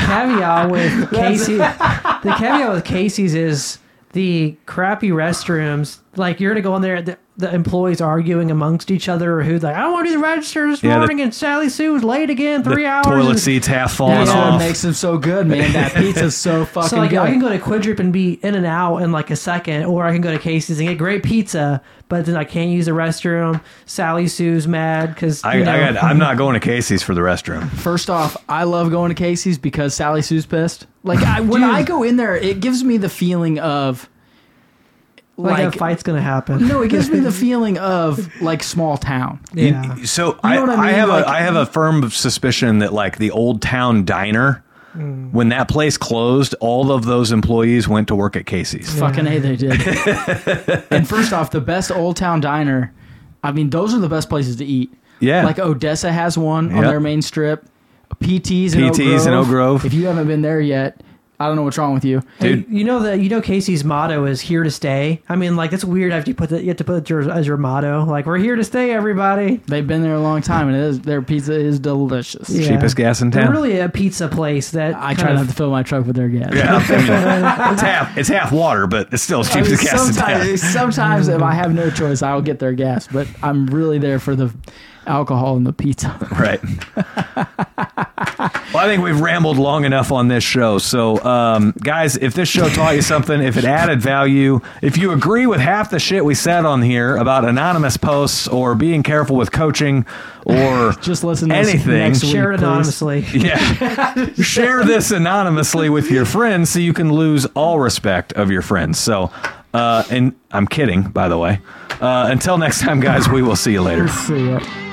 Speaker 3: caveat with Casey, the caveat with Casey's is the crappy restrooms. Like you're gonna go in there, the, the employees arguing amongst each other, who's like, "I want to do the register this
Speaker 1: Yeah, the-
Speaker 3: morning," and Sally Sue was late again, three
Speaker 1: the
Speaker 3: hours.
Speaker 1: toilet
Speaker 3: and-
Speaker 1: seats half falling
Speaker 2: that's
Speaker 1: off.
Speaker 2: what makes them so good, man. That pizza's so fucking
Speaker 3: So like,
Speaker 2: good.
Speaker 3: I can go to Quidrip and be in and out in like a second, or I can go to Casey's and get great pizza, but then I can't use the restroom. Sally Sue's mad because
Speaker 1: I,
Speaker 3: you know,
Speaker 1: I got, I'm not going to Casey's for the restroom.
Speaker 2: First off, I love going to Casey's because Sally Sue's pissed. Like I, when
Speaker 3: Dude.
Speaker 2: I go in there, it gives me the feeling of
Speaker 3: like,
Speaker 2: like,
Speaker 3: a fight's gonna happen.
Speaker 2: no, it gives me the feeling of like small town.
Speaker 3: Yeah.
Speaker 1: So I,
Speaker 2: know what
Speaker 1: I,
Speaker 2: I mean?
Speaker 1: have
Speaker 2: Like-
Speaker 1: a I have a firm suspicion that like the old town diner, when that place closed, all of those employees went to work at Casey's.
Speaker 2: Fucking a, they did. and first off, the best old town diner. I mean, those are the best places to eat.
Speaker 1: Yeah.
Speaker 2: Like oh, Odessa has one on
Speaker 1: Yep.
Speaker 2: their main strip. PT's in Oak
Speaker 1: PT's in Oak Grove.
Speaker 2: If you haven't been there yet, I don't know what's wrong with you.
Speaker 1: Dude.
Speaker 3: Hey, you know that you know Casey's motto is here to stay. I mean, like that's weird. After you put that, you have to put it your- as your motto. Like we're here to stay, everybody.
Speaker 2: They've been there a long time, and it is, their pizza is delicious.
Speaker 3: Yeah.
Speaker 1: Cheapest gas in
Speaker 3: They're
Speaker 1: town.
Speaker 3: really a pizza place that
Speaker 2: I
Speaker 3: kind
Speaker 2: try
Speaker 3: of-
Speaker 2: not to fill my truck with their gas.
Speaker 1: yeah, I mean, it's half it's half water, but it's still as
Speaker 2: I
Speaker 1: cheap
Speaker 2: mean,
Speaker 1: as gas in town.
Speaker 2: sometimes, sometimes if I have no choice, I'll get their gas, but I'm really there for the alcohol and the pizza.
Speaker 1: Right. well, I think we've rambled long enough on this show. So, um, guys, if this show taught you something, if it added value, if you agree with half the shit we said on here about anonymous posts or being careful with coaching or
Speaker 2: Just listen to us
Speaker 1: anything,
Speaker 2: next week.
Speaker 3: share it
Speaker 2: please.
Speaker 3: anonymously.
Speaker 1: yeah. Share this anonymously with your friends so you can lose all respect of your friends. So, uh, and I'm kidding, by the way. Uh, until next time, guys, we will see you later.
Speaker 2: See ya.